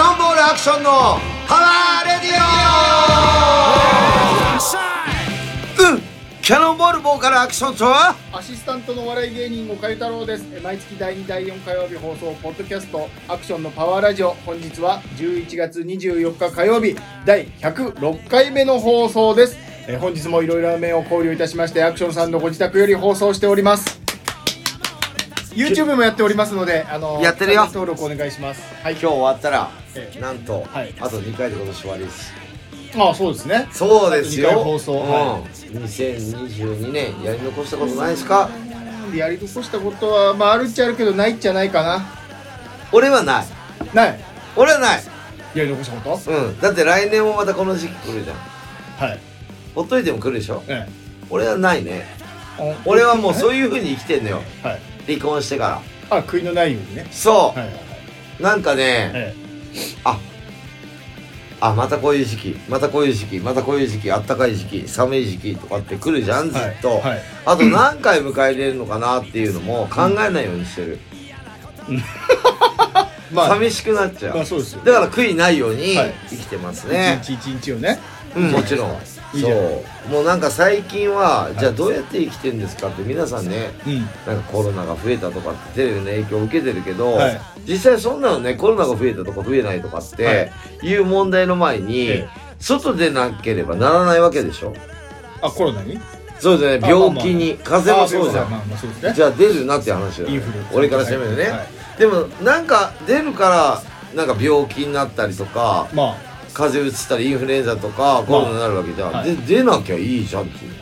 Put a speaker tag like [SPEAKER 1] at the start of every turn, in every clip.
[SPEAKER 1] ションのパワーレディオうんキャノンボールボーカルアクションとは
[SPEAKER 2] アシスタントのお笑い芸人、おかゆ太郎です。え毎月第2、第4火曜日放送、ポッドキャスト、アクションのパワーラジオ。本日は11月24日火曜日、第106回目の放送です。え本日もいろいろな面を考慮いたしまして、アクションさんのご自宅より放送しております。YouTube もやっておりますので、あの
[SPEAKER 1] やってるよ
[SPEAKER 2] チャンネル登録お願いします。はい、
[SPEAKER 1] 今日終わったら
[SPEAKER 2] ええ
[SPEAKER 1] なんと、
[SPEAKER 2] はい
[SPEAKER 1] あと2回で今年終わりです
[SPEAKER 2] ああ、そうですね。
[SPEAKER 1] そうですよ
[SPEAKER 2] あと二回放送
[SPEAKER 1] うん
[SPEAKER 2] は
[SPEAKER 1] 2022年やり残したことないですか
[SPEAKER 2] やり残したことは、まあ、あるっちゃあるけど、ないっちゃないかな。
[SPEAKER 1] 俺はない
[SPEAKER 2] ない。
[SPEAKER 1] 俺はない
[SPEAKER 2] やり残したこと
[SPEAKER 1] うんだって来年もまたこの時期来るじゃん
[SPEAKER 2] はい。
[SPEAKER 1] ほっといても来るでしょ
[SPEAKER 2] え
[SPEAKER 1] 俺はないね
[SPEAKER 2] え
[SPEAKER 1] 俺はもうそう
[SPEAKER 2] い
[SPEAKER 1] いう風に生きてんのよ
[SPEAKER 2] う。はい。
[SPEAKER 1] 離婚してから
[SPEAKER 2] あ、悔いのないようにね。
[SPEAKER 1] そ
[SPEAKER 2] はいはいは
[SPEAKER 1] うなんかね、
[SPEAKER 2] い。
[SPEAKER 1] ああまたこういう時期またこういう時期またこういう時期あったかい時期寒い時期とかって来るじゃんずっと、
[SPEAKER 2] はいはい
[SPEAKER 1] あと何回迎え入れるのかなっていうのも考えないようにしてる、
[SPEAKER 2] まあ、
[SPEAKER 1] 寂しくなっちゃう、
[SPEAKER 2] まあそうですよ
[SPEAKER 1] だから悔いないように
[SPEAKER 2] はい
[SPEAKER 1] 生きてますね、
[SPEAKER 2] 一日一日をね。
[SPEAKER 1] うん、もちろん
[SPEAKER 2] いいじゃない
[SPEAKER 1] そうもうなんか最近はじゃあどうやって生きてんですかって皆さんね
[SPEAKER 2] うん。
[SPEAKER 1] なんかコロナが増えたとかってテレビの影響を受けてるけど、
[SPEAKER 2] はい
[SPEAKER 1] 実際そんなのねコロナが増えたとか増えないとかっていう問題の前に、
[SPEAKER 2] ええ
[SPEAKER 1] 外でなければならないわけでしょ
[SPEAKER 2] あ、コロナに
[SPEAKER 1] そうですね
[SPEAKER 2] あまあまあ
[SPEAKER 1] 病気に、風邪もそうじゃ
[SPEAKER 2] あまあまあまあそうですね
[SPEAKER 1] んじゃあ出るなって話だ
[SPEAKER 2] イン
[SPEAKER 1] よ
[SPEAKER 2] フル
[SPEAKER 1] 俺から攻めるね、
[SPEAKER 2] はい
[SPEAKER 1] でもなんか出るからなんか病気になったりとか
[SPEAKER 2] まあ、
[SPEAKER 1] 風邪うつったりインフルエンザとかコロナになるわけじゃん、
[SPEAKER 2] はい
[SPEAKER 1] で出なきゃいいじゃんっていう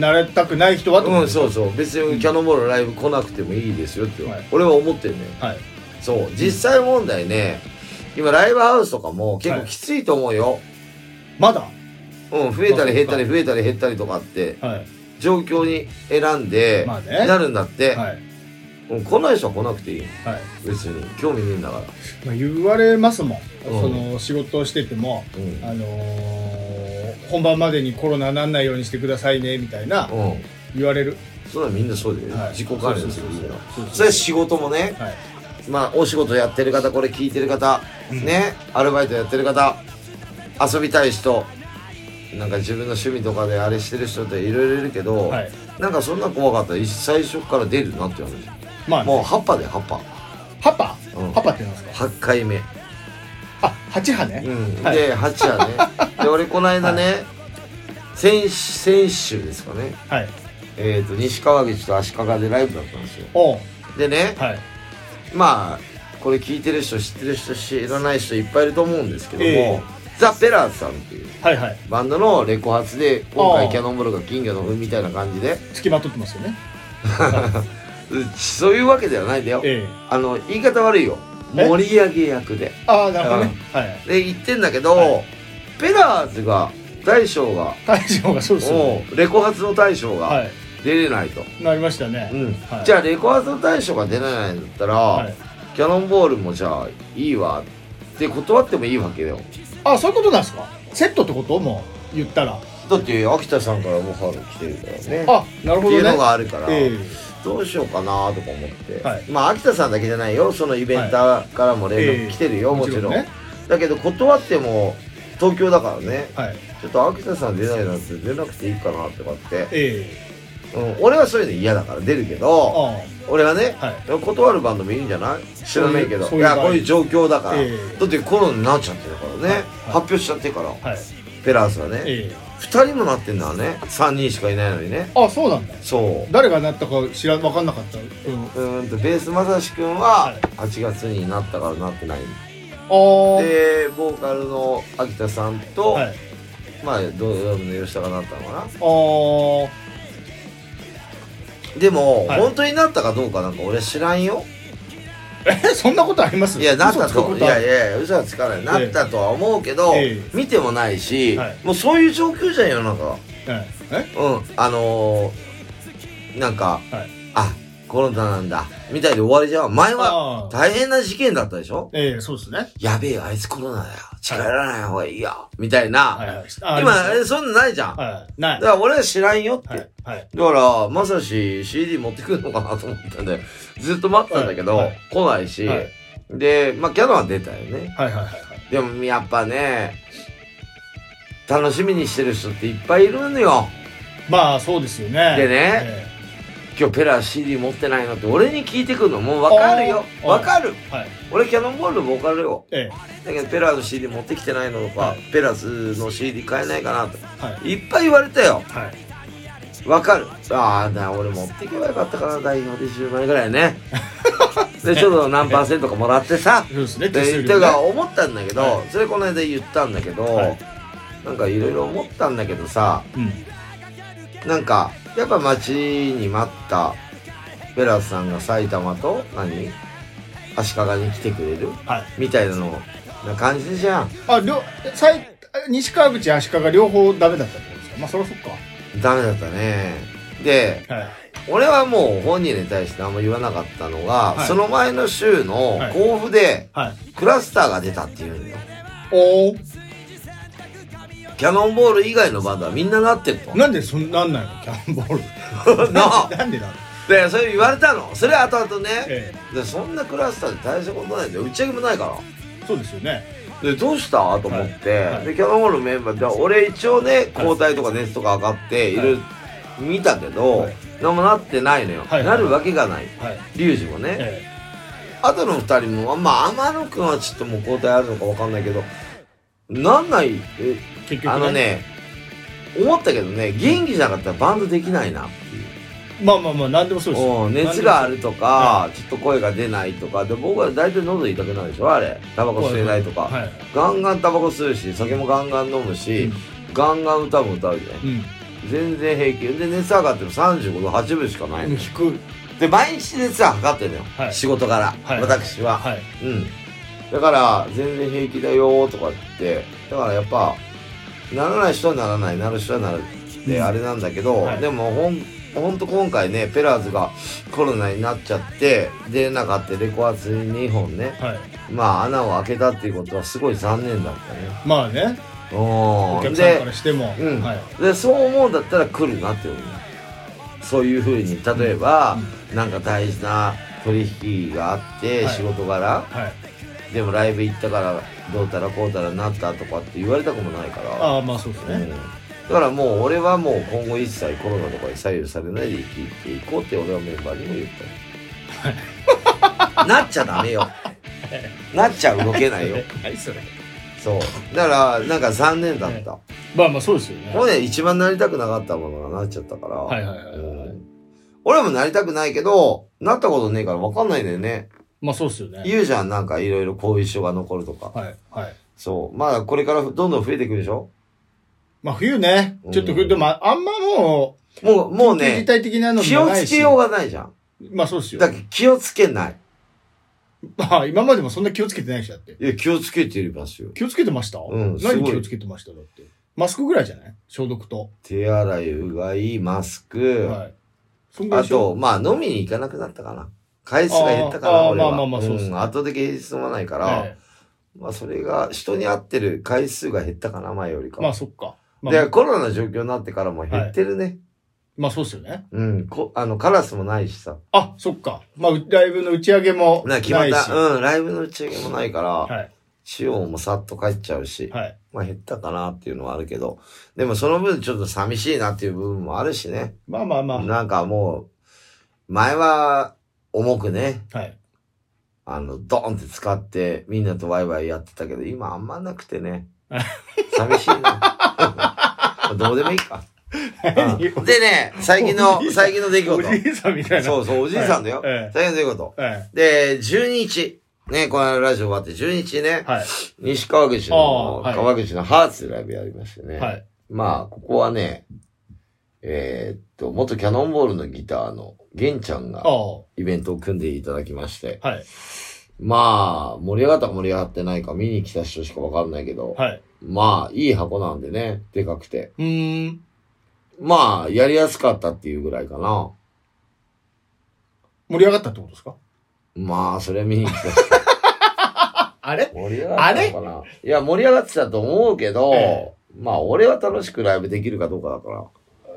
[SPEAKER 2] 慣れたくない人はってこと
[SPEAKER 1] うん
[SPEAKER 2] です
[SPEAKER 1] そうそう別にキャノンボールのライブ来なくてもいいですよって、
[SPEAKER 2] はい
[SPEAKER 1] 俺は思ってるね
[SPEAKER 2] はい。
[SPEAKER 1] そう実際問題ね今ライブハウスとかも結構きついと思うよ、
[SPEAKER 2] まだ
[SPEAKER 1] うん増えたり減ったり
[SPEAKER 2] まあ
[SPEAKER 1] 増えたり減ったりとかって
[SPEAKER 2] はい。
[SPEAKER 1] 状況に選んで
[SPEAKER 2] まあね
[SPEAKER 1] なるんだって、
[SPEAKER 2] はい。
[SPEAKER 1] うん来ない人は来なくていいよ
[SPEAKER 2] はい。
[SPEAKER 1] 別に興味ねえんだから
[SPEAKER 2] まあ、言われますもん。
[SPEAKER 1] うん
[SPEAKER 2] その、仕事をしてても、
[SPEAKER 1] うん
[SPEAKER 2] あのー、本番までにコロナなんないようにしてくださいね、みたいな、
[SPEAKER 1] うん
[SPEAKER 2] 言われる。
[SPEAKER 1] それはみんなそうだよ、
[SPEAKER 2] はい
[SPEAKER 1] 自己管理ですよみんな
[SPEAKER 2] そうそうそう
[SPEAKER 1] それは仕事もね
[SPEAKER 2] はい。
[SPEAKER 1] まあお仕事やってる方これ聞いてる方、
[SPEAKER 2] うん
[SPEAKER 1] ねアルバイトやってる方遊びたい人なんか自分の趣味とかであれしてる人っていろいろいるけど、
[SPEAKER 2] はい
[SPEAKER 1] なんかそんな怖かったら最初から出るなって話
[SPEAKER 2] まあ、
[SPEAKER 1] もう葉っぱで葉っぱ
[SPEAKER 2] パパ
[SPEAKER 1] うん
[SPEAKER 2] パパってなんですか
[SPEAKER 1] 8回目、
[SPEAKER 2] あ、八波ね
[SPEAKER 1] う。ん
[SPEAKER 2] はい
[SPEAKER 1] で8やねで俺この間ね、先先週ですかね
[SPEAKER 2] はい。
[SPEAKER 1] えっ、と西川口と足利でライブだったんですよ
[SPEAKER 2] おう
[SPEAKER 1] でね、
[SPEAKER 2] はい。
[SPEAKER 1] まあこれ聞いてる人知ってる人知らない人いっぱいいると思うんですけども、
[SPEAKER 2] ええ
[SPEAKER 1] ザ・ペラーズさんっていう
[SPEAKER 2] はいはい。
[SPEAKER 1] バンドのレコ発で今
[SPEAKER 2] あ
[SPEAKER 1] 回
[SPEAKER 2] あ
[SPEAKER 1] キャノンボールが金魚の糞みたいな感じで
[SPEAKER 2] 付きまとってますよね。
[SPEAKER 1] うそういうわけではないんだよ、
[SPEAKER 2] ええ。
[SPEAKER 1] あの言い方悪いよ
[SPEAKER 2] え
[SPEAKER 1] 盛り上げ役で
[SPEAKER 2] ああ、なるほどね。はい。
[SPEAKER 1] で言ってんだけど、
[SPEAKER 2] は
[SPEAKER 1] ペラーズが大将が
[SPEAKER 2] 大将がそうですよね。
[SPEAKER 1] おうレコ発の大将
[SPEAKER 2] は
[SPEAKER 1] が
[SPEAKER 2] い。
[SPEAKER 1] 出れないと、
[SPEAKER 2] なりましたね。
[SPEAKER 1] うん
[SPEAKER 2] はい、
[SPEAKER 1] じゃあレコ発の大将が出れないんだったら、
[SPEAKER 2] はい
[SPEAKER 1] キャノンボールもじゃあいいわって断ってもいいわけだよ
[SPEAKER 2] あ、そういうことなんですか。セットってこともう言ったら。
[SPEAKER 1] だって秋田さんからもハール来てるからね
[SPEAKER 2] あ、なる
[SPEAKER 1] って
[SPEAKER 2] ほど
[SPEAKER 1] い
[SPEAKER 2] ね。
[SPEAKER 1] うのがあるから、
[SPEAKER 2] え
[SPEAKER 1] どうしようかなとか思って、
[SPEAKER 2] はい
[SPEAKER 1] まあ秋田さんだけじゃないよそのイベンターからも連
[SPEAKER 2] ええ
[SPEAKER 1] 絡来てるよ、もちろん
[SPEAKER 2] もちろんね
[SPEAKER 1] だけど断っても東京だからね
[SPEAKER 2] えはい。
[SPEAKER 1] ちょっと秋田さん出ないなんて出なくていいかなとかって、
[SPEAKER 2] え
[SPEAKER 1] うん、俺はそういうの嫌だから出るけ
[SPEAKER 2] え
[SPEAKER 1] ど
[SPEAKER 2] あ
[SPEAKER 1] 俺はね、
[SPEAKER 2] は
[SPEAKER 1] 断るバンドもいいんじゃない知らないけど
[SPEAKER 2] そう
[SPEAKER 1] い
[SPEAKER 2] いう
[SPEAKER 1] や
[SPEAKER 2] 場合
[SPEAKER 1] こういう状況だから、
[SPEAKER 2] ええ
[SPEAKER 1] だってコロナになっちゃってるからね、
[SPEAKER 2] はいはい
[SPEAKER 1] 発表しちゃってから、
[SPEAKER 2] あ。はい。
[SPEAKER 1] ペラースはね、
[SPEAKER 2] ええ
[SPEAKER 1] 2人もなってんだわね3人しかいないのにね
[SPEAKER 2] あ、そうなんだ。
[SPEAKER 1] そ
[SPEAKER 2] 誰がなったか知ら、わかんなかった。うん。
[SPEAKER 1] ううーんとベースまさしくん
[SPEAKER 2] は
[SPEAKER 1] はい8月になったからなってない
[SPEAKER 2] ああ。
[SPEAKER 1] でボーカルの秋田さんと、
[SPEAKER 2] はい。
[SPEAKER 1] まあドラムの吉田がなったのかな
[SPEAKER 2] あー
[SPEAKER 1] でも、
[SPEAKER 2] はい
[SPEAKER 1] 本当になったかどうかなんか俺知らんよ
[SPEAKER 2] えそんなことあります
[SPEAKER 1] いやなった
[SPEAKER 2] 嘘つくことある
[SPEAKER 1] いやいやいや嘘はつかないなったとは思うけど、
[SPEAKER 2] え
[SPEAKER 1] 見てもないし、
[SPEAKER 2] はい
[SPEAKER 1] もうそういう状況じゃん世の中は
[SPEAKER 2] はいえ
[SPEAKER 1] うんあのー、なんか
[SPEAKER 2] はい
[SPEAKER 1] あコロナなんだみたいで終わりじゃん前は
[SPEAKER 2] あー
[SPEAKER 1] 大変な事件だったでしょ
[SPEAKER 2] ええそうですね
[SPEAKER 1] やべえよあいつコロナだよ近寄らない方がいいよみたいな、
[SPEAKER 2] はいはいあ
[SPEAKER 1] 今
[SPEAKER 2] ありま
[SPEAKER 1] えそんなないじゃん、
[SPEAKER 2] すはいな
[SPEAKER 1] だ
[SPEAKER 2] い
[SPEAKER 1] から俺は知らんよって、
[SPEAKER 2] はいはい
[SPEAKER 1] だからまさし CD 持ってくるのかなと思ったんでずっと待ってたんだけど、
[SPEAKER 2] はいはい
[SPEAKER 1] 来ないし、
[SPEAKER 2] はい
[SPEAKER 1] でまあキャノンは出たよね
[SPEAKER 2] はいはいはいはい
[SPEAKER 1] でもやっぱね、楽しみにしてる人っていっぱいいるのよ。
[SPEAKER 2] まあそうですよね
[SPEAKER 1] でね
[SPEAKER 2] え
[SPEAKER 1] 今日ペラ CD 持ってないのって俺に聞いてくるのもうわかるよ。
[SPEAKER 2] あー
[SPEAKER 1] わかる。
[SPEAKER 2] えはい
[SPEAKER 1] 俺キャノンボールもわかるよ。
[SPEAKER 2] ええ
[SPEAKER 1] だけどペラの CD 持ってきてないのとか、
[SPEAKER 2] はい
[SPEAKER 1] ペラスの CD 買えないかなと
[SPEAKER 2] はい
[SPEAKER 1] いっぱい言われたよ
[SPEAKER 2] はい
[SPEAKER 1] わかるああだ俺持ってけばよかったかな代表で10万円ぐらい ねでちょっと何パーセントかもらってさ
[SPEAKER 2] そうですね
[SPEAKER 1] って
[SPEAKER 2] 手数
[SPEAKER 1] 言っ
[SPEAKER 2] 料
[SPEAKER 1] て
[SPEAKER 2] ね
[SPEAKER 1] か思ったんだけど、
[SPEAKER 2] は
[SPEAKER 1] それこの間言ったんだけど、
[SPEAKER 2] はい
[SPEAKER 1] なんかいろいろ思ったんだけどさ
[SPEAKER 2] うん
[SPEAKER 1] なんかやっぱ待ちに待ったペラスさんが埼玉と何足利に来てくれる
[SPEAKER 2] はい
[SPEAKER 1] みたいなのな感じじゃん
[SPEAKER 2] あ両最西川口足利両方ダメだったってことですかまあそりゃそっか
[SPEAKER 1] ダメだったねで
[SPEAKER 2] はい
[SPEAKER 1] 俺はもう本人に対してあんま言わなかったのが、
[SPEAKER 2] はい
[SPEAKER 1] その前の週の
[SPEAKER 2] はい
[SPEAKER 1] 甲府で
[SPEAKER 2] はい
[SPEAKER 1] クラスターが出たっていうんよ
[SPEAKER 2] おお
[SPEAKER 1] キャノンボール以外のバンドはみんななってると
[SPEAKER 2] なんでそんなんないのキャンボー ル
[SPEAKER 1] な
[SPEAKER 2] なんでなの
[SPEAKER 1] でそれ言われたのそれ後々ね
[SPEAKER 2] え
[SPEAKER 1] でそんなクラスターで大したことないんだよ打ち上げもないか
[SPEAKER 2] えそうですよね
[SPEAKER 1] らでどうしたと思って、
[SPEAKER 2] はいはい
[SPEAKER 1] でキャノンボールのメンバーで俺一応ね交代とか熱とか上がってい
[SPEAKER 2] はい
[SPEAKER 1] ろいろ見たけど、
[SPEAKER 2] はい
[SPEAKER 1] 何もなってないのよ、
[SPEAKER 2] はい
[SPEAKER 1] なるわけがない
[SPEAKER 2] はい
[SPEAKER 1] リュウジもね、
[SPEAKER 2] え
[SPEAKER 1] あとの二人も、まあ、天野くんはちょっともう交代あるのかわかんないけど、なんない、え
[SPEAKER 2] え結局
[SPEAKER 1] あのね、思ったけどね、元気じゃなかったらバンドできないなっていう。
[SPEAKER 2] まあまあまあ何でもそうですよ
[SPEAKER 1] うん熱があるとか、ちょっと声が出ないとか、で、僕は大体喉痛くなるでしょあれ。タバコ吸えないとか。
[SPEAKER 2] はい
[SPEAKER 1] ガンガンタバコ吸うし、酒もガンガン飲むし、
[SPEAKER 2] うん
[SPEAKER 1] ガンガン歌も歌うじゃん。
[SPEAKER 2] うん
[SPEAKER 1] 全然平気。で、熱上がっても35度8分しかないのよ、
[SPEAKER 2] 低い
[SPEAKER 1] で、毎日熱は測ってるのよ。
[SPEAKER 2] はい
[SPEAKER 1] 仕事から、
[SPEAKER 2] はい
[SPEAKER 1] 私は。
[SPEAKER 2] はい
[SPEAKER 1] うん。だから、全然平気だよとかって、だからやっぱ、ならない人はならない、なる人はなるって
[SPEAKER 2] うん
[SPEAKER 1] あれなんだけど、
[SPEAKER 2] はい
[SPEAKER 1] でもほん、ほんと今回ね、ペラーズがコロナになっちゃって、出なかったレコアツ2本ね、
[SPEAKER 2] はい
[SPEAKER 1] まあ穴を開けたっていうことはすごい残念だったね。
[SPEAKER 2] まあねお
[SPEAKER 1] う
[SPEAKER 2] 客
[SPEAKER 1] ん。
[SPEAKER 2] さんか
[SPEAKER 1] で
[SPEAKER 2] ら、しても
[SPEAKER 1] うん、
[SPEAKER 2] はい
[SPEAKER 1] で、そう思うんだったら来るなって思う。そういうふうに、例えば、なんか大事な取引があって、
[SPEAKER 2] はい
[SPEAKER 1] 仕事柄、
[SPEAKER 2] はい
[SPEAKER 1] でもライブ行ったからどうたらこうたらなったとかって言われたこともないから、
[SPEAKER 2] ああまあそうです
[SPEAKER 1] うん
[SPEAKER 2] ね
[SPEAKER 1] だからもう俺はもう今後一切コロナとかに左右されないで生きていこうって俺はメンバーにも言 ったよなっちゃダメよなっちゃ動けないよ
[SPEAKER 2] 何それ
[SPEAKER 1] そうだからなんか残念だった
[SPEAKER 2] まあまあそうですよね
[SPEAKER 1] これね一番なりたくなかったものがなっちゃったから、
[SPEAKER 2] はいはいはいは
[SPEAKER 1] う
[SPEAKER 2] い
[SPEAKER 1] ん俺もなりたくないけどなったことねえから分かんないんだよね
[SPEAKER 2] まあそうですよね
[SPEAKER 1] 言うじゃんなんかいろいろ後遺症が残るとか
[SPEAKER 2] はいはい
[SPEAKER 1] そう。まあ、これからどんどん増えていくでしょ
[SPEAKER 2] まあ冬ねちょっと
[SPEAKER 1] う
[SPEAKER 2] 冬
[SPEAKER 1] ん
[SPEAKER 2] でもあんまも
[SPEAKER 1] もう、もう
[SPEAKER 2] う緊急
[SPEAKER 1] ね
[SPEAKER 2] 事、態的なの
[SPEAKER 1] 気
[SPEAKER 2] も
[SPEAKER 1] を
[SPEAKER 2] ない
[SPEAKER 1] つ
[SPEAKER 2] し
[SPEAKER 1] けようがないじゃん。
[SPEAKER 2] まあそうですよ
[SPEAKER 1] だから気をつけない。
[SPEAKER 2] まあ今までもそんな気をつけてないしだって
[SPEAKER 1] いや、気をつけていますよ。
[SPEAKER 2] 気をつけてました
[SPEAKER 1] うんすごい
[SPEAKER 2] 何気をつけてましただってマスクぐらいじゃない消毒と
[SPEAKER 1] 手洗い、うがい、マスク。
[SPEAKER 2] はいそんぐ
[SPEAKER 1] あ
[SPEAKER 2] らいでしょ
[SPEAKER 1] と、まあ、飲みに行かなくなったかな。回数が減ったか
[SPEAKER 2] あ
[SPEAKER 1] ら、
[SPEAKER 2] ー
[SPEAKER 1] 俺
[SPEAKER 2] あー
[SPEAKER 1] は。
[SPEAKER 2] まあまあまあそうっすね
[SPEAKER 1] ん、後で芸術飲まないから、
[SPEAKER 2] え
[SPEAKER 1] まあ、それが、人に会ってる回数が減ったかな、前より
[SPEAKER 2] え
[SPEAKER 1] か。
[SPEAKER 2] まあそっかま
[SPEAKER 1] で、
[SPEAKER 2] あ
[SPEAKER 1] コロナの状況になってからも減ってるね。
[SPEAKER 2] まあそうですよね
[SPEAKER 1] うん、こ、あの、カラスもないしさ。
[SPEAKER 2] あそっかまあライブの打ち上げもな
[SPEAKER 1] ない
[SPEAKER 2] し
[SPEAKER 1] 決まった、うん、ライブの打ち上げもないから、
[SPEAKER 2] はい
[SPEAKER 1] 地方もさっと帰っちゃうし。
[SPEAKER 2] はい
[SPEAKER 1] まあ減ったかなっていうのはあるけど、でもその分ちょっと寂しいなっていう部分もあるしね。
[SPEAKER 2] まあまあま
[SPEAKER 1] なんかもう、前は重くね、
[SPEAKER 2] あはい
[SPEAKER 1] あの、ドーンって使ってみんなとワイワイやってたけど、今あんまなくてね。寂しいな。 どうでもいいか。うんでね、最近の
[SPEAKER 2] おじ、いさん
[SPEAKER 1] 最近の出来
[SPEAKER 2] お
[SPEAKER 1] 事。
[SPEAKER 2] じいさんみたいな。
[SPEAKER 1] そうそう、おじいさんだよ。
[SPEAKER 2] え
[SPEAKER 1] 最近の出来事。
[SPEAKER 2] え。え
[SPEAKER 1] で、12日。ね、この間ラジオ終わって12日
[SPEAKER 2] え。
[SPEAKER 1] ね、
[SPEAKER 2] はい。
[SPEAKER 1] 西川口の、
[SPEAKER 2] あーはい
[SPEAKER 1] 川口のハーツでライブやりましてね。
[SPEAKER 2] はい。
[SPEAKER 1] まあ、ここはね、えーっと、元キャノンボールのギターの玄ちゃん
[SPEAKER 2] あ
[SPEAKER 1] が
[SPEAKER 2] あ。は
[SPEAKER 1] イベントを組んでいただきまして、
[SPEAKER 2] い。
[SPEAKER 1] まあ、盛り上がったか盛り上がってないか見に来た人しかわかんないけど、
[SPEAKER 2] はい。
[SPEAKER 1] まあ、いい箱なんでね、でかくて。
[SPEAKER 2] うーん。
[SPEAKER 1] まあ、やりやすかったっていうぐらいかな。
[SPEAKER 2] 盛り上がったってことですか
[SPEAKER 1] まあ、それ見に来た人。
[SPEAKER 2] あ れ
[SPEAKER 1] 盛り上がったのかないや、盛り上がってたと思うけど、
[SPEAKER 2] え
[SPEAKER 1] まあ、俺は楽しくライブできるかどうかだから。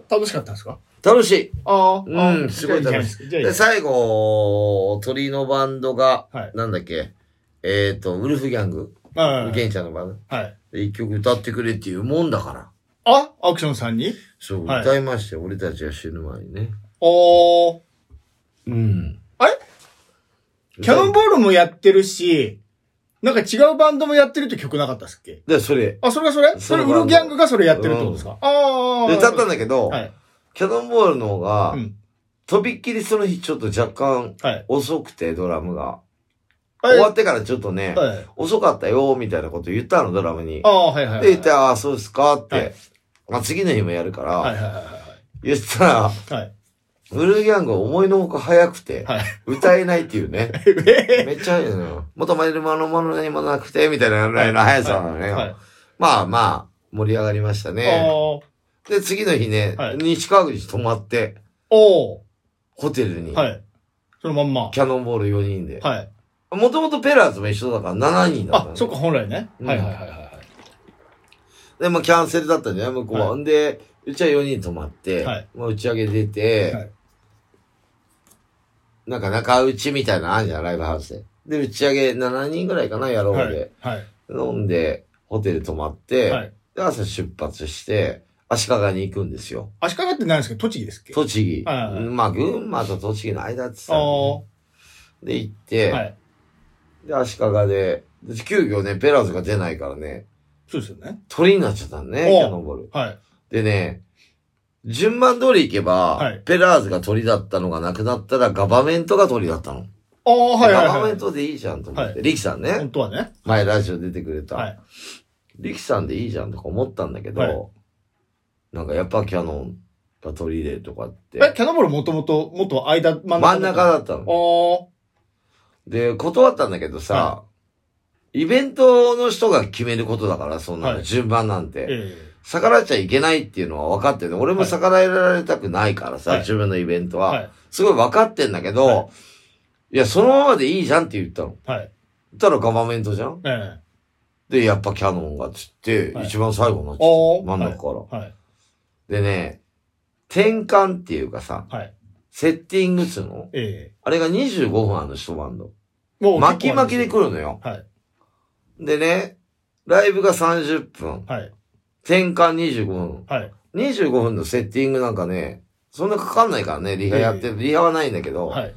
[SPEAKER 2] 楽しかったんですか
[SPEAKER 1] 楽しい
[SPEAKER 2] ああ。
[SPEAKER 1] うんすごい楽
[SPEAKER 2] しい。じゃあい
[SPEAKER 1] で、
[SPEAKER 2] いです。
[SPEAKER 1] 最後、鳥のバンドが、
[SPEAKER 2] はい。
[SPEAKER 1] なんだっけ、えっ、ー、と、ウルフギャング
[SPEAKER 2] はいはいはい
[SPEAKER 1] 玄ちゃんの場合。
[SPEAKER 2] はい。
[SPEAKER 1] で一曲歌ってくれっていうもんだから。
[SPEAKER 2] あアクションさんに
[SPEAKER 1] そう、
[SPEAKER 2] はい
[SPEAKER 1] 歌いましたよ。俺たちが死ぬ前にね。
[SPEAKER 2] おー。
[SPEAKER 1] うん。
[SPEAKER 2] あれキャノンボールもやってるし、なんか違うバンドもやってるって曲なかったっすっけ
[SPEAKER 1] で、それ。
[SPEAKER 2] あ、それがそれそ
[SPEAKER 1] そのバ
[SPEAKER 2] れ、
[SPEAKER 1] ン
[SPEAKER 2] ウ
[SPEAKER 1] ド
[SPEAKER 2] ロギャングがそれやってるってことですか、ああ。
[SPEAKER 1] で、歌ったん
[SPEAKER 2] だ
[SPEAKER 1] だけど、
[SPEAKER 2] はい。
[SPEAKER 1] キャノンボールの方が、
[SPEAKER 2] うん。
[SPEAKER 1] とびっきりその日ちょっと若干
[SPEAKER 2] はい。
[SPEAKER 1] 遅くて、ドラムが。
[SPEAKER 2] はい
[SPEAKER 1] 終わってからちょっとね、
[SPEAKER 2] はい。
[SPEAKER 1] 遅かったよ、みたいなこと言ったの、ドラムに
[SPEAKER 2] あ。あ、はいはい、はい。
[SPEAKER 1] で、言って、ああ、そうですかって。
[SPEAKER 2] はい
[SPEAKER 1] まあ、次の日もやるから、
[SPEAKER 2] はいはいはいは
[SPEAKER 1] 言ったら、
[SPEAKER 2] い。はい。
[SPEAKER 1] ブルーギャングは思いのほか早くて、
[SPEAKER 2] はい。
[SPEAKER 1] 歌えないっていうね。
[SPEAKER 2] え
[SPEAKER 1] めっちゃ早いのよ。元マイルマのものにもなくて、みたいなぐらいの速さなのね。
[SPEAKER 2] はい。あ
[SPEAKER 1] まあまあ、盛り上がりましたね。
[SPEAKER 2] あ。
[SPEAKER 1] で、次の日ね、
[SPEAKER 2] はい
[SPEAKER 1] 西川口泊まって、
[SPEAKER 2] おお。
[SPEAKER 1] ホテルに、
[SPEAKER 2] はい。そのまんま。
[SPEAKER 1] キャノンボール4人で。
[SPEAKER 2] はい。
[SPEAKER 1] もともとペラーズも一緒だから7人だった
[SPEAKER 2] あ
[SPEAKER 1] の、
[SPEAKER 2] そっか、本来ね。
[SPEAKER 1] うん
[SPEAKER 2] はいはいはいは
[SPEAKER 1] で、まあキャンセルだったんじゃない向こうは。
[SPEAKER 2] は
[SPEAKER 1] んで、うちは4人泊まって、
[SPEAKER 2] はい
[SPEAKER 1] まあ打ち上げ出て、
[SPEAKER 2] はい
[SPEAKER 1] なんか中打ちみたいなのあるじゃん、ライブハウスで。で、打ち上げ7人ぐらいかな、やろう
[SPEAKER 2] い。はい
[SPEAKER 1] で。。
[SPEAKER 2] はい。
[SPEAKER 1] 飲んで、ホテル泊まって、
[SPEAKER 2] はい。
[SPEAKER 1] で、朝出発して、足利に行くんですよ。
[SPEAKER 2] 足利って何ですか栃木ですっけあ
[SPEAKER 1] 栃木。
[SPEAKER 2] はいはい
[SPEAKER 1] まあ、群馬と栃木の間って
[SPEAKER 2] あ
[SPEAKER 1] さ、で、行って、
[SPEAKER 2] ー。はい。
[SPEAKER 1] で、足利で、で急遽ね、ペラーズが出ないからね、
[SPEAKER 2] そうですよね。
[SPEAKER 1] 鳥になっちゃったのね、
[SPEAKER 2] おう
[SPEAKER 1] キャノンボール。
[SPEAKER 2] はい。
[SPEAKER 1] でね、順番通り行けば、
[SPEAKER 2] はい
[SPEAKER 1] ペラーズが鳥だったのがなくなったら、ガバメントが鳥だったの。
[SPEAKER 2] ああ、はいはい
[SPEAKER 1] ガバ
[SPEAKER 2] は
[SPEAKER 1] メン
[SPEAKER 2] い。
[SPEAKER 1] トでいいじゃんと思って、
[SPEAKER 2] は
[SPEAKER 1] リキさんね
[SPEAKER 2] 本、当はね。
[SPEAKER 1] 前ラジオ出てくれた、
[SPEAKER 2] はい。
[SPEAKER 1] リキさんでいいじゃんとか思ったんだけど、
[SPEAKER 2] はい
[SPEAKER 1] なんかやっぱキャノンが鳥でとかって、
[SPEAKER 2] え、キャノンボールもともと、もっと間、真
[SPEAKER 1] 真ん中だったの。
[SPEAKER 2] お
[SPEAKER 1] で、断ったんだけどさ、
[SPEAKER 2] は
[SPEAKER 1] イベントの人が決めることだから、そんな
[SPEAKER 2] は
[SPEAKER 1] の
[SPEAKER 2] い
[SPEAKER 1] 順番なんて。
[SPEAKER 2] え
[SPEAKER 1] 逆らっちゃいけないっていうのは分かってて、俺も逆らえられたくないからさ、
[SPEAKER 2] はい
[SPEAKER 1] 自分のイベント
[SPEAKER 2] え
[SPEAKER 1] は。
[SPEAKER 2] はい。
[SPEAKER 1] すごい分かってんだけど、、
[SPEAKER 2] はい
[SPEAKER 1] や、そのままでいいじゃんって言ったの。
[SPEAKER 2] はい。
[SPEAKER 1] 言ったらガバメントじゃん
[SPEAKER 2] ええ
[SPEAKER 1] で、やっぱキャノンがつって、
[SPEAKER 2] はい
[SPEAKER 1] 一番最後になっちゃっ
[SPEAKER 2] おー。
[SPEAKER 1] た。真ん中から、
[SPEAKER 2] はい。
[SPEAKER 1] でね、転換っていうかさ、
[SPEAKER 2] はい。
[SPEAKER 1] セッティングっつうの
[SPEAKER 2] え
[SPEAKER 1] あれが25分あるの、一バンド。
[SPEAKER 2] えも
[SPEAKER 1] 巻き巻きで来
[SPEAKER 2] る。
[SPEAKER 1] るのよ。
[SPEAKER 2] はい。
[SPEAKER 1] でね、ライブが30分、
[SPEAKER 2] はい。
[SPEAKER 1] 転換25分。
[SPEAKER 2] はい。
[SPEAKER 1] 25分のセッティングなんかね、そんなかかんないからね、リハやってる。リハはないんだけど、
[SPEAKER 2] はい。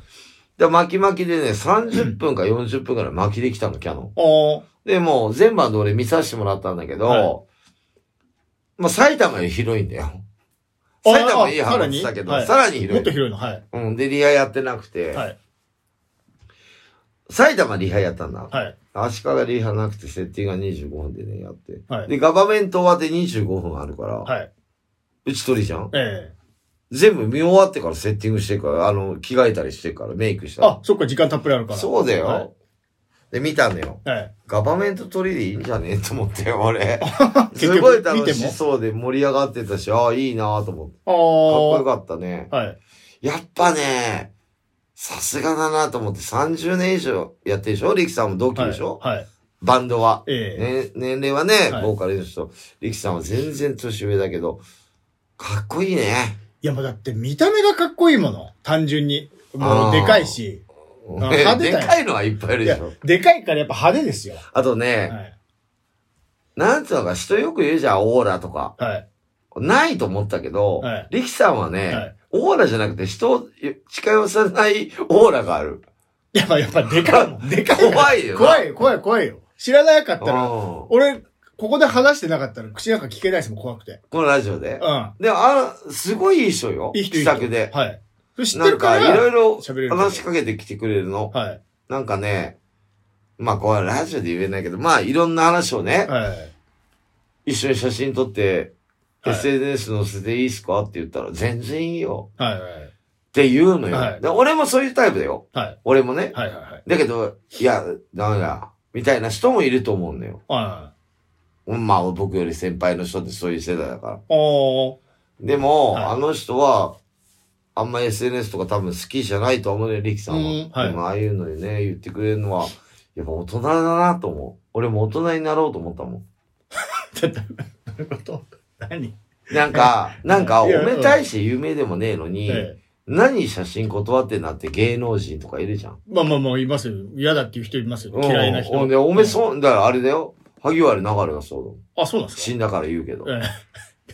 [SPEAKER 1] で、巻き巻きでね、30分か40分くらい巻きできたの、キャノン。
[SPEAKER 2] おー。
[SPEAKER 1] で、もう全バンド俺見させてもらったんだけど、
[SPEAKER 2] はい
[SPEAKER 1] まあ埼玉より広いんだよ。
[SPEAKER 2] あ
[SPEAKER 1] 埼玉いい
[SPEAKER 2] あさら
[SPEAKER 1] 話
[SPEAKER 2] に
[SPEAKER 1] したけど、
[SPEAKER 2] はい
[SPEAKER 1] さらに
[SPEAKER 2] もっ
[SPEAKER 1] 広
[SPEAKER 2] と
[SPEAKER 1] い。
[SPEAKER 2] 広いの、はい。
[SPEAKER 1] うん、で、リハやってなくて、
[SPEAKER 2] はい。
[SPEAKER 1] 埼玉リハやったんだ。
[SPEAKER 2] はい。
[SPEAKER 1] 足利リハなくて、設定が25分でね、やって。
[SPEAKER 2] はい。
[SPEAKER 1] で、ガバメント終わって25分あるから、
[SPEAKER 2] はい。
[SPEAKER 1] うち取りじゃん
[SPEAKER 2] え
[SPEAKER 1] 全部見終わってからセッティングしてから、あの、着替えたりしてから、メイクし
[SPEAKER 2] え
[SPEAKER 1] たら
[SPEAKER 2] あ、そっか、時間たっぷりあるから。
[SPEAKER 1] そうだよ。
[SPEAKER 2] はい
[SPEAKER 1] で、見たのよ。
[SPEAKER 2] はい。
[SPEAKER 1] ガバメント取りでいいんじゃねえと思って、 俺。す
[SPEAKER 2] 結局
[SPEAKER 1] ごい楽
[SPEAKER 2] 見ても
[SPEAKER 1] しそうで盛り上がってたし、ああ、いいなと思って。
[SPEAKER 2] あ
[SPEAKER 1] かっこよ
[SPEAKER 2] ー。
[SPEAKER 1] かったね。
[SPEAKER 2] はい。
[SPEAKER 1] やっぱね、さすがだなと思って、30年以上やってるでしょリキさんも同期
[SPEAKER 2] はい。
[SPEAKER 1] でしょ、
[SPEAKER 2] はい。
[SPEAKER 1] バンドは。ね、
[SPEAKER 2] え
[SPEAKER 1] 年齢はね
[SPEAKER 2] は、い
[SPEAKER 1] ボーカルの人、リキさんは全然年上だけど、かっこいいね。
[SPEAKER 2] え。いや、もうだって見た目がかっこいいもの。単純に。も
[SPEAKER 1] あ
[SPEAKER 2] う、
[SPEAKER 1] ー
[SPEAKER 2] でかいし。 あ派手
[SPEAKER 1] で
[SPEAKER 2] だよ
[SPEAKER 1] かいのはいっぱいいる
[SPEAKER 2] い
[SPEAKER 1] で
[SPEAKER 2] や
[SPEAKER 1] しょ。、
[SPEAKER 2] でかいからやっぱ派手ですよ。
[SPEAKER 1] あとね、
[SPEAKER 2] はい。
[SPEAKER 1] なんつうのか、人よく言うじゃん、オーラとか。
[SPEAKER 2] はい。
[SPEAKER 1] ないと思ったけど、
[SPEAKER 2] はい
[SPEAKER 1] 力さんはね、
[SPEAKER 2] はい
[SPEAKER 1] オーラじゃなくて人を近寄せないオーラがある。
[SPEAKER 2] やっぱ、やっぱ、でかいもん。でかいから。
[SPEAKER 1] 怖いよな
[SPEAKER 2] 怖いよ、怖いよ、怖いよ。知らなかっ
[SPEAKER 1] う
[SPEAKER 2] た
[SPEAKER 1] ん
[SPEAKER 2] ら、
[SPEAKER 1] こ
[SPEAKER 2] 俺、ここで話してなかったら口なんか聞けないですもん、怖くて。
[SPEAKER 1] のラジオで。
[SPEAKER 2] うん。
[SPEAKER 1] でも、あの、すごいいい人よ。
[SPEAKER 2] いい人いい
[SPEAKER 1] 気
[SPEAKER 2] 人
[SPEAKER 1] さくで。
[SPEAKER 2] はい。それ知っ
[SPEAKER 1] な
[SPEAKER 2] て
[SPEAKER 1] ん
[SPEAKER 2] る
[SPEAKER 1] か、
[SPEAKER 2] から。
[SPEAKER 1] いろいろ
[SPEAKER 2] 喋れるけど
[SPEAKER 1] 話しかけてきてくれるの。
[SPEAKER 2] はい。
[SPEAKER 1] なんかね、まあ、これはラジオで言えないけど、まあ、いろんな話をね、
[SPEAKER 2] はい。
[SPEAKER 1] 一緒に写真撮って、
[SPEAKER 2] はい
[SPEAKER 1] SNS 載せていいっすかって言ったら、全然いいよ。
[SPEAKER 2] はい。はい。
[SPEAKER 1] って言うのよ、
[SPEAKER 2] はい
[SPEAKER 1] で。俺もそういうタイプだよ。
[SPEAKER 2] はい。
[SPEAKER 1] 俺もね。
[SPEAKER 2] はい。はい。
[SPEAKER 1] だけど、いや、ダメだ。みたいな人もいると思うんだよ。
[SPEAKER 2] はい。
[SPEAKER 1] まあ、僕より先輩の人ってそういう世代だから。
[SPEAKER 2] おー。
[SPEAKER 1] でも、
[SPEAKER 2] はい
[SPEAKER 1] あの人は、あんま SNS とか多分好きじゃないと思うね、リキさん
[SPEAKER 2] うん
[SPEAKER 1] は。
[SPEAKER 2] はい
[SPEAKER 1] でも、ああいうのにね、言ってくれるのは、やっぱ大人だなと思う。俺も大人になろうと思ったもん。
[SPEAKER 2] ちょっと、どういうこと何
[SPEAKER 1] なんか、なんか、お
[SPEAKER 2] いや
[SPEAKER 1] めたいして有名でもねえのに、
[SPEAKER 2] ええ
[SPEAKER 1] 何写真断ってんなって芸能人とかいるじゃん。
[SPEAKER 2] まあまあまあ、いますよ。嫌だっていう人いますよ。嫌いな人。
[SPEAKER 1] うんで、おめえそう、だからあれだよ。萩原流れがそうだもん。
[SPEAKER 2] あ、そうなんです
[SPEAKER 1] 死んだから言うけど。
[SPEAKER 2] か。ええ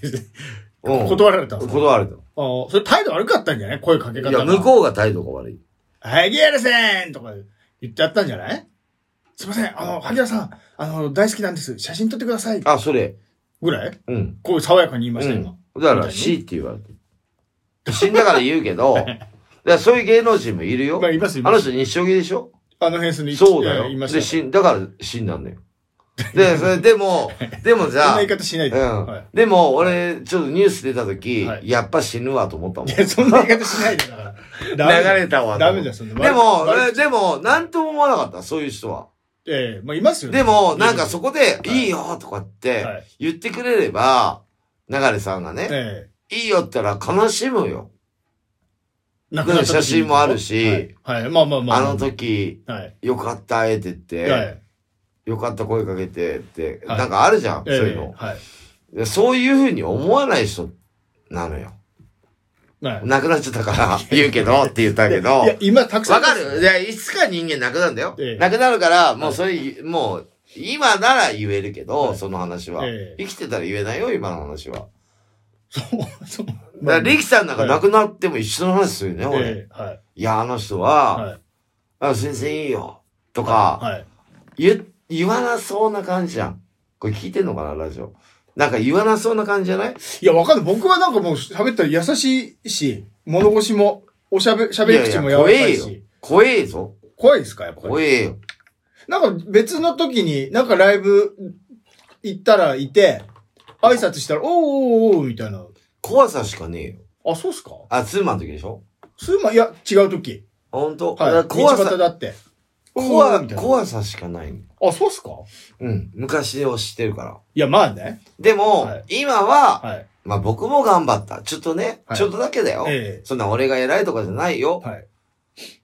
[SPEAKER 2] 別に
[SPEAKER 1] うん。
[SPEAKER 2] 断られたんですか
[SPEAKER 1] 断られた。
[SPEAKER 2] あーそれ態度悪かったんじゃない声かけ方
[SPEAKER 1] いや、
[SPEAKER 2] が。
[SPEAKER 1] 向こうが態度が悪い。
[SPEAKER 2] 萩原さんとか言っちゃったんじゃないすいません、あの、萩原さん、あの、大好きなんです。写真撮ってください。
[SPEAKER 1] あ、それ。
[SPEAKER 2] ぐらい
[SPEAKER 1] うん。
[SPEAKER 2] こう爽やかに言いました、
[SPEAKER 1] うんだ
[SPEAKER 2] 今。
[SPEAKER 1] か
[SPEAKER 2] みたい
[SPEAKER 1] ら
[SPEAKER 2] に
[SPEAKER 1] 死って言われてる。死んだから言うけ ど、だからそういう芸能人もいるよ
[SPEAKER 2] ま。あ、いますよ。い
[SPEAKER 1] あ
[SPEAKER 2] ま
[SPEAKER 1] の
[SPEAKER 2] す
[SPEAKER 1] 人日照着でしょ
[SPEAKER 2] あの辺すに
[SPEAKER 1] そうだ
[SPEAKER 2] い
[SPEAKER 1] よ。
[SPEAKER 2] ま
[SPEAKER 1] で、
[SPEAKER 2] したよ。そん
[SPEAKER 1] 死ん、だから死んだんだよ。で、 それでも、でもじゃ
[SPEAKER 2] な
[SPEAKER 1] あ
[SPEAKER 2] 言い、方しないで。
[SPEAKER 1] うん、
[SPEAKER 2] はい
[SPEAKER 1] でも、俺、ちょっとニュース出た時、
[SPEAKER 2] はい
[SPEAKER 1] やっぱ死ぬわと思ったもん。
[SPEAKER 2] いや、そんな言い方しないで、だから。ダメ
[SPEAKER 1] 流れたわと
[SPEAKER 2] ダ
[SPEAKER 1] 思
[SPEAKER 2] メ
[SPEAKER 1] っ
[SPEAKER 2] じゃ
[SPEAKER 1] て。
[SPEAKER 2] ん、そんな。
[SPEAKER 1] でも、
[SPEAKER 2] 悪
[SPEAKER 1] えでも、なんとも思わなかった、そういう人は。
[SPEAKER 2] ええまあ、いますよね。
[SPEAKER 1] でも、なんかそこで、
[SPEAKER 2] はい
[SPEAKER 1] いいよとかっ
[SPEAKER 2] は
[SPEAKER 1] て
[SPEAKER 2] い、
[SPEAKER 1] 言ってくれれば、流さんがね、
[SPEAKER 2] え
[SPEAKER 1] いいよって言ったら悲しむよ。
[SPEAKER 2] え亡くなった時
[SPEAKER 1] 写
[SPEAKER 2] に
[SPEAKER 1] 真もあるし
[SPEAKER 2] はい。はいまあまあまあ。
[SPEAKER 1] あの時、
[SPEAKER 2] はい。
[SPEAKER 1] よかった、会えてっ
[SPEAKER 2] は
[SPEAKER 1] て、
[SPEAKER 2] い。
[SPEAKER 1] よかった声かけてって、
[SPEAKER 2] はい
[SPEAKER 1] なんかあるじゃん、そう
[SPEAKER 2] ええ
[SPEAKER 1] いうの。
[SPEAKER 2] はい。
[SPEAKER 1] でそういうふうに思わない人なのよ。
[SPEAKER 2] はい
[SPEAKER 1] 亡くなっちゃったから、言うけどって言ったけど。
[SPEAKER 2] いや
[SPEAKER 1] わ、
[SPEAKER 2] 今、たくさん。
[SPEAKER 1] かるいや、いつか人間亡くなるんだよ
[SPEAKER 2] ええ。
[SPEAKER 1] 亡くなるから、もうそれ、もう、今なら言えるけ
[SPEAKER 2] は
[SPEAKER 1] ど、
[SPEAKER 2] い
[SPEAKER 1] その話は
[SPEAKER 2] ええ。
[SPEAKER 1] 生きてたら言えないよ、今の話は。
[SPEAKER 2] そう、そう。
[SPEAKER 1] だから、
[SPEAKER 2] え
[SPEAKER 1] リキさんなんか
[SPEAKER 2] はい
[SPEAKER 1] 亡くなっても一緒の話するよね、俺。
[SPEAKER 2] えはい。
[SPEAKER 1] いや、あの人は、
[SPEAKER 2] はい。
[SPEAKER 1] あ、先生いいよ、とか、
[SPEAKER 2] はい。
[SPEAKER 1] 言、言わなそうな感じじゃん。これ聞いてんのかな、ラジオ。なんか言わなそうな感じじゃない
[SPEAKER 2] いや、わかんない。僕はなんかもう喋ったら優しいし、物腰も、おしゃべ、喋り口も柔らかい
[SPEAKER 1] いやい
[SPEAKER 2] し。
[SPEAKER 1] 怖えぞ。
[SPEAKER 2] 怖いですか、やっぱり。
[SPEAKER 1] 怖えよ。
[SPEAKER 2] なんか別の時に、なんかライブ行ったらいて、挨拶したら、おーおーおーみたいな。
[SPEAKER 1] 怖さしかねえよ。
[SPEAKER 2] あ、そうっすか
[SPEAKER 1] あ、ツーマンの時でしょ
[SPEAKER 2] すーま、いや、違う時。
[SPEAKER 1] 本当、だか
[SPEAKER 2] は
[SPEAKER 1] ら
[SPEAKER 2] い。
[SPEAKER 1] 怖
[SPEAKER 2] 道端
[SPEAKER 1] さ、
[SPEAKER 2] だって。おーおー
[SPEAKER 1] 怖
[SPEAKER 2] みたいな
[SPEAKER 1] 怖さしかないの。
[SPEAKER 2] あ、そうっすか
[SPEAKER 1] うん。昔を知ってるから。
[SPEAKER 2] いや、まあね。
[SPEAKER 1] でも、
[SPEAKER 2] はい
[SPEAKER 1] 今は、
[SPEAKER 2] はい。
[SPEAKER 1] まあ僕も頑張った。ちょっとね、
[SPEAKER 2] はい
[SPEAKER 1] ちょっとだけだよ。
[SPEAKER 2] え
[SPEAKER 1] そんな俺が偉いとかじゃない
[SPEAKER 2] え
[SPEAKER 1] よ。
[SPEAKER 2] はい。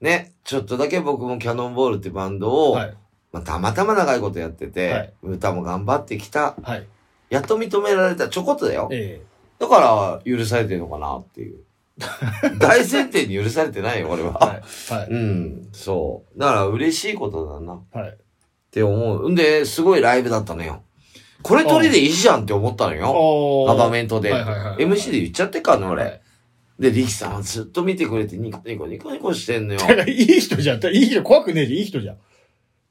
[SPEAKER 1] ね。ちょっとだけ僕もキャノンボールってバンドを、
[SPEAKER 2] はい。
[SPEAKER 1] まあたまたま長いことやってて、
[SPEAKER 2] はい
[SPEAKER 1] 歌も頑張ってきた。
[SPEAKER 2] はい。
[SPEAKER 1] やっと認められた。ちょこっとだよ。
[SPEAKER 2] え
[SPEAKER 1] だから、許されてるのかなって いう。大前提に許されてないよ、俺は。
[SPEAKER 2] えはい。は い。
[SPEAKER 1] うん、そう。だから嬉しいことだなっ
[SPEAKER 2] はい。
[SPEAKER 1] て思う。んで、すごいライブだったのよ。これ撮りでいいじゃんって思ったのよ。
[SPEAKER 2] お
[SPEAKER 1] アバメントで。
[SPEAKER 2] はいはいはいはい
[SPEAKER 1] MC で言っちゃってっからね、
[SPEAKER 2] は
[SPEAKER 1] 俺
[SPEAKER 2] い。
[SPEAKER 1] で、リキさんはずっと見てくれてニコニコニコニコして んのよ。
[SPEAKER 2] だ からいい人じゃん。いい人、怖くねえじゃん。いい人じゃん。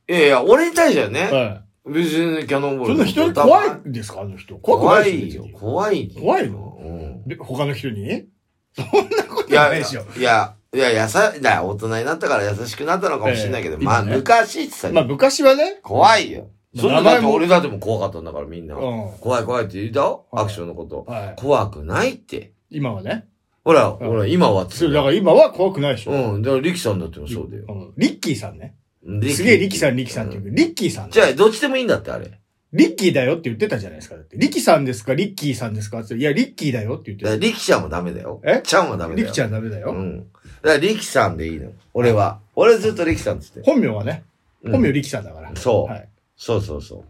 [SPEAKER 1] いやいや、俺に対してはね。
[SPEAKER 2] は
[SPEAKER 1] 別にキャノンボー
[SPEAKER 2] い。そ
[SPEAKER 1] ル
[SPEAKER 2] ん
[SPEAKER 1] の
[SPEAKER 2] な
[SPEAKER 1] こと
[SPEAKER 2] 人
[SPEAKER 1] は。
[SPEAKER 2] に怖いんですかあの人。怖く
[SPEAKER 1] 怖
[SPEAKER 2] ない
[SPEAKER 1] い
[SPEAKER 2] でしょ
[SPEAKER 1] よ
[SPEAKER 2] 別。に
[SPEAKER 1] 怖いよ。
[SPEAKER 2] 怖いの
[SPEAKER 1] うん。
[SPEAKER 2] で他の人にそんなこと
[SPEAKER 1] いや、
[SPEAKER 2] ない
[SPEAKER 1] い
[SPEAKER 2] でしょ。
[SPEAKER 1] や、いや、やさ、だ大人になったから優しくなったのかもしれないけど、
[SPEAKER 2] ええ
[SPEAKER 1] まあ、
[SPEAKER 2] いいね
[SPEAKER 1] 昔ってさ、
[SPEAKER 2] まあ、昔はね。
[SPEAKER 1] 怖いよ。
[SPEAKER 2] まあ
[SPEAKER 1] そんな
[SPEAKER 2] 名
[SPEAKER 1] だ
[SPEAKER 2] 前
[SPEAKER 1] っ
[SPEAKER 2] も
[SPEAKER 1] て俺だっても怖かったんだからみんな。
[SPEAKER 2] うん。
[SPEAKER 1] 怖い怖いって言うだろ
[SPEAKER 2] はい
[SPEAKER 1] アクションのこと。
[SPEAKER 2] はい。
[SPEAKER 1] 怖くないって。
[SPEAKER 2] 今はね。
[SPEAKER 1] ほら、
[SPEAKER 2] うん
[SPEAKER 1] ほら、今はっ
[SPEAKER 2] そ
[SPEAKER 1] つ
[SPEAKER 2] う、
[SPEAKER 1] う
[SPEAKER 2] だ
[SPEAKER 1] の
[SPEAKER 2] から今は怖くないでしょ。
[SPEAKER 1] うん、だからリキさんだってもそうだよ。
[SPEAKER 2] んリッキーさんね。
[SPEAKER 1] リキ
[SPEAKER 2] すげえリキさん、リキさんって言う
[SPEAKER 1] う
[SPEAKER 2] けど、リッキーさんね。
[SPEAKER 1] じゃあ、どっちでもいいんだって、あれ。だ
[SPEAKER 2] リッキーだよって言ってたじゃないですか。だってリキさんですかリッキーさんですかって言っていや、リッキーだよって言って
[SPEAKER 1] か
[SPEAKER 2] た。
[SPEAKER 1] らリキちゃんもダメだよ。
[SPEAKER 2] え
[SPEAKER 1] ちゃんはダメだ
[SPEAKER 2] リ
[SPEAKER 1] よ。
[SPEAKER 2] キちゃんダメだ
[SPEAKER 1] う
[SPEAKER 2] よ。
[SPEAKER 1] ん。だからリキさんでいいの。俺は。俺はずっとリキさんっつって。
[SPEAKER 2] 本名はね、
[SPEAKER 1] うん
[SPEAKER 2] 本名リキさんだから。
[SPEAKER 1] そう
[SPEAKER 2] はい。
[SPEAKER 1] そうそうそう。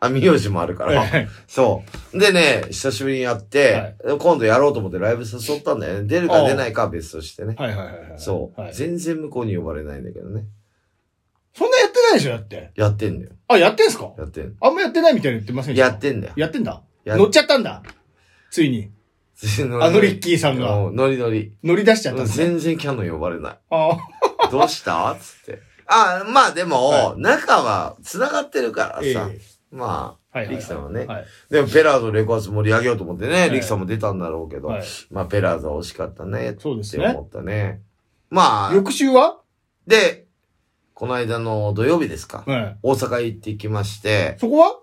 [SPEAKER 1] あ、名字もあるから。
[SPEAKER 2] え
[SPEAKER 1] そう。でね、久しぶりにやって、今度やろうと思ってライブ誘ったんだよね。出るか出ないかは別としてね
[SPEAKER 2] え。はいはいはいはい。
[SPEAKER 1] そう、
[SPEAKER 2] はい
[SPEAKER 1] 全然向こうに呼ばれないんだけどね。
[SPEAKER 2] そんなやってないでしょ、だって。
[SPEAKER 1] やってんだよ。
[SPEAKER 2] あ、やってんすか
[SPEAKER 1] やってん
[SPEAKER 2] あんまやってないみたいに言ってませんでした
[SPEAKER 1] やってんだよ。
[SPEAKER 2] やってんだ。
[SPEAKER 1] や
[SPEAKER 2] 乗っちゃったんだ。ついに。あ
[SPEAKER 1] あ
[SPEAKER 2] のリッキーさんが
[SPEAKER 1] ノリノリ。
[SPEAKER 2] 乗り出しちゃった
[SPEAKER 1] うんん
[SPEAKER 2] ですね。
[SPEAKER 1] 全然キャノン呼ばれない。
[SPEAKER 2] ああ。
[SPEAKER 1] どうしたつって。あ、まあでも、
[SPEAKER 2] は
[SPEAKER 1] 中は繋がってるからさ。
[SPEAKER 2] ええ
[SPEAKER 1] まあ、
[SPEAKER 2] はいはいは
[SPEAKER 1] リ
[SPEAKER 2] い
[SPEAKER 1] キさんはね。
[SPEAKER 2] はい。
[SPEAKER 1] でも、ペラーズのレコーズ盛り上げようと思ってね、
[SPEAKER 2] い
[SPEAKER 1] リキさんも出たんだろうけど、
[SPEAKER 2] はい
[SPEAKER 1] まあ、ペラーズは惜しかったね、っ
[SPEAKER 2] そうです
[SPEAKER 1] て
[SPEAKER 2] ね。
[SPEAKER 1] 思ったね。まあ、
[SPEAKER 2] 翌週は
[SPEAKER 1] で、この間の土曜日ですか。
[SPEAKER 2] はい。
[SPEAKER 1] 大阪行ってきまして、
[SPEAKER 2] そこは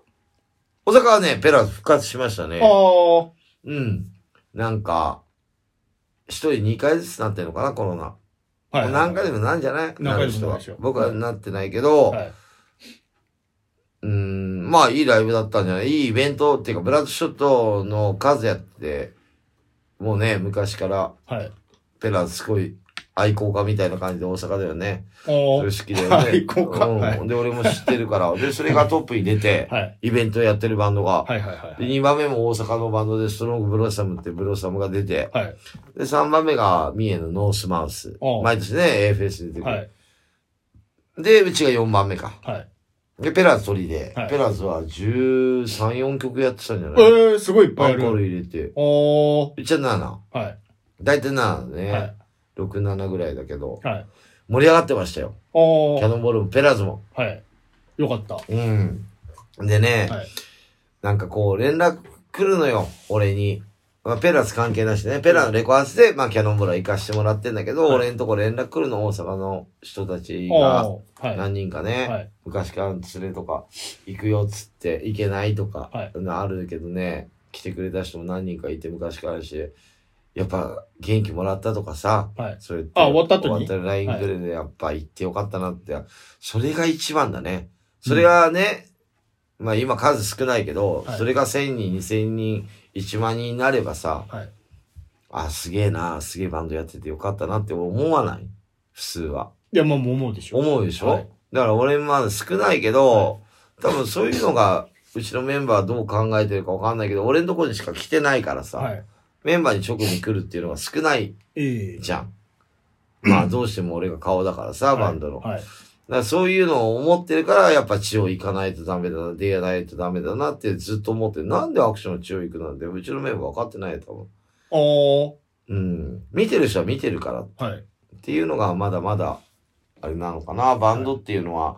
[SPEAKER 1] 大阪はね、ペラーズ復活しましたね。
[SPEAKER 2] あ
[SPEAKER 1] うん。なんか、一人2回ずつなってるのかな、コロナ。
[SPEAKER 2] あ。はい。
[SPEAKER 1] 何回でもなんじゃない
[SPEAKER 2] 何回でもな
[SPEAKER 1] なる
[SPEAKER 2] るでし
[SPEAKER 1] 人
[SPEAKER 2] ょ
[SPEAKER 1] は。僕はなってないけど、
[SPEAKER 2] はい。
[SPEAKER 1] うーん、まあいいライブだったんじゃないいいイベントっていうか、ブラッドショットの数やって、もうね、昔から
[SPEAKER 2] はい。
[SPEAKER 1] ペラーズすごい愛好家みたいな感じで大阪だよね。
[SPEAKER 2] お
[SPEAKER 1] それ
[SPEAKER 2] ー
[SPEAKER 1] 好きだよね。
[SPEAKER 2] 愛好家
[SPEAKER 1] うん
[SPEAKER 2] はい
[SPEAKER 1] で、俺も知ってるから。で、それがトップに出 て、
[SPEAKER 2] はい。
[SPEAKER 1] イベントやってるバンドが。
[SPEAKER 2] はいはいはい
[SPEAKER 1] で、2番目も大阪のバンドで、ストロングブロッサムってブロッサムが出て、
[SPEAKER 2] はい。はい。
[SPEAKER 1] で、3番目が三重のノースマウス
[SPEAKER 2] お。う
[SPEAKER 1] 毎年ね、AFS 出てくる。
[SPEAKER 2] はい。
[SPEAKER 1] で、うちが4番目か。
[SPEAKER 2] はい。
[SPEAKER 1] で、ペラーズ取りで、
[SPEAKER 2] はい
[SPEAKER 1] ペラーズは13、4曲やってたんじゃ
[SPEAKER 2] え
[SPEAKER 1] ない
[SPEAKER 2] ー、すごいいっ
[SPEAKER 1] ア
[SPEAKER 2] ぱいあ
[SPEAKER 1] ンコー
[SPEAKER 2] る。
[SPEAKER 1] ル入れて。
[SPEAKER 2] おー。
[SPEAKER 1] うちは7。
[SPEAKER 2] は
[SPEAKER 1] 大体7だ
[SPEAKER 2] い。
[SPEAKER 1] ね。
[SPEAKER 2] はい。
[SPEAKER 1] 6、7ぐらいだけど。
[SPEAKER 2] はい。
[SPEAKER 1] 盛り上がってましたよ。
[SPEAKER 2] お
[SPEAKER 1] キャ
[SPEAKER 2] ー。
[SPEAKER 1] ノンボールもペラーズも。
[SPEAKER 2] はい。よかった。
[SPEAKER 1] うん。でね、
[SPEAKER 2] はい
[SPEAKER 1] なんかこう連絡来るのよ、俺に。まあ、ペラーズ関係なしでね、ペラーのレコ発で、まあ、キャノンボールは行かしてもらってんだけど、
[SPEAKER 2] はい
[SPEAKER 1] 俺んとこ連絡来るの、大阪の人たち
[SPEAKER 2] お
[SPEAKER 1] が、
[SPEAKER 2] ー。はい。
[SPEAKER 1] 何人かね、
[SPEAKER 2] はい。
[SPEAKER 1] 昔からの連れとか、行くよっつって、行けないとか、
[SPEAKER 2] はい
[SPEAKER 1] あるけどね、来てくれた人も何人かいて、昔からだし、やっぱ元気もらったとかさ、
[SPEAKER 2] はい。
[SPEAKER 1] それって
[SPEAKER 2] あ終わった後に
[SPEAKER 1] 終わった LINE くれでやっぱ行ってよかったなって、それが一番だね。それがね、まあ今数少ないけど、
[SPEAKER 2] はい
[SPEAKER 1] それが1000人、2000人、1万人になればさ、
[SPEAKER 2] はい。
[SPEAKER 1] あ、すげえな、すげえバンドやっててよかったなって思わない普通は。
[SPEAKER 2] いや、まあ、もう思うでしょ。
[SPEAKER 1] 思うでしょ、
[SPEAKER 2] はい
[SPEAKER 1] だから俺まだ少ないけど、多分そういうのが、うちのメンバーはどう考えてるかわかんないけど、俺のとこにしか来てないからさ、
[SPEAKER 2] はい。
[SPEAKER 1] メンバーに直に来るっていうのが少ない
[SPEAKER 2] ええ
[SPEAKER 1] じゃ ん。まあどうしても俺が顔だからさ、バンドの。
[SPEAKER 2] はい。
[SPEAKER 1] だからそういうのを思ってるから、やっぱ地方行かないとダメだな、出ないとダメだなってずっと思ってる、なんでアクションの地方行くなんて、うちのメンバー分かってないよ、多分。
[SPEAKER 2] おー。
[SPEAKER 1] うん。見てる人は見てるからっ
[SPEAKER 2] はい。
[SPEAKER 1] ていうのがまだまだ、あれなのかな。バンドっていうのは、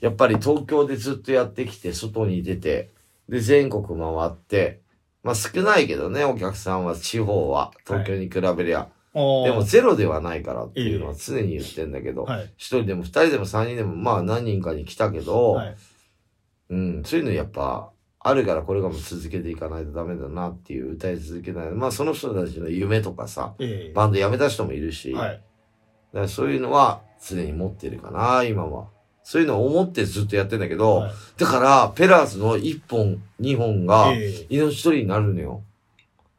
[SPEAKER 1] やっぱり東京でずっとやってきて、外に出て、で、全国回って、まあ少ないけどね、お客さんは、地方は、東京に比べりゃ。
[SPEAKER 2] おー。
[SPEAKER 1] でもゼロではないからっていうのは常に言ってんだけど、
[SPEAKER 2] はい。
[SPEAKER 1] 一人でも二人でも三人でもまあ何人かに来たけど、
[SPEAKER 2] はい。
[SPEAKER 1] うん、そういうのやっぱあるからこれからも続けていかないとダメだなっていう歌い続けないまあその人たちの夢とかさ
[SPEAKER 2] え
[SPEAKER 1] バンド辞めた人もいるし、
[SPEAKER 2] えはい。
[SPEAKER 1] だからそういうのは常に持ってるかな今はそういうのを思ってずっとやってんだけど、
[SPEAKER 2] はい
[SPEAKER 1] だからペラーズの1本2本が
[SPEAKER 2] ええ
[SPEAKER 1] 命取りになるのよ、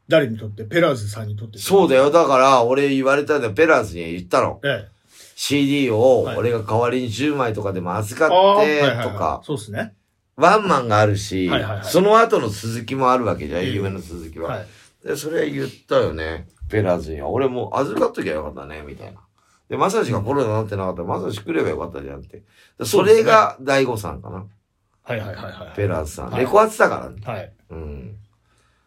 [SPEAKER 2] 誰にとってペラーズさんにとって
[SPEAKER 1] そう
[SPEAKER 2] う。
[SPEAKER 1] だよだから俺言われたんだよペラーズに言ったの
[SPEAKER 2] ええ
[SPEAKER 1] CD を
[SPEAKER 2] はい
[SPEAKER 1] 俺が代わりに10枚とかでも預か
[SPEAKER 2] ああ
[SPEAKER 1] って
[SPEAKER 2] はいはいはい
[SPEAKER 1] とか、
[SPEAKER 2] そうですね。
[SPEAKER 1] ワンマンがあるし、
[SPEAKER 2] はいはいはい
[SPEAKER 1] その後の続きもあるわけじゃん、
[SPEAKER 2] ええ
[SPEAKER 1] 夢の続きは、
[SPEAKER 2] はい。
[SPEAKER 1] で。それは言ったよね、ペラーズには。俺も預かっときゃよかったね、みたいな。で、まさしがコロナになってなかったら、まさし来ればよかったじゃんって。でそれが大悟さんかな、
[SPEAKER 2] はいはいはいはい。
[SPEAKER 1] ペラーズさん。
[SPEAKER 2] はい
[SPEAKER 1] レコアツだからね。
[SPEAKER 2] はい。
[SPEAKER 1] うん。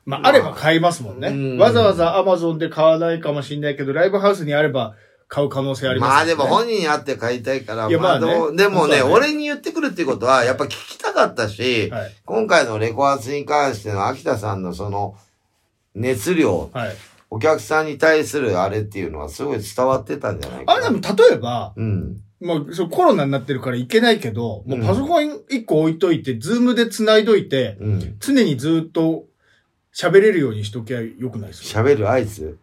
[SPEAKER 2] まあ、あれば買いますもん
[SPEAKER 1] う
[SPEAKER 2] ね。
[SPEAKER 1] ん
[SPEAKER 2] わざわざアマゾンで買わないかもしれないけど、ライブハウスにあれば買う可能性あります、
[SPEAKER 1] まあでも本人に会って買いたいから、
[SPEAKER 2] いや
[SPEAKER 1] まあで
[SPEAKER 2] まあね
[SPEAKER 1] も、でもね、
[SPEAKER 2] そうだね
[SPEAKER 1] 俺に言ってくるっていうことは、やっぱ聞きたかったし、
[SPEAKER 2] はい。
[SPEAKER 1] 今回のレコアツに関しての秋田さんのその熱量、
[SPEAKER 2] はい。
[SPEAKER 1] お客さんに対するあれっていうのはすごい伝わってたんじゃないか
[SPEAKER 2] あれ
[SPEAKER 1] な。
[SPEAKER 2] でも例えば、
[SPEAKER 1] うん。
[SPEAKER 2] まあ、そうコロナになってるから行けないけど、もううんパソコン一個置いといて、ズームで繋いどいて、
[SPEAKER 1] うん。
[SPEAKER 2] 常にずっと喋れるようにしときゃよくないですか
[SPEAKER 1] 喋る合図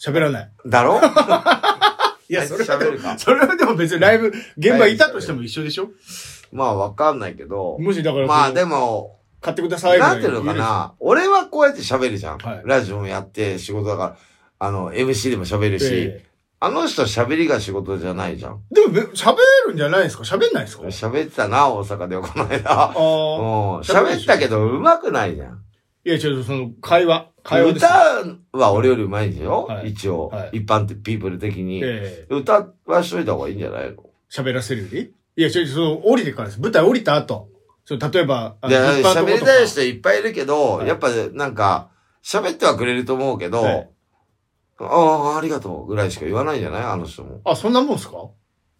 [SPEAKER 2] 喋らない。
[SPEAKER 1] だろ
[SPEAKER 2] い
[SPEAKER 1] やそれはでも喋るか
[SPEAKER 2] それはでも別にライブ、現場いたとしても一緒でしょ
[SPEAKER 1] まあわかんないけど。
[SPEAKER 2] もしだから、
[SPEAKER 1] まあで
[SPEAKER 2] も、
[SPEAKER 1] も、
[SPEAKER 2] 買ってくださいぐら
[SPEAKER 1] ないん
[SPEAKER 2] に
[SPEAKER 1] てい
[SPEAKER 2] 言
[SPEAKER 1] う
[SPEAKER 2] え
[SPEAKER 1] の
[SPEAKER 2] る
[SPEAKER 1] かな。俺はこうやって喋るじゃん。
[SPEAKER 2] はい
[SPEAKER 1] ラジオもやって仕事だから、あの、MC でも喋るし、
[SPEAKER 2] え
[SPEAKER 1] あの人は喋りが仕事じゃないじゃん。
[SPEAKER 2] えでもべ、喋るんじゃないですか喋んないですか
[SPEAKER 1] 喋ってたな、大阪でこの間。う
[SPEAKER 2] ああ。
[SPEAKER 1] ん。喋ったけど上手くないじゃん。
[SPEAKER 2] いや、ちょっとその、会話。会話です。
[SPEAKER 1] 歌は俺より上手いんでしょ、
[SPEAKER 2] はい
[SPEAKER 1] 一応、
[SPEAKER 2] はい
[SPEAKER 1] 一般ピープル的に。
[SPEAKER 2] ええ
[SPEAKER 1] 歌はしといた方がいいんじゃないの
[SPEAKER 2] 喋らせるよりいや、ちょっとその、降りてからです。舞台降りた後。その、例えば、あ
[SPEAKER 1] い
[SPEAKER 2] の
[SPEAKER 1] や
[SPEAKER 2] 物販のとこ
[SPEAKER 1] 喋
[SPEAKER 2] と
[SPEAKER 1] り
[SPEAKER 2] か
[SPEAKER 1] たい人いっぱいいるけど、
[SPEAKER 2] はい
[SPEAKER 1] やっぱなんか、喋ってはくれると思うけど、
[SPEAKER 2] はい
[SPEAKER 1] ああ、ありがとうぐらいしか言わないんじゃないあの人も。
[SPEAKER 2] あ、そんなもんすか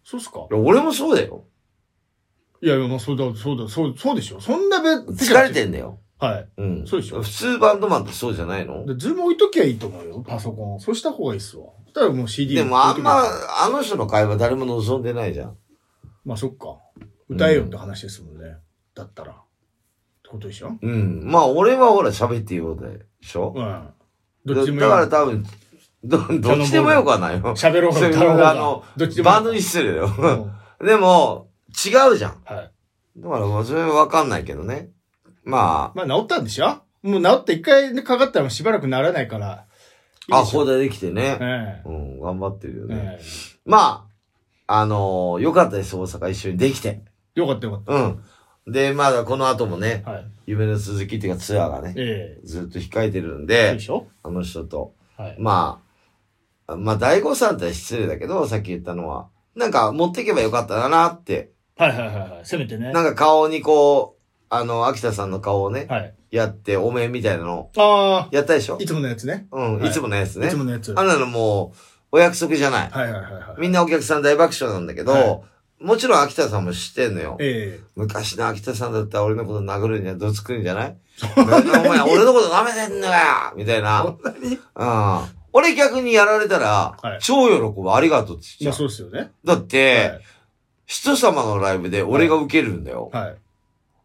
[SPEAKER 2] そうっすか
[SPEAKER 1] いや俺もそうだよ。
[SPEAKER 2] いや、いやまあ、そうだ、そうだ、そう、そうでしょ。そんなべ、
[SPEAKER 1] 疲れてんだよ。
[SPEAKER 2] はい。
[SPEAKER 1] うん。
[SPEAKER 2] そうでしょ
[SPEAKER 1] 普通バンドマンってそうじゃないの
[SPEAKER 2] でズーム置いときゃいいと思うよ、パソコン。そうした方がいいっすわ。そしたらもう CD
[SPEAKER 1] でもあんま
[SPEAKER 2] 置いとけばい
[SPEAKER 1] あ
[SPEAKER 2] い、
[SPEAKER 1] の人の会話誰も望んでないじゃん。
[SPEAKER 2] まあ、そっか。歌えよって話ですもんね。だったら。ってことでしょ
[SPEAKER 1] うん。まあ俺はほら喋ってようでしょ、
[SPEAKER 2] うん。
[SPEAKER 1] だ
[SPEAKER 2] どっちでもいい
[SPEAKER 1] だから多分、ど、どっちでもよくはないよ。
[SPEAKER 2] 喋ろうが
[SPEAKER 1] それ
[SPEAKER 2] 歌ろうが
[SPEAKER 1] あの
[SPEAKER 2] どっちでもいい
[SPEAKER 1] バンドに失礼だ
[SPEAKER 2] う
[SPEAKER 1] よ。
[SPEAKER 2] ん
[SPEAKER 1] でも、違うじゃん。
[SPEAKER 2] はい。
[SPEAKER 1] だから、まあそれはわかんないけどね。ま
[SPEAKER 2] まあ、治ったんでしょもう治って一回かかったらもうしばらくならないから、いい
[SPEAKER 1] あ、
[SPEAKER 2] でしょ
[SPEAKER 1] ここでできてね。
[SPEAKER 2] え
[SPEAKER 1] うん、頑張ってるよ
[SPEAKER 2] え
[SPEAKER 1] ね。
[SPEAKER 2] え
[SPEAKER 1] まあ、あのー、よかったです、大阪一緒にできて。
[SPEAKER 2] えよかったよかっ
[SPEAKER 1] うん。で、まだこの後もね、
[SPEAKER 2] た。はい。
[SPEAKER 1] 夢の続きっていうかツアーがね、
[SPEAKER 2] え
[SPEAKER 1] ずっと控えてるん
[SPEAKER 2] えいい
[SPEAKER 1] で
[SPEAKER 2] で、しょ
[SPEAKER 1] あの人と。
[SPEAKER 2] はい。
[SPEAKER 1] まあ、まあ、大悟さんって失礼だけど、さっき言ったのは、なんか持っていけばよかったなって、
[SPEAKER 2] はいはいはいはい。せめてね。
[SPEAKER 1] なんか顔にこう、あの、秋田さんの顔をね、
[SPEAKER 2] はい。
[SPEAKER 1] やって、お面みたいなの、
[SPEAKER 2] あ
[SPEAKER 1] やったでしょ
[SPEAKER 2] あ、いつものやつね。
[SPEAKER 1] うん、
[SPEAKER 2] はい
[SPEAKER 1] いつものやつね。
[SPEAKER 2] いつものやつ。
[SPEAKER 1] あん
[SPEAKER 2] はい
[SPEAKER 1] なのもう、お約束じゃない。
[SPEAKER 2] はいはいはい。
[SPEAKER 1] みんなお客さん大爆笑なんだけど、
[SPEAKER 2] は
[SPEAKER 1] もちろん秋田さんも知ってんのよ。
[SPEAKER 2] え
[SPEAKER 1] 昔の秋田さんだったら俺のこと殴るんじゃ、どつくんじゃないなんかお前、俺のこと舐めてんのかよみたいな。うん。俺逆にやられたら、
[SPEAKER 2] はい
[SPEAKER 1] 超喜ぶ、ありがとうって
[SPEAKER 2] え
[SPEAKER 1] 言
[SPEAKER 2] ま
[SPEAKER 1] っちゃ。
[SPEAKER 2] あそううですよね。
[SPEAKER 1] だって、人様のライブで俺が受けるんだよ。
[SPEAKER 2] はい。はい。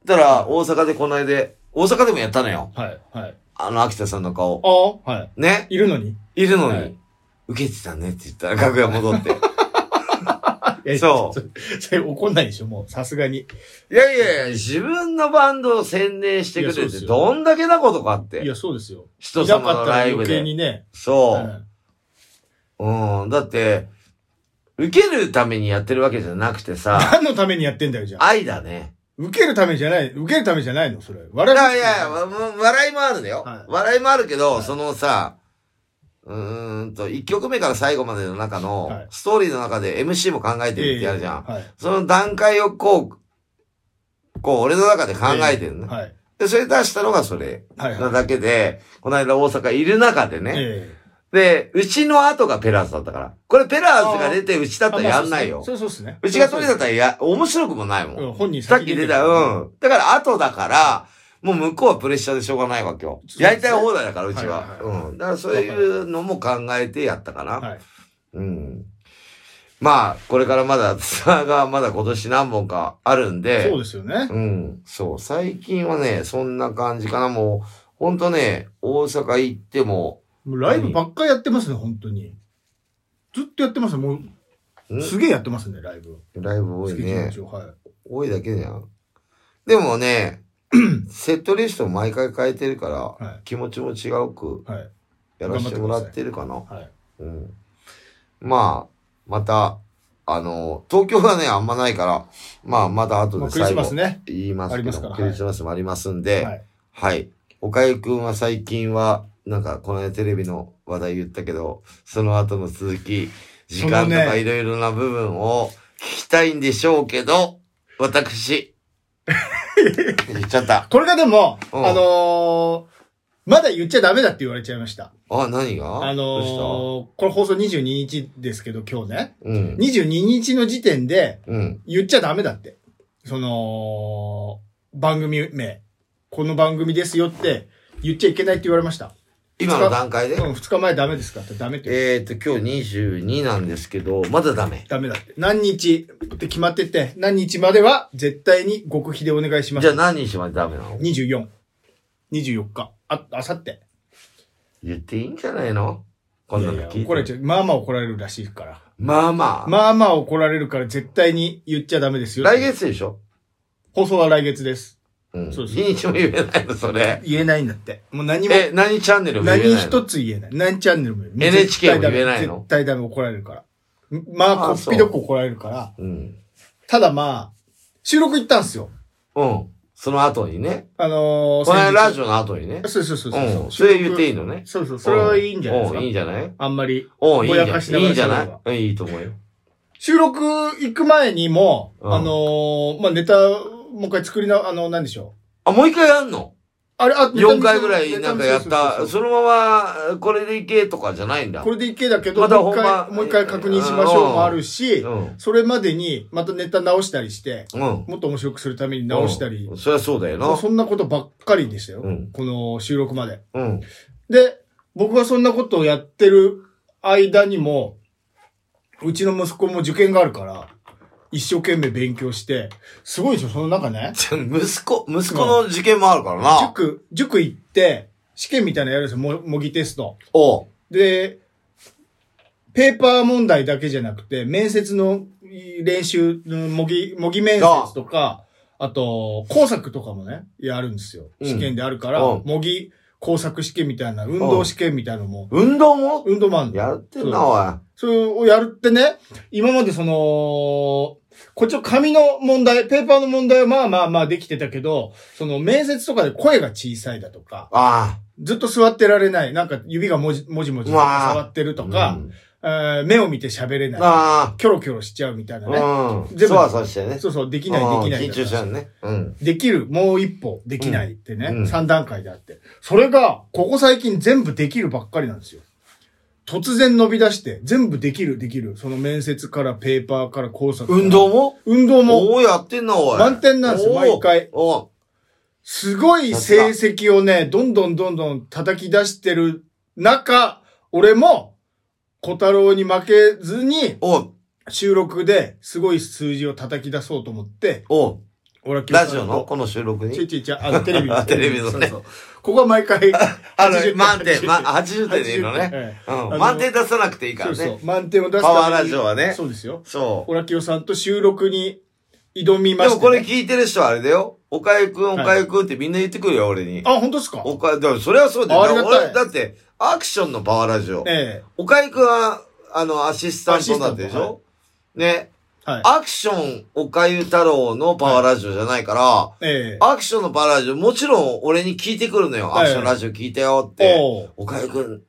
[SPEAKER 1] だから、大阪でこの間、大阪でもやったのよ。
[SPEAKER 2] はい。はい。
[SPEAKER 1] あの秋田さんの顔。
[SPEAKER 2] ああ、はい。
[SPEAKER 1] ね
[SPEAKER 2] いるのに。
[SPEAKER 1] いるのに、
[SPEAKER 2] はい
[SPEAKER 1] 受けてたねって言ったら、楽屋戻って。
[SPEAKER 2] え。
[SPEAKER 1] そう
[SPEAKER 2] それ怒んないでしょ、もう。さすがに。
[SPEAKER 1] いやいやいや、自分のバンドを宣伝してく
[SPEAKER 2] い
[SPEAKER 1] れ
[SPEAKER 2] やそう
[SPEAKER 1] て、
[SPEAKER 2] ですよ
[SPEAKER 1] どんだけなことかっ
[SPEAKER 2] い
[SPEAKER 1] て。
[SPEAKER 2] や、そうですよ。
[SPEAKER 1] 人
[SPEAKER 2] いな
[SPEAKER 1] 様
[SPEAKER 2] か
[SPEAKER 1] の
[SPEAKER 2] ったら
[SPEAKER 1] ライブ
[SPEAKER 2] 余計
[SPEAKER 1] で。
[SPEAKER 2] にね。
[SPEAKER 1] そうう、
[SPEAKER 2] ん
[SPEAKER 1] うん。だって、受けるためにやってるわけじゃなくてさ、
[SPEAKER 2] 何のためにやってんだよ、じゃあ。
[SPEAKER 1] 愛だね。
[SPEAKER 2] 受けるためじゃない、受けるためじゃないの、それ。
[SPEAKER 1] い
[SPEAKER 2] 笑い
[SPEAKER 1] やいや、わわ笑いもあるんだよ、
[SPEAKER 2] はい
[SPEAKER 1] 笑いもあるけど、
[SPEAKER 2] はい
[SPEAKER 1] そのさ、うーんと、1曲目から最後までの中の、
[SPEAKER 2] はい
[SPEAKER 1] ストーリーの中で MC も考えてるってやるじゃん。
[SPEAKER 2] はい。
[SPEAKER 1] その段階をこう、こう、俺の中で考えてるね。
[SPEAKER 2] はい。
[SPEAKER 1] で、それ出したのがそれ。
[SPEAKER 2] はい。
[SPEAKER 1] な
[SPEAKER 2] はい。
[SPEAKER 1] だけで、この間大阪いる中でね。
[SPEAKER 2] ええ
[SPEAKER 1] で、うちの後がペラーズだったから。これペラーズが出てうちだったらやんないよ。
[SPEAKER 2] そうそうっすね。
[SPEAKER 1] うちが取りだ
[SPEAKER 2] っ
[SPEAKER 1] ったらや、面白くもないもん。
[SPEAKER 2] 本人
[SPEAKER 1] さっき出た、
[SPEAKER 2] ん。
[SPEAKER 1] うん。だから後だから、もう向こうはプレッシャーでしょうがないわけよ。
[SPEAKER 2] そうですね
[SPEAKER 1] やりたい放題だから、うちは。
[SPEAKER 2] はいはいはい
[SPEAKER 1] うん。だからそういうのも考えてやったかな。
[SPEAKER 2] はい。
[SPEAKER 1] うん。まあ、これからまだ、 ツアーがまだ今年何本かあるんで。
[SPEAKER 2] そうですよね。
[SPEAKER 1] うん、そう。最近はね、そんな感じかな。もう、ほんとね、大阪行っても、
[SPEAKER 2] もうライブばっかりやってますね、本当に。ずっとやってますね、も
[SPEAKER 1] ん
[SPEAKER 2] う。すげえやってますね、ライブ。
[SPEAKER 1] ライブ多い
[SPEAKER 2] な
[SPEAKER 1] ね。
[SPEAKER 2] を。はい。
[SPEAKER 1] 多いだけじゃん。でもね、 セットリストを毎回変えてるから、
[SPEAKER 2] は
[SPEAKER 1] 気持ちも違うく
[SPEAKER 2] い。はい。
[SPEAKER 1] やらせてもらってるかな。
[SPEAKER 2] はい。
[SPEAKER 1] うん。まあ、また、あの、東京はね、あんまないから、まあ、また後
[SPEAKER 2] まあ
[SPEAKER 1] で
[SPEAKER 2] クリス
[SPEAKER 1] 最後
[SPEAKER 2] マスね。
[SPEAKER 1] 言いますけ
[SPEAKER 2] ありますか
[SPEAKER 1] ど、
[SPEAKER 2] ら
[SPEAKER 1] クリスマスもありますん
[SPEAKER 2] は
[SPEAKER 1] で、
[SPEAKER 2] い。
[SPEAKER 1] はい。おかゆくんは最近は、なんか、この間テレビの話題言ったけど、その後の続き、時間と
[SPEAKER 2] その
[SPEAKER 1] か
[SPEAKER 2] ね
[SPEAKER 1] いろいろな部分を聞きたいんでしょうけど、 私。言っちゃった。
[SPEAKER 2] これがでも、
[SPEAKER 1] うん
[SPEAKER 2] あのー、まだ言っちゃダメだって言われちゃいました。
[SPEAKER 1] あ、何が
[SPEAKER 2] あのー、
[SPEAKER 1] ど
[SPEAKER 2] これ放送22日ですけど、今日ね。
[SPEAKER 1] うしたうん。
[SPEAKER 2] 22日の時点で
[SPEAKER 1] うん。
[SPEAKER 2] 言っちゃダメだって。その、番組名。この番組ですよって言っちゃいけないって言われました。
[SPEAKER 1] 今の段階で、
[SPEAKER 2] うん、2日前ダメですかってダメって言われ
[SPEAKER 1] えっ、ー、と、今日22なんですけど、まだダメ。
[SPEAKER 2] ダメだって。何日って決まってて、何日までは絶対に極秘でお願いします。
[SPEAKER 1] じゃあ何日までダメなの
[SPEAKER 2] 24。24日。あ、あさって。
[SPEAKER 1] 言っていいんじゃないのこんなの聞いて。
[SPEAKER 2] 怒られちゃう。まあまあ怒られるらしいから。
[SPEAKER 1] まあまあ。
[SPEAKER 2] まあまあ怒られるから絶対に言っちゃダメですよ。
[SPEAKER 1] 来月でしょ
[SPEAKER 2] 放送は来月です。
[SPEAKER 1] うん。
[SPEAKER 2] そうそう
[SPEAKER 1] 日にちも言えないの、そ れ。
[SPEAKER 2] 言えないんだって。もう何も、
[SPEAKER 1] え、何チャンネルも言えない
[SPEAKER 2] 何
[SPEAKER 1] の
[SPEAKER 2] 一つ言えない。何チャンネルも言えない。
[SPEAKER 1] NHK も
[SPEAKER 2] 絶対ダメ
[SPEAKER 1] 言えないの
[SPEAKER 2] 絶対ダメ怒られるから。まあ、
[SPEAKER 1] あ
[SPEAKER 2] こ
[SPEAKER 1] あ
[SPEAKER 2] っぴどく怒られるから。
[SPEAKER 1] うん。
[SPEAKER 2] ただまあ、収録行ったんすよ。
[SPEAKER 1] うん。その後にね。
[SPEAKER 2] あのー、
[SPEAKER 1] この間ラジ
[SPEAKER 2] オ。
[SPEAKER 1] オの後にね。
[SPEAKER 2] そうそうそうそう。
[SPEAKER 1] うん。それ言っていいのね。
[SPEAKER 2] そうそう、それはいいんじゃないです
[SPEAKER 1] う
[SPEAKER 2] か
[SPEAKER 1] ん、い。いんじゃない
[SPEAKER 2] あんまり。
[SPEAKER 1] うん、いいんじ
[SPEAKER 2] ぼや
[SPEAKER 1] ゃ
[SPEAKER 2] かし
[SPEAKER 1] な
[SPEAKER 2] な
[SPEAKER 1] い
[SPEAKER 2] いがら
[SPEAKER 1] いんじゃ
[SPEAKER 2] 喋れ
[SPEAKER 1] ないうんいいと思うよ。
[SPEAKER 2] 収録行く前にも、
[SPEAKER 1] うん
[SPEAKER 2] あのー、まあ、ネタ、もう一回作りな、あの、なんでしょ
[SPEAKER 1] あ、
[SPEAKER 2] う。
[SPEAKER 1] もう一回やんの
[SPEAKER 2] あれ、あ、ネタ見せ
[SPEAKER 1] ?4 回ぐらいなんかやっ
[SPEAKER 2] そ
[SPEAKER 1] た。
[SPEAKER 2] うそうそう
[SPEAKER 1] そのまま、これでいけとかじゃないんだ。
[SPEAKER 2] これでいけだけど、
[SPEAKER 1] また
[SPEAKER 2] もう一
[SPEAKER 1] 本
[SPEAKER 2] 回、
[SPEAKER 1] 番
[SPEAKER 2] もう一回確認しましょうもあるし
[SPEAKER 1] う、ん。
[SPEAKER 2] それまでに、またネタ直したりして、
[SPEAKER 1] うん。
[SPEAKER 2] もっと面白くするために直したり
[SPEAKER 1] うん、そりゃそうだよ
[SPEAKER 2] もう
[SPEAKER 1] な。
[SPEAKER 2] そんなことばっかりでしたよ。
[SPEAKER 1] うん
[SPEAKER 2] この収録まで。
[SPEAKER 1] うん。
[SPEAKER 2] で、僕がそんなことをやってる間にも、うちの息子も受験があるから、一生懸命勉強して、すごいでしょ、その中ね、
[SPEAKER 1] じゃ息子、息子の事件もあるからな。
[SPEAKER 2] 塾、塾行って、試験みたいなのやるんですよ、も模擬テスト。
[SPEAKER 1] おう。
[SPEAKER 2] で、ペーパー問題だけじゃなくて、面接の練習、うん模擬、模擬面接とか、あと、工作とかもね、やるんですよ。
[SPEAKER 1] うん
[SPEAKER 2] 試験であるから、
[SPEAKER 1] うん
[SPEAKER 2] 模擬工作試験みたいな、運動試験みたいなのも、
[SPEAKER 1] 運動も
[SPEAKER 2] 運動もあるの。
[SPEAKER 1] やってんな、おい。
[SPEAKER 2] それをやるってね、今までその、こっちの紙の問題、ペーパーの問題はまあまあまあできてたけど、その面接とかで声が小さいだとか、
[SPEAKER 1] あ
[SPEAKER 2] ずっと座ってられない、なんか指がもじもじもじ
[SPEAKER 1] うわー
[SPEAKER 2] 触ってる
[SPEAKER 1] あ。
[SPEAKER 2] とか、
[SPEAKER 1] うん
[SPEAKER 2] えー目を見て喋れない、
[SPEAKER 1] あ
[SPEAKER 2] キョロキョロしちゃうみたいな
[SPEAKER 1] あ。
[SPEAKER 2] ね。
[SPEAKER 1] うん。
[SPEAKER 2] 全部
[SPEAKER 1] そわそわしてね。
[SPEAKER 2] そうそう、でき
[SPEAKER 1] き
[SPEAKER 2] ない、できない
[SPEAKER 1] 緊張しちゃうね。うん。
[SPEAKER 2] できる、もう一歩、できないってね、
[SPEAKER 1] うんうん
[SPEAKER 2] 3段階であって。それが、ここ最近全部できるばっかりなんですよ。突然伸び出して、全部できる、できる。その面接から、ペーパーから、工作から
[SPEAKER 1] 運動も
[SPEAKER 2] 運動も、
[SPEAKER 1] おお、やってんな、おい。
[SPEAKER 2] 満点なんですよ
[SPEAKER 1] おー
[SPEAKER 2] 毎回。
[SPEAKER 1] おー
[SPEAKER 2] すごい成績をね、どんどんどんどん叩き出してる中、俺も、小太郎に負けずに、
[SPEAKER 1] おー
[SPEAKER 2] 収録ですごい数字を叩き出そうと思って、
[SPEAKER 1] おー
[SPEAKER 2] 俺は今
[SPEAKER 1] ラ
[SPEAKER 2] 日
[SPEAKER 1] ジオのこの収録
[SPEAKER 2] ちょい
[SPEAKER 1] に
[SPEAKER 2] ちょいちょい、あの、テレビの
[SPEAKER 1] テレビのね
[SPEAKER 2] そうそうここは毎回、
[SPEAKER 1] あの
[SPEAKER 2] 80、点
[SPEAKER 1] 満点、ま、80点でいいの
[SPEAKER 2] 80
[SPEAKER 1] ね。
[SPEAKER 2] え
[SPEAKER 1] う
[SPEAKER 2] えの
[SPEAKER 1] ん。満点出さなくていいか
[SPEAKER 2] そ
[SPEAKER 1] ら
[SPEAKER 2] うそ
[SPEAKER 1] ね
[SPEAKER 2] う。。満点を出すために
[SPEAKER 1] パワーラジオはね
[SPEAKER 2] そうですよ。
[SPEAKER 1] そう。
[SPEAKER 2] オラキオさんと収録に挑みま
[SPEAKER 1] で
[SPEAKER 2] した、
[SPEAKER 1] もこれ聞いてる人はあれだよ。おかゆくん、おかゆくんってみんな言ってくるよ、俺に。
[SPEAKER 2] あ、本当ですか
[SPEAKER 1] おかゆ、だからそれはそうだよ。
[SPEAKER 2] あありがたい
[SPEAKER 1] 俺だって、アクションのパワーラジオ。
[SPEAKER 2] え
[SPEAKER 1] おかゆくんは、あの、アシスタントだったでし
[SPEAKER 2] アシスタント
[SPEAKER 1] ょね。
[SPEAKER 2] えはい。
[SPEAKER 1] アクションおかゆ太郎のパワーラジオじゃないから、
[SPEAKER 2] え
[SPEAKER 1] アクションのパワーラジオ、もちろん俺に聞いてくるのよ。
[SPEAKER 2] はい
[SPEAKER 1] アクションラジオ聞いたよっ
[SPEAKER 2] え
[SPEAKER 1] て。
[SPEAKER 2] おう
[SPEAKER 1] おかゆくん、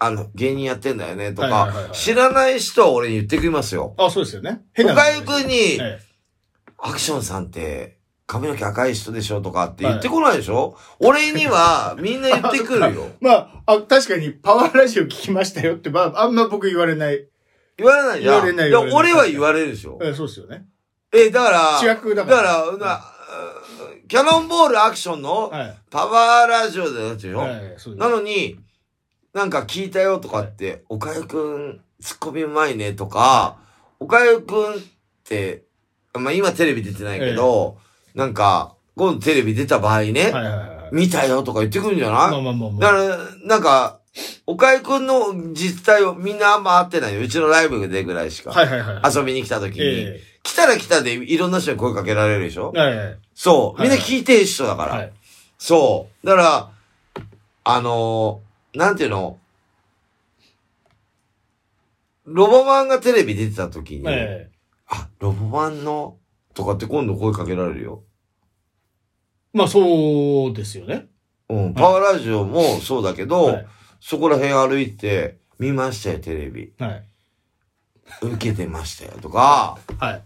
[SPEAKER 1] あの、芸人やってんだよね、と
[SPEAKER 2] はいはいはい
[SPEAKER 1] か
[SPEAKER 2] は、い
[SPEAKER 1] 知らない人は俺に言ってきますよ。
[SPEAKER 2] あ、そうですよね。
[SPEAKER 1] お
[SPEAKER 2] 変な
[SPEAKER 1] かゆ
[SPEAKER 2] 話
[SPEAKER 1] くんに、
[SPEAKER 2] ええ
[SPEAKER 1] アクションさんって、髪の毛赤い人でしょとかって言ってこないでしょ、俺にはみんな言ってくる よ。
[SPEAKER 2] まあ、あ、確かにパワーラジオ聞きましたよって、まあ、あんま僕言われない。
[SPEAKER 1] 言われないじゃん。
[SPEAKER 2] 言われな
[SPEAKER 1] や
[SPEAKER 2] い言われない
[SPEAKER 1] 俺は言われるでしょ
[SPEAKER 2] え。えそうですよね。
[SPEAKER 1] え、だから、
[SPEAKER 2] 主役だ
[SPEAKER 1] だ
[SPEAKER 2] か
[SPEAKER 1] からら、なキャノンボールアクションの
[SPEAKER 2] はい。
[SPEAKER 1] パワーラジオでなってるよ。
[SPEAKER 2] ええそうです
[SPEAKER 1] なのに、なんか聞いたよとかって、おかゆくん、ツッコミうまいねとか、おかゆくんって、まあ今テレビ出てないけど、なんか、今度テレビ出た場合ね、
[SPEAKER 2] はいはいはいはい。
[SPEAKER 1] 見たよとか言ってくるんじゃない、
[SPEAKER 2] まあまあまあま
[SPEAKER 1] だ
[SPEAKER 2] あ。
[SPEAKER 1] から、なんか、おかゆくんの実態をみんなあんま会ってないよ。うちのライブでぐらいしか。
[SPEAKER 2] はいはいはい。
[SPEAKER 1] 遊びに来た時に、
[SPEAKER 2] え
[SPEAKER 1] 来たら来たでいろんな人に声かけられるでしょ、
[SPEAKER 2] ええ
[SPEAKER 1] そう。
[SPEAKER 2] は
[SPEAKER 1] みん
[SPEAKER 2] い
[SPEAKER 1] な聞いてる人だか
[SPEAKER 2] え
[SPEAKER 1] ら。
[SPEAKER 2] はい。
[SPEAKER 1] そう。だから、あのーなんていうのロボマンがテレビ出てた時に、
[SPEAKER 2] ええ
[SPEAKER 1] あ、ロボマンの、とかって今度声かけられるよ。
[SPEAKER 2] まあ、そうですよね。
[SPEAKER 1] うん。パワーラジオもそうだけど、
[SPEAKER 2] はい
[SPEAKER 1] そこら辺歩いて、見ましたよ、テレビ。
[SPEAKER 2] はい。
[SPEAKER 1] 受けてましたよ、とか、
[SPEAKER 2] はい。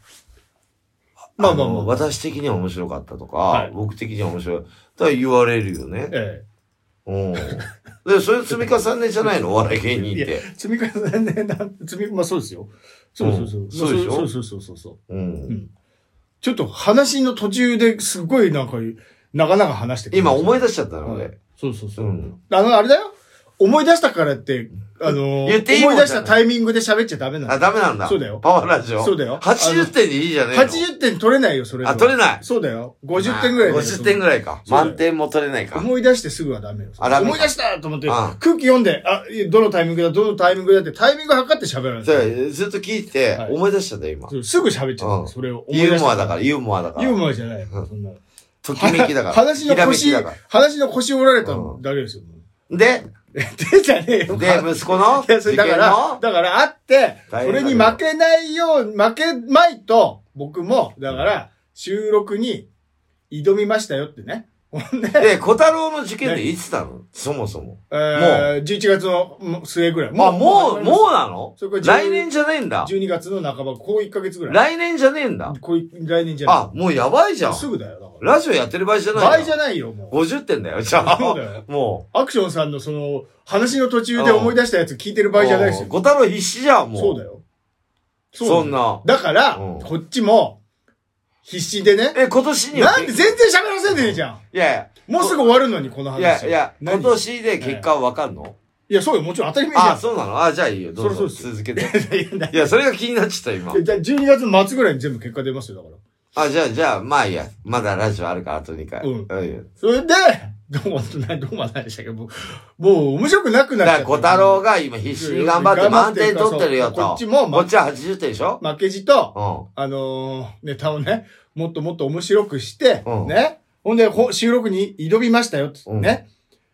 [SPEAKER 2] まあま
[SPEAKER 1] の
[SPEAKER 2] あまあ。
[SPEAKER 1] 私的には面白かったとか、
[SPEAKER 2] はい
[SPEAKER 1] 僕的には面白い。とは言われるよね。
[SPEAKER 2] え
[SPEAKER 1] うん。で、それ積み重ねじゃないのお笑い芸人っ
[SPEAKER 2] いや
[SPEAKER 1] て。
[SPEAKER 2] 積み重ねなん積み、まあそうですよ。そうそうそう。
[SPEAKER 1] うんそうでしょ
[SPEAKER 2] そうそうそうそうそう。
[SPEAKER 1] うん。
[SPEAKER 2] ちょっと話の途中ですごいなんか、なかなか話してくる
[SPEAKER 1] 今思い出しちゃったの、
[SPEAKER 2] はい
[SPEAKER 1] 俺。
[SPEAKER 2] そうそうそうう。
[SPEAKER 1] ん。
[SPEAKER 2] あの、あれだよ。思い出したからって、あのー
[SPEAKER 1] 言っていいも
[SPEAKER 2] 思
[SPEAKER 1] ん
[SPEAKER 2] い
[SPEAKER 1] じゃない
[SPEAKER 2] 出したタイミングで喋っちゃダメなの。
[SPEAKER 1] あ、ダメなんだ。
[SPEAKER 2] そうだよ
[SPEAKER 1] パワーラジオ。
[SPEAKER 2] そうだよ
[SPEAKER 1] 80点でいいじゃねえの。
[SPEAKER 2] 80点取れないよ、それ。
[SPEAKER 1] あ、取れない。
[SPEAKER 2] そうだよ。50点ぐらいだよ。
[SPEAKER 1] 50点ぐらいか。
[SPEAKER 2] そうだよ
[SPEAKER 1] 満点も取れないか。
[SPEAKER 2] 思い出してすぐはダメよ。
[SPEAKER 1] あダメ
[SPEAKER 2] 思い出したと思って、
[SPEAKER 1] あ
[SPEAKER 2] 空気読んで、あ、どのタイミングだ、どのタイミングだって、タイミング測って喋ら
[SPEAKER 1] そ
[SPEAKER 2] な
[SPEAKER 1] うずっと聞いて
[SPEAKER 2] は、い
[SPEAKER 1] 思い出しちゃった、今。
[SPEAKER 2] い。すぐ喋っちゃ
[SPEAKER 1] うん
[SPEAKER 2] う。それを思い出
[SPEAKER 1] ユ
[SPEAKER 2] した
[SPEAKER 1] ーモアだから、ユーモアだから
[SPEAKER 2] ユー。モアじゃない。そんな。
[SPEAKER 1] ときめきだから。
[SPEAKER 2] 話の
[SPEAKER 1] ひらめき
[SPEAKER 2] 腰
[SPEAKER 1] だか、
[SPEAKER 2] 話の腰折られたのだけですよ。もう
[SPEAKER 1] ら。で、
[SPEAKER 2] でじゃねえよ。
[SPEAKER 1] で、息子の
[SPEAKER 2] いやそれだ
[SPEAKER 1] 事
[SPEAKER 2] か
[SPEAKER 1] 件
[SPEAKER 2] ら
[SPEAKER 1] の、
[SPEAKER 2] だからあって、そ
[SPEAKER 1] 大変だ
[SPEAKER 2] れ
[SPEAKER 1] けど
[SPEAKER 2] に負けないよう、負けまいと、僕も、だから、収録に挑みましたよってね。ほんで、
[SPEAKER 1] で、小太郎の受験っていつなのそもそも。
[SPEAKER 2] えー、11月のも末ぐらい。
[SPEAKER 1] あ、もう、もう
[SPEAKER 2] う
[SPEAKER 1] なの
[SPEAKER 2] それこれ10
[SPEAKER 1] 来年じゃねえんだ。
[SPEAKER 2] 12月の半ば、こう1ヶ月ぐらい。
[SPEAKER 1] 来年じゃねえんだ。
[SPEAKER 2] こうい来年じゃない。
[SPEAKER 1] あ、もうやばいじゃん。
[SPEAKER 2] すぐだよ、だから。
[SPEAKER 1] ラジオやってる場合じゃない
[SPEAKER 2] 倍じゃ
[SPEAKER 1] ん。
[SPEAKER 2] ないよ、もう。
[SPEAKER 1] 50点だよ、じゃあ。
[SPEAKER 2] そうだよ
[SPEAKER 1] も
[SPEAKER 2] アクションさんのその、話の途中で思い出したやつ聞いてる
[SPEAKER 1] う。
[SPEAKER 2] 場合じゃないですよ。
[SPEAKER 1] 小太郎必死じゃん、もう。
[SPEAKER 2] そうだよ。うだよ
[SPEAKER 1] そんな。
[SPEAKER 2] だから、
[SPEAKER 1] うん
[SPEAKER 2] こっちも、必死でね。
[SPEAKER 1] え、今年には
[SPEAKER 2] なんで全然喋らせねえじゃ
[SPEAKER 1] いや
[SPEAKER 2] ん。もうすぐ終わるのに、この
[SPEAKER 1] い
[SPEAKER 2] 話。
[SPEAKER 1] や、いや、いや、
[SPEAKER 2] 何
[SPEAKER 1] 今年で結果はわかんの
[SPEAKER 2] いや、そうよ、もちろん当たり前じゃん。
[SPEAKER 1] あ、そうなのあ、じゃあいいよ。どうぞ
[SPEAKER 2] そりゃそう
[SPEAKER 1] 続けて。
[SPEAKER 2] いやいや
[SPEAKER 1] いや、それが気になっちゃった、今
[SPEAKER 2] いや。じゃあ12月末ぐらいに全部結果出ますよ、だから。
[SPEAKER 1] あ、じゃあ、じゃあ、まあいいや。まだラジオあるから、あと2回。
[SPEAKER 2] うん
[SPEAKER 1] うん。
[SPEAKER 2] それで、どうも、などうもないでしたけど、もう、もう面白くなくな
[SPEAKER 1] だ
[SPEAKER 2] っちゃ
[SPEAKER 1] か
[SPEAKER 2] っ
[SPEAKER 1] ら、
[SPEAKER 2] た。
[SPEAKER 1] 小太郎が今必死に頑張って満点取ってるよと。
[SPEAKER 2] こっちも、
[SPEAKER 1] こっ
[SPEAKER 2] ま
[SPEAKER 1] ちは80点でしょ
[SPEAKER 2] 負けじと、
[SPEAKER 1] う
[SPEAKER 2] あのーネタをね、もっともっと面白くして、
[SPEAKER 1] うん
[SPEAKER 2] ね。ほんで、ほ収録に挑みましたよ、つってね。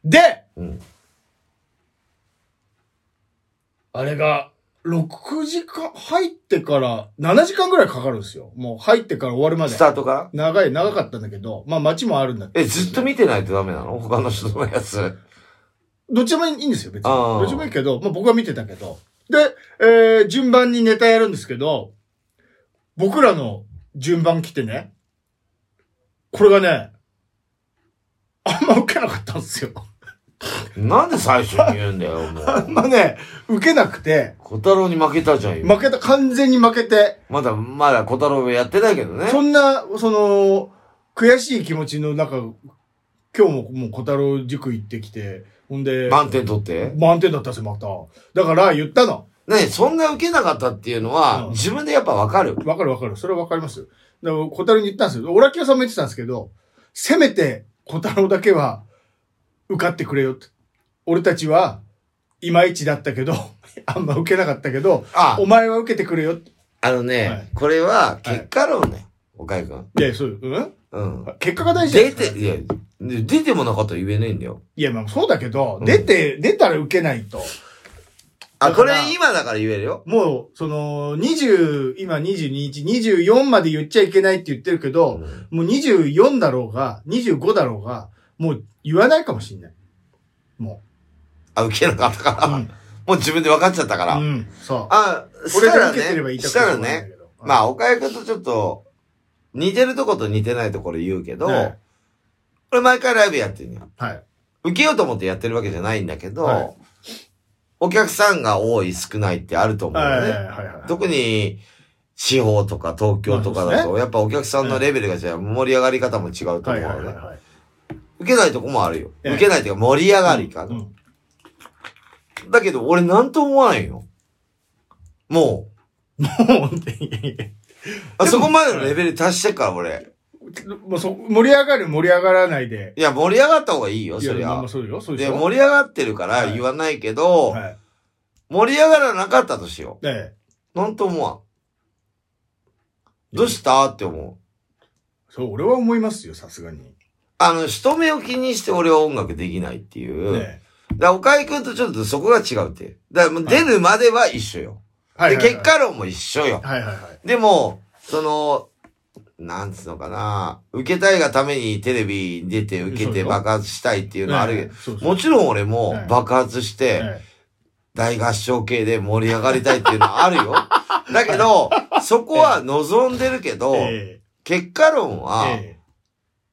[SPEAKER 2] で、
[SPEAKER 1] ん。うん。
[SPEAKER 2] あれが、6時間、入ってから、7時間ぐらいかかるんですよ。もう入ってから終わるまで
[SPEAKER 1] ス。タートから
[SPEAKER 2] 長い、長かったんだけど、まあ街もあるんだけど。
[SPEAKER 1] え、ずっと見てないとダメなの他の人のやつ。
[SPEAKER 2] どっちでもいいんですよ、別に。
[SPEAKER 1] あー
[SPEAKER 2] どっちでもいいけど、まあ僕は見てたけど。で、えー順番にネタやるんですけど、僕らの順番来てね、これがね、あんま受けなかったんですよ。
[SPEAKER 1] なんで最初に言うんだよ、も
[SPEAKER 2] あん
[SPEAKER 1] う。
[SPEAKER 2] まね、受けなくて、
[SPEAKER 1] 小太郎に負けたじゃん、今。
[SPEAKER 2] 負けた、完全に負けて、
[SPEAKER 1] まだ、まだ小太郎やってないけどね。
[SPEAKER 2] そんな、その、悔しい気持ちの中、今日ももう小太郎塾行ってきて、ほんで、
[SPEAKER 1] 満点取って。
[SPEAKER 2] 満点だったんですよ、また。だから言ったの。
[SPEAKER 1] ねそんな受けなかったっていうのは、
[SPEAKER 2] うん
[SPEAKER 1] 自分でやっぱわかる。
[SPEAKER 2] わかるわかる。それはわかりますよ。だから、小太郎に言ったんですよ。オラキオさんも言ってたんですけど、せめて小太郎だけは受かってくれよって。俺たちは、いまいちだったけど、 あんま受けなかったけど、
[SPEAKER 1] あ
[SPEAKER 2] お、前は受けてくれよって。
[SPEAKER 1] あのね、
[SPEAKER 2] はい
[SPEAKER 1] これは結果論ね、岡井くん。
[SPEAKER 2] いや、そう、うん
[SPEAKER 1] うん。
[SPEAKER 2] 結果が大事じゃない
[SPEAKER 1] 出
[SPEAKER 2] です
[SPEAKER 1] て、
[SPEAKER 2] か
[SPEAKER 1] いや、で出てもなかったら言えないんだよ。
[SPEAKER 2] いや、まあそうだけど、
[SPEAKER 1] うん
[SPEAKER 2] 出て、出たら受けないと。
[SPEAKER 1] あ、
[SPEAKER 2] だ
[SPEAKER 1] こ
[SPEAKER 2] か
[SPEAKER 1] れ
[SPEAKER 2] ら
[SPEAKER 1] 今だから言えるよ。
[SPEAKER 2] もう、その、20、今22日、24まで言っちゃいけないって言ってるけど、
[SPEAKER 1] うん
[SPEAKER 2] もう24だろうが、25だろうが、もう言わないかもしれない。も
[SPEAKER 1] あ、受けなかったから、
[SPEAKER 2] う。
[SPEAKER 1] もう自分で分かっちゃったから。
[SPEAKER 2] うん、そう。
[SPEAKER 1] あ、し
[SPEAKER 2] 俺
[SPEAKER 1] た
[SPEAKER 2] が
[SPEAKER 1] ら
[SPEAKER 2] 受けてれば
[SPEAKER 1] ね、
[SPEAKER 2] 言いた
[SPEAKER 1] し
[SPEAKER 2] くな
[SPEAKER 1] た
[SPEAKER 2] い
[SPEAKER 1] ら
[SPEAKER 2] んだ
[SPEAKER 1] ね
[SPEAKER 2] け、ど。
[SPEAKER 1] ま
[SPEAKER 2] あ、
[SPEAKER 1] あ、岡井くんとちょっと、似てるとこと似てないところ言うけど、
[SPEAKER 2] はい
[SPEAKER 1] 俺毎回ライブやってるのよ。
[SPEAKER 2] はい。
[SPEAKER 1] 受けようと思ってやってるわけじゃないんだけど、
[SPEAKER 2] はい
[SPEAKER 1] お客さんが多い少ないってあると思う
[SPEAKER 2] はい
[SPEAKER 1] よ
[SPEAKER 2] は
[SPEAKER 1] ね。
[SPEAKER 2] いはいはい。
[SPEAKER 1] 特に、地方とか東京とか
[SPEAKER 2] まあ
[SPEAKER 1] だ
[SPEAKER 2] そう
[SPEAKER 1] と、やっぱお客さんのレベルが違う、盛り上がり方も違うと思う
[SPEAKER 2] は
[SPEAKER 1] の
[SPEAKER 2] いはいはい
[SPEAKER 1] ね。
[SPEAKER 2] はい。
[SPEAKER 1] 受けないとこもあるよ。
[SPEAKER 2] ええ
[SPEAKER 1] 受けないというか盛り上がりか
[SPEAKER 2] う。ん。
[SPEAKER 1] だけど俺なんとも思わないよ。も、
[SPEAKER 2] もう、いやいやいう
[SPEAKER 1] あそこまでのレベル達してっから俺。
[SPEAKER 2] や もうそ、盛り上がる盛り上がらないで。
[SPEAKER 1] いや、盛り上がった方がいいよ、
[SPEAKER 2] いや
[SPEAKER 1] そり
[SPEAKER 2] まあま
[SPEAKER 1] ゃ
[SPEAKER 2] あ。そうよ、そうで
[SPEAKER 1] で、
[SPEAKER 2] しょ。
[SPEAKER 1] 盛り上がってるから言わないけど、
[SPEAKER 2] はい。
[SPEAKER 1] 盛り上がらなかったとしよ
[SPEAKER 2] ええ。
[SPEAKER 1] う。なんと思わん。どうしたって思う。
[SPEAKER 2] そう、俺は思いますよ、さすがに。ね
[SPEAKER 1] あの、人目を気にして俺は音楽できないっていう。
[SPEAKER 2] え
[SPEAKER 1] だから、岡井くんとちょっとそこが違うって。だからもう出るまでは一緒よ。
[SPEAKER 2] はいは
[SPEAKER 1] で、
[SPEAKER 2] いはい。
[SPEAKER 1] 結果論も一緒よ。
[SPEAKER 2] はいはいはい。
[SPEAKER 1] でも、その、なんつうのかな、受けたいがためにテレビに出て受け
[SPEAKER 2] そう
[SPEAKER 1] て
[SPEAKER 2] よ
[SPEAKER 1] 爆発したいっていうのはあるけど、
[SPEAKER 2] そうそう
[SPEAKER 1] もちろん俺も
[SPEAKER 2] はい
[SPEAKER 1] 爆発して、
[SPEAKER 2] え
[SPEAKER 1] 大合唱系で盛り上がりたいっていうのはあるよ。だけど、 そこは望んでるけど、
[SPEAKER 2] え
[SPEAKER 1] 結果論は、
[SPEAKER 2] え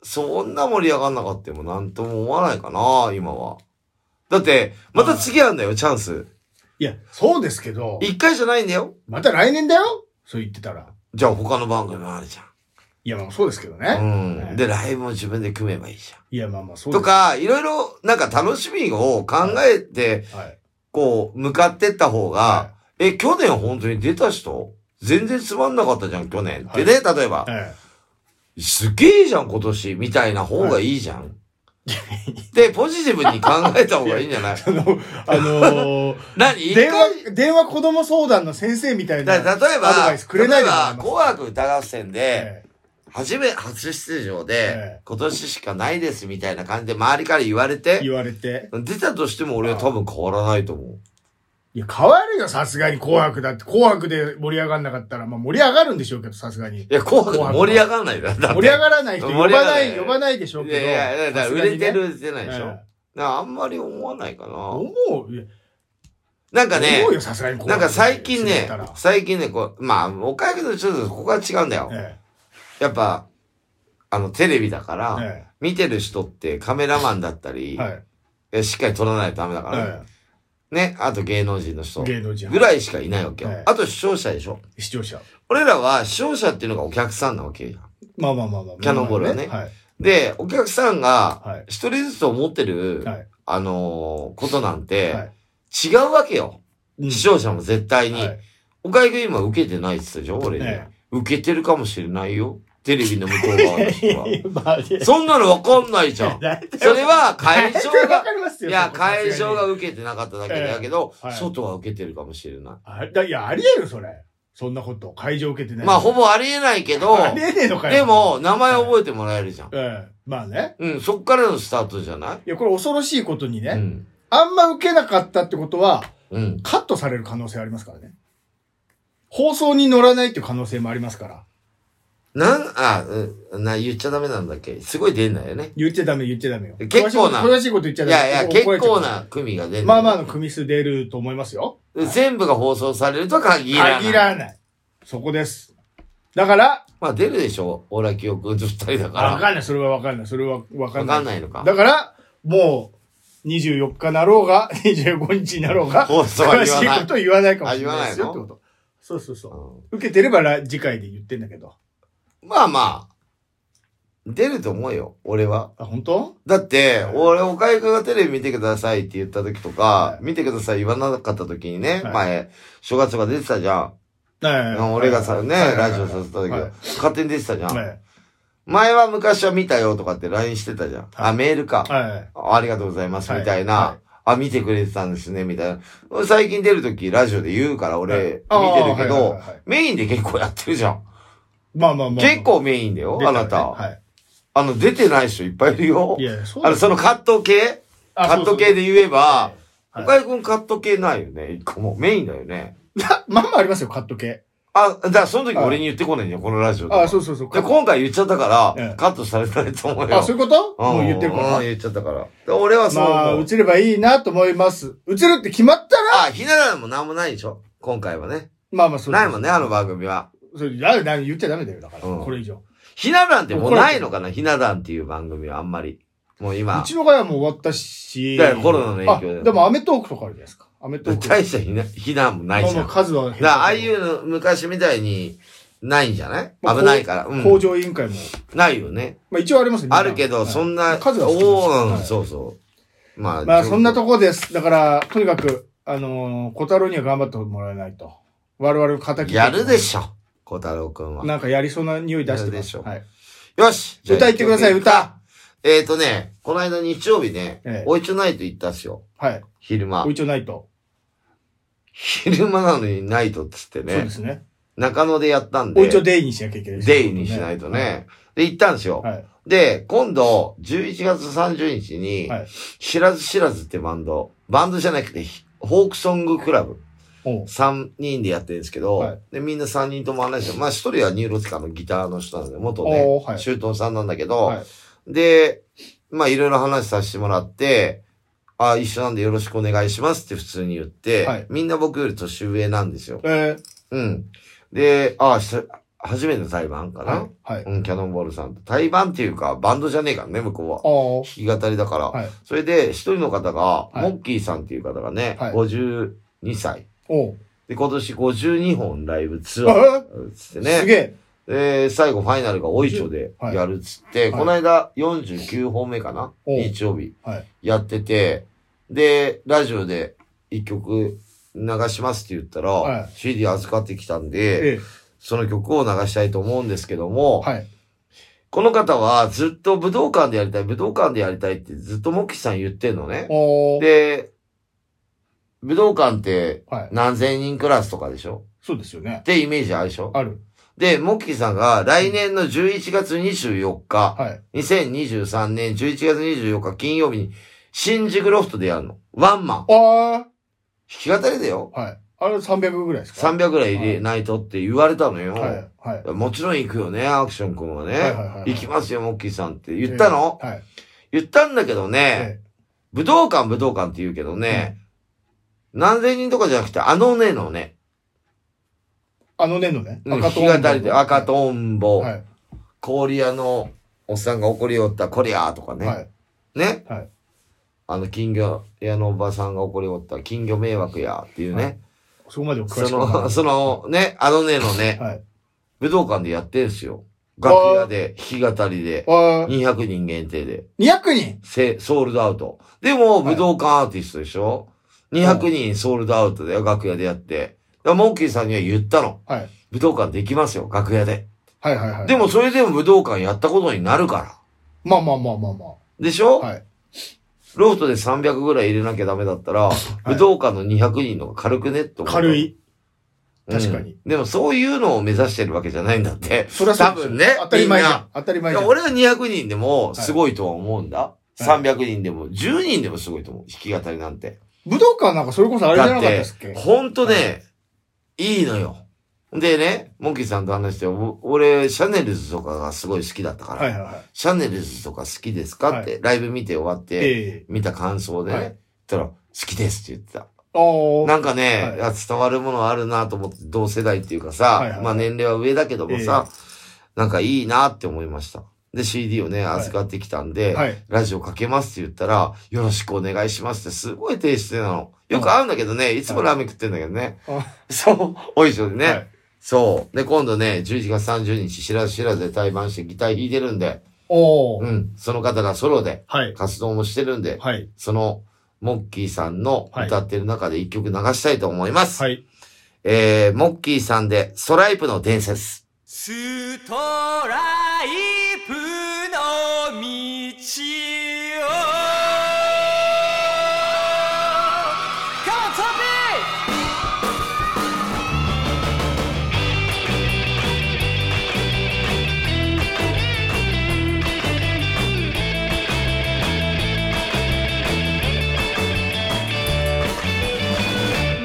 [SPEAKER 1] そんな盛り上がんなかったもなんとも思わないかな、今は。だって、また次あんだよ、チャンス。
[SPEAKER 2] いや、そうですけど、
[SPEAKER 1] 一回じゃないんだよ。
[SPEAKER 2] また来年だよそう言ってたら。
[SPEAKER 1] じゃあ他の番組もあるじ
[SPEAKER 2] いや、まあそうですけど
[SPEAKER 1] ゃ
[SPEAKER 2] ね。
[SPEAKER 1] ん。うん。で、ライブも自分で組めばいいじゃ
[SPEAKER 2] いや、まあまあそ
[SPEAKER 1] ん。
[SPEAKER 2] うで
[SPEAKER 1] と
[SPEAKER 2] す。
[SPEAKER 1] か、いろいろ、なんか楽しみを考えて、
[SPEAKER 2] はい。
[SPEAKER 1] こう、向かってった方
[SPEAKER 2] は
[SPEAKER 1] が、え、去年本当に出た人全然つまんなかったじゃん、去年。
[SPEAKER 2] はい
[SPEAKER 1] でね、例えば
[SPEAKER 2] い。、え
[SPEAKER 1] すげえじゃん、今年、みたいな方がいいじゃん。で、ポジティブに考えた方がいいんじゃ ない
[SPEAKER 2] えあの、あのー
[SPEAKER 1] 何一
[SPEAKER 2] 電
[SPEAKER 1] 回
[SPEAKER 2] 話、電話子供相談の先生みたいな。
[SPEAKER 1] だから例えば、
[SPEAKER 2] アドバイスくれな
[SPEAKER 1] 例え
[SPEAKER 2] いでもら
[SPEAKER 1] ば
[SPEAKER 2] え、ます
[SPEAKER 1] 紅白歌合戦で、
[SPEAKER 2] え
[SPEAKER 1] 初め、初出場
[SPEAKER 2] え
[SPEAKER 1] で
[SPEAKER 2] え、
[SPEAKER 1] 今年しかないですみたいな感じで周りから言われ
[SPEAKER 2] え
[SPEAKER 1] て、
[SPEAKER 2] 言われて。
[SPEAKER 1] 出たとしても俺は多分変わらないと思う。
[SPEAKER 2] いや、変わるよ、さすがに紅白だって。紅白で盛り上がんなかったら、まあ盛り上がるんでしょうけど、さすがに
[SPEAKER 1] い。や、紅白盛り上がんないだだって
[SPEAKER 2] 盛り上がらない人呼ば
[SPEAKER 1] 盛り上がら
[SPEAKER 2] な
[SPEAKER 1] ない
[SPEAKER 2] い、呼ばないでしょう
[SPEAKER 1] い
[SPEAKER 2] けど。
[SPEAKER 1] やいや、だから
[SPEAKER 2] さすが
[SPEAKER 1] 売
[SPEAKER 2] にね
[SPEAKER 1] れて。る売れてないでしょ。だ
[SPEAKER 2] え
[SPEAKER 1] か
[SPEAKER 2] え
[SPEAKER 1] らあんまり思わないかな。
[SPEAKER 2] 思うよ。
[SPEAKER 1] なんかね
[SPEAKER 2] 思う、よ、さすがに紅
[SPEAKER 1] なん
[SPEAKER 2] 白
[SPEAKER 1] か最近ね
[SPEAKER 2] だったら、
[SPEAKER 1] 最近ね、こう、まあ、おかげでちょっとここは違うんだよ。
[SPEAKER 2] え
[SPEAKER 1] やっぱ、あの、テレビだか
[SPEAKER 2] え
[SPEAKER 1] ら、
[SPEAKER 2] え
[SPEAKER 1] 見てる人ってカメラマンだった
[SPEAKER 2] え
[SPEAKER 1] り、
[SPEAKER 2] はい。
[SPEAKER 1] えしっかり撮らないとダメだから、
[SPEAKER 2] え
[SPEAKER 1] ね、あと芸能人の
[SPEAKER 2] え
[SPEAKER 1] 人
[SPEAKER 2] 芸能人。
[SPEAKER 1] ぐらいしかいないわけよ。
[SPEAKER 2] はい
[SPEAKER 1] あと視聴者でしょ。
[SPEAKER 2] 視聴者。
[SPEAKER 1] 俺らは視聴者っていうのがお客さんなわけじゃん。
[SPEAKER 2] まあまあまあまあ。
[SPEAKER 1] キャノンボールはね
[SPEAKER 2] はい。
[SPEAKER 1] で、お客さんが
[SPEAKER 2] はい。
[SPEAKER 1] 一人ずつ思ってる、
[SPEAKER 2] はい
[SPEAKER 1] あのーことなんて、
[SPEAKER 2] はい
[SPEAKER 1] 違うわけよ。
[SPEAKER 2] うん
[SPEAKER 1] 視聴者も絶対に。
[SPEAKER 2] はい
[SPEAKER 1] おかゆが今受けてないって言ったでしょ俺に、
[SPEAKER 2] え
[SPEAKER 1] 受けてるかもしれないよ。テレビの向こう側の人は。
[SPEAKER 2] ま あいや
[SPEAKER 1] そんなのわかんないじゃ ん。
[SPEAKER 2] 大体
[SPEAKER 1] それは会場
[SPEAKER 2] わ
[SPEAKER 1] が、
[SPEAKER 2] かります
[SPEAKER 1] い
[SPEAKER 2] よ
[SPEAKER 1] や、
[SPEAKER 2] そこさすがに
[SPEAKER 1] 会場が受けてなかっただけだけど、
[SPEAKER 2] ええはい
[SPEAKER 1] 外は受けてるかもしれない。
[SPEAKER 2] あだいや、ありえるよ、それ。そんなこと。会場受けてない。
[SPEAKER 1] まあ、ほぼありえないけど、
[SPEAKER 2] ありえねえのかよ。
[SPEAKER 1] で、も、名前覚えてもらえるじゃん。
[SPEAKER 2] えまあね。
[SPEAKER 1] うん、そっからのスタートじゃない
[SPEAKER 2] いや、これ恐ろしいことにね、
[SPEAKER 1] うん。
[SPEAKER 2] あんま受けなかったってことは、
[SPEAKER 1] うん。
[SPEAKER 2] カットされる可能性ありますからね。放送に乗らないっていう可能性もありますから。
[SPEAKER 1] なん、あ、うんな、言っちゃダメなんだっけすごい出んだよね。
[SPEAKER 2] 言っちゃダメ、言っちゃダメよ。
[SPEAKER 1] 結構な
[SPEAKER 2] 詳しいこと詳しいこと言っちゃ
[SPEAKER 1] い
[SPEAKER 2] ダメ。
[SPEAKER 1] やいや、
[SPEAKER 2] 怒ら
[SPEAKER 1] 結
[SPEAKER 2] れちゃう
[SPEAKER 1] 構な組が出る。
[SPEAKER 2] まあまあの組数出ると思いますよ。
[SPEAKER 1] 全部が放送されるとは限らない。
[SPEAKER 2] 限らない。そこです。だから、
[SPEAKER 1] まあ出るでしょオラキオ君と二人だから。
[SPEAKER 2] わかんない。それはわかんない。それはわかん
[SPEAKER 1] わ
[SPEAKER 2] ない。
[SPEAKER 1] かんないのか。
[SPEAKER 2] だから、もう、24日なろうが、25日に なろ うが、
[SPEAKER 1] 放送は
[SPEAKER 2] 詳
[SPEAKER 1] 言
[SPEAKER 2] し
[SPEAKER 1] わ
[SPEAKER 2] い
[SPEAKER 1] な
[SPEAKER 2] こ
[SPEAKER 1] い。
[SPEAKER 2] と言わないかもしれないですよ
[SPEAKER 1] あ言
[SPEAKER 2] って
[SPEAKER 1] わ
[SPEAKER 2] こと。そうそうそう。
[SPEAKER 1] う
[SPEAKER 2] 受けてればら次回で言ってんだけど。
[SPEAKER 1] んまあまあ、出ると思うよ、俺は。
[SPEAKER 2] あ、本当
[SPEAKER 1] だって
[SPEAKER 2] はい、
[SPEAKER 1] 俺、岡井くんがテレビ見てくださいって言った時とか
[SPEAKER 2] は、い
[SPEAKER 1] 見てください言わなかった時にね、
[SPEAKER 2] はい
[SPEAKER 1] 前、正月とか出てたじゃん。
[SPEAKER 2] はい
[SPEAKER 1] あ俺がさ、ね、ラジオさせた
[SPEAKER 2] は
[SPEAKER 1] 時
[SPEAKER 2] いはい
[SPEAKER 1] は、勝手に出てたじゃ
[SPEAKER 2] は
[SPEAKER 1] ん。
[SPEAKER 2] い
[SPEAKER 1] 前は昔は見たよとかって LINE してたじゃん。
[SPEAKER 2] は
[SPEAKER 1] あ、メールか。
[SPEAKER 2] はい。
[SPEAKER 1] あありがとうございます、
[SPEAKER 2] はい
[SPEAKER 1] みたい
[SPEAKER 2] は
[SPEAKER 1] な。あ、見てくれてたんですね、みたいな。最近出るとき、ラジオで言うから、
[SPEAKER 2] はい
[SPEAKER 1] 俺、
[SPEAKER 2] あー
[SPEAKER 1] 見てるけ
[SPEAKER 2] はいはい
[SPEAKER 1] ど
[SPEAKER 2] はいはい、
[SPEAKER 1] メインで結構やってるじゃん。
[SPEAKER 2] まあまあまあまあ。
[SPEAKER 1] 結構メインだよ
[SPEAKER 2] 出、た
[SPEAKER 1] あ
[SPEAKER 2] ね
[SPEAKER 1] な
[SPEAKER 2] は
[SPEAKER 1] た。
[SPEAKER 2] い。
[SPEAKER 1] あの、出てない人いっぱいいるよ
[SPEAKER 2] い。やいや、そうだ
[SPEAKER 1] あ
[SPEAKER 2] よ
[SPEAKER 1] の、そのカット系
[SPEAKER 2] あ
[SPEAKER 1] カ
[SPEAKER 2] そ
[SPEAKER 1] ッ
[SPEAKER 2] うそう
[SPEAKER 1] ト系で言えば、
[SPEAKER 2] はい
[SPEAKER 1] 岡井くんカット系ないよね、一個も。メインだよね。
[SPEAKER 2] まあまあありますよ、カット系。
[SPEAKER 1] あ、だからその時俺に言ってこないんだよ、このラジオで
[SPEAKER 2] あそうそうそう。
[SPEAKER 1] で、今回言っちゃったか
[SPEAKER 2] え
[SPEAKER 1] ら
[SPEAKER 2] え、
[SPEAKER 1] カットされたいと思うよ。
[SPEAKER 2] あ、そういうこともう言ってるか
[SPEAKER 1] うん
[SPEAKER 2] ら。
[SPEAKER 1] 言っちゃったから。で俺はそう思う。
[SPEAKER 2] まあ、映ればいいなと思います。映るって決まったら、
[SPEAKER 1] あ、ひな壇もなんもないでしょ今回はね。
[SPEAKER 2] まあまあ、そう
[SPEAKER 1] ないもんね、あの番組は。
[SPEAKER 2] それ、だだ言っちゃダメだよ、だから。
[SPEAKER 1] うん
[SPEAKER 2] これ以上。
[SPEAKER 1] ひな壇ってもうないのかなひな壇っていう番組はあんまり。もう
[SPEAKER 2] う
[SPEAKER 1] 今。
[SPEAKER 2] ちの会はもう終わったし。
[SPEAKER 1] だからコロナの影響だよ
[SPEAKER 2] あでも、アメトークとかあるじゃないですか。アメトーク
[SPEAKER 1] 大したひな、ひな壇もないじゃん。
[SPEAKER 2] の
[SPEAKER 1] だか
[SPEAKER 2] 数は減ったけど
[SPEAKER 1] ら、ああいうの昔みたいに、ないんじゃない
[SPEAKER 2] まあ
[SPEAKER 1] 危ないから。う
[SPEAKER 2] 工
[SPEAKER 1] ん。
[SPEAKER 2] 場委員会も。
[SPEAKER 1] ないよね。
[SPEAKER 2] まあ、一応ありますよね。
[SPEAKER 1] あるけど、
[SPEAKER 2] はい
[SPEAKER 1] そんな、
[SPEAKER 2] 数は少ないです
[SPEAKER 1] お
[SPEAKER 2] は
[SPEAKER 1] ー
[SPEAKER 2] い
[SPEAKER 1] そうそう。まあ、
[SPEAKER 2] まあ、そんな
[SPEAKER 1] と、
[SPEAKER 2] とこです。だから、とにかく、あのー、小太郎には頑張ってもらえないと。我々の敵
[SPEAKER 1] やるでしょ。小太郎くんは。
[SPEAKER 2] なんかやりそうな匂い出し
[SPEAKER 1] やる
[SPEAKER 2] てます
[SPEAKER 1] でしょ
[SPEAKER 2] はい。
[SPEAKER 1] よし
[SPEAKER 2] 歌言ってください歌
[SPEAKER 1] えっとね、この間日曜日ね
[SPEAKER 2] ええ、
[SPEAKER 1] おいちょないと行ったっすよ。
[SPEAKER 2] はい。
[SPEAKER 1] 昼間
[SPEAKER 2] お。一応ないと。
[SPEAKER 1] 昼間なのにないとっつって
[SPEAKER 2] そう
[SPEAKER 1] ね
[SPEAKER 2] で、すね。
[SPEAKER 1] 中野でやったん
[SPEAKER 2] お一応
[SPEAKER 1] で、
[SPEAKER 2] デイにしなきゃいけないですね。
[SPEAKER 1] デイにしないとね。で、行ったんですよ。
[SPEAKER 2] はい。はい。
[SPEAKER 1] で、今度、11月30日に
[SPEAKER 2] はい、
[SPEAKER 1] 知らず知らずってバンド、バンドじゃなくて、ひフォークソングクラブ、
[SPEAKER 2] おう
[SPEAKER 1] 3人でやってるんですけど、
[SPEAKER 2] はい
[SPEAKER 1] で、みんな3人とも話して、まあ1人はニューロティカのギターの人なんで、元
[SPEAKER 2] お
[SPEAKER 1] ね、
[SPEAKER 2] ーはい
[SPEAKER 1] シュートンさんなんだけど、
[SPEAKER 2] はい
[SPEAKER 1] で、まあいろいろ話させてもらって、あ一緒なんでよろしくお願いしますって普通に言って、
[SPEAKER 2] はい
[SPEAKER 1] みんな僕より年上なんですよ。
[SPEAKER 2] えー
[SPEAKER 1] うん。で、あ、し初めての対バンかな、
[SPEAKER 2] はい。はい。
[SPEAKER 1] うん、キャノンボールさんと。対バンっていうか、バンドじゃねえからね、向こうは。
[SPEAKER 2] おー
[SPEAKER 1] 弾き語りだから。
[SPEAKER 2] はい
[SPEAKER 1] それで、一人の方が、
[SPEAKER 2] い
[SPEAKER 1] モッキーさんっていう方がね、
[SPEAKER 2] はい
[SPEAKER 1] 52歳。
[SPEAKER 2] おう
[SPEAKER 1] で、今年52本ライブツアー。つ
[SPEAKER 2] あ
[SPEAKER 1] って
[SPEAKER 2] えす
[SPEAKER 1] ね。
[SPEAKER 2] げ
[SPEAKER 1] で、最後ファイナルがおいちょで
[SPEAKER 2] はい
[SPEAKER 1] やるっつって、
[SPEAKER 2] い
[SPEAKER 1] この間49本目かな、
[SPEAKER 2] おう
[SPEAKER 1] 日曜日
[SPEAKER 2] はい。
[SPEAKER 1] やってて、で、ラジオで一曲流しますって言ったら、
[SPEAKER 2] はい
[SPEAKER 1] CD 預かってきたん
[SPEAKER 2] え。
[SPEAKER 1] で、
[SPEAKER 2] ええ
[SPEAKER 1] その曲を流したいと思うんですけども、
[SPEAKER 2] はい。
[SPEAKER 1] この方はずっと武道館でやりたい、武道館でやりたいってずっとモッキーさん言ってんのね。
[SPEAKER 2] おー
[SPEAKER 1] で、武道館って
[SPEAKER 2] はい。
[SPEAKER 1] 何千人クラスとかでしょ
[SPEAKER 2] そうですよね
[SPEAKER 1] っ。てイメージあるでしょ
[SPEAKER 2] ある。
[SPEAKER 1] で、モッキーさんが来年の11月24日、
[SPEAKER 2] はい。
[SPEAKER 1] 2023年11月24日金曜日に新宿ロフトでやるの。ワンマン。弾
[SPEAKER 2] あ
[SPEAKER 1] き語りだよ。
[SPEAKER 2] あ。はい。あれ300ぐらいですか
[SPEAKER 1] 300ぐらい入れないとって言われたのよ。
[SPEAKER 2] はい。はい。
[SPEAKER 1] もちろん行くよね、アクション君はね。
[SPEAKER 2] はいはいはいはい
[SPEAKER 1] 行きますよ、モッキーさんって言ったの、
[SPEAKER 2] ええはい。
[SPEAKER 1] 言ったんだけどね、
[SPEAKER 2] え
[SPEAKER 1] 武道館武道館って言うけどね、何千人とかじゃなくて、あのねのね、
[SPEAKER 2] あのねのね。
[SPEAKER 1] うん弾き語りで赤とんぼ、
[SPEAKER 2] はい。
[SPEAKER 1] 氷屋のおっさんが怒りおった、こりゃーとかね、
[SPEAKER 2] はい。
[SPEAKER 1] ね、
[SPEAKER 2] はい
[SPEAKER 1] あの金魚屋のおばさんが怒りおった、金魚迷惑やーっていうね、
[SPEAKER 2] はいそこまでお詳しく
[SPEAKER 1] そ
[SPEAKER 2] わからな
[SPEAKER 1] の、そのね、あのねのね、
[SPEAKER 2] はい。
[SPEAKER 1] 武道館でやってんすよ。楽屋で、弾き語りで、
[SPEAKER 2] ああ、
[SPEAKER 1] 200人限定で。
[SPEAKER 2] 200人
[SPEAKER 1] せ、ソールドアウト。でも、
[SPEAKER 2] はい
[SPEAKER 1] 武道館アーティストでしょ ?200 人ソールドアウトだよ、楽屋でやって。だからモンキーさんには言ったの。
[SPEAKER 2] はい。
[SPEAKER 1] 武道館できますよ、楽屋で。
[SPEAKER 2] はいはいはい。
[SPEAKER 1] でも、、それでも武道館やったことになるから。
[SPEAKER 2] まあまあまあまあま
[SPEAKER 1] でしょ、
[SPEAKER 2] あ。はい。
[SPEAKER 1] ロフトで300ぐらい入れなきゃダメだったら、
[SPEAKER 2] い
[SPEAKER 1] 武道館の200人の方が軽くねって思う
[SPEAKER 2] 軽い。確かに
[SPEAKER 1] うんでもそういうのを目指してるわけじゃないんだって。
[SPEAKER 2] それはそうで
[SPEAKER 1] 多
[SPEAKER 2] す
[SPEAKER 1] 分ね
[SPEAKER 2] 当たり前じゃ
[SPEAKER 1] みん
[SPEAKER 2] ん。当たり
[SPEAKER 1] い
[SPEAKER 2] 前じゃ
[SPEAKER 1] や
[SPEAKER 2] ん。
[SPEAKER 1] 俺は200人でもすごいとは思うんだ。
[SPEAKER 2] い
[SPEAKER 1] 300人でも、10人でもすごいと思う。弾き語りなんて。
[SPEAKER 2] 武道館なんかそれこそあれじゃなかったですっけ
[SPEAKER 1] ほんとね、いいのよ。でね、モンキーさんと話して、お俺、シャネルズとかがすごい好きだったから、
[SPEAKER 2] はいはいはい。
[SPEAKER 1] シャネルズとか好きですかって、ライブ見て終わって、
[SPEAKER 2] え
[SPEAKER 1] 見た感想でね、
[SPEAKER 2] はい
[SPEAKER 1] 言ったら、好きですって言ってた。
[SPEAKER 2] え。あ
[SPEAKER 1] なんかね、
[SPEAKER 2] はい
[SPEAKER 1] いや伝わるものあるなと思って、同世代っていうかさ、
[SPEAKER 2] はいはい
[SPEAKER 1] まあ年齢は上だけどもさ、なんかいいなって思いました。で、CD をね、預かってきたんで、
[SPEAKER 2] あ。はい。
[SPEAKER 1] ラジオかけますって言ったら、よろしくお願いしますって、すごい低姿勢なの。よく会うんだけどね、いつもラーメン食ってんだけどね。
[SPEAKER 2] あ
[SPEAKER 1] そう、おいしょでね。
[SPEAKER 2] はい
[SPEAKER 1] そう。で、今度ね、11月30日、知らず知らずで対バンしてギター弾いてるんで、
[SPEAKER 2] お
[SPEAKER 1] う
[SPEAKER 2] ー。
[SPEAKER 1] ん、その方がソロで
[SPEAKER 2] はい。
[SPEAKER 1] 活動もしてるんで、
[SPEAKER 2] はい。
[SPEAKER 1] その、モッキーさんの
[SPEAKER 2] はい
[SPEAKER 1] 歌ってる中で一曲流したいと思います。
[SPEAKER 2] はい。
[SPEAKER 1] えー、モッキーさんで、ストライプの伝説。
[SPEAKER 3] ストライプの道を Come on, Toppy!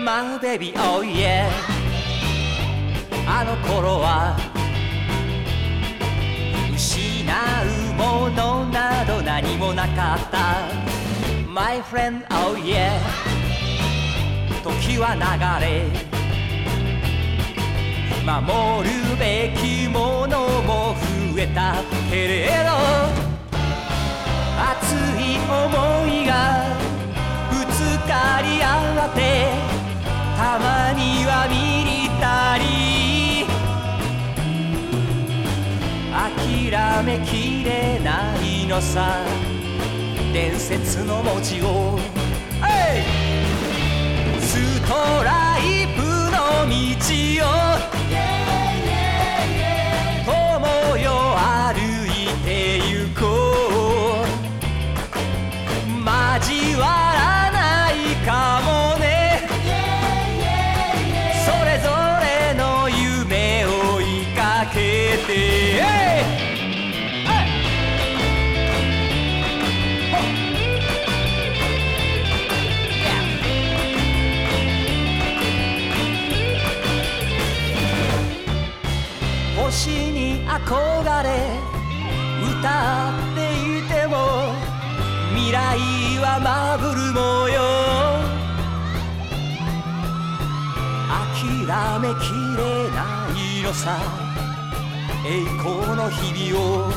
[SPEAKER 3] マウベビーオイエあの頃は失うものなど何もなかった My friend oh yeah 時は流れ守るべきものも増えたけれど熱い思いがぶつかり合ってたまにはミリタリー諦めきれないのさ伝説の文字をえいストライプの道を友よ歩いてゆこう交わらないかもねそれぞれの夢を追いかけて星に憧れ歌っていても未来はまぶるもよ諦めきれないのさ栄光の日々を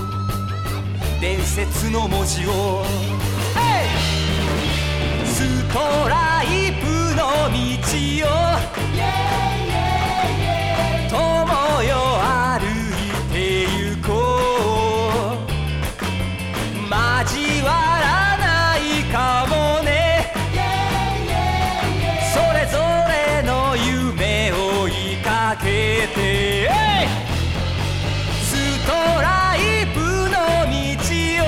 [SPEAKER 3] 伝説の文字をえいストライプの道を友よ歩いてゆこう交わらないかもねそれぞれの夢を追いかけてストライプの道を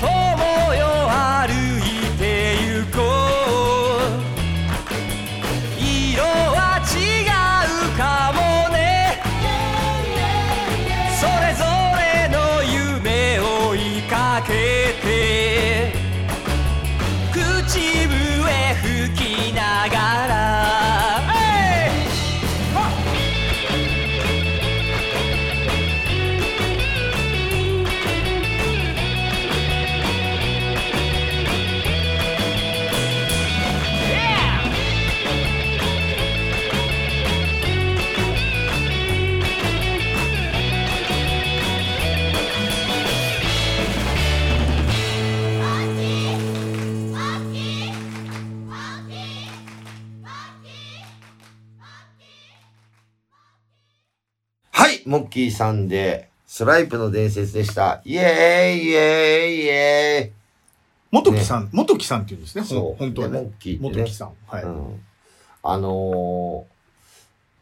[SPEAKER 3] 友よ歩いてゆこう色は違うかもねそれぞれの夢を追いかけて口笛吹きながらえい
[SPEAKER 1] はい、モッキーさんで、ストライプの伝説でした。イエーイ、イエーイ、イエ
[SPEAKER 2] 元木さん、元木さんっていうんですね、
[SPEAKER 1] ーイ。
[SPEAKER 2] ほん本当は
[SPEAKER 1] で
[SPEAKER 2] ね
[SPEAKER 1] モ。ッキーってね
[SPEAKER 2] 元木さん。はい。
[SPEAKER 1] うんあのー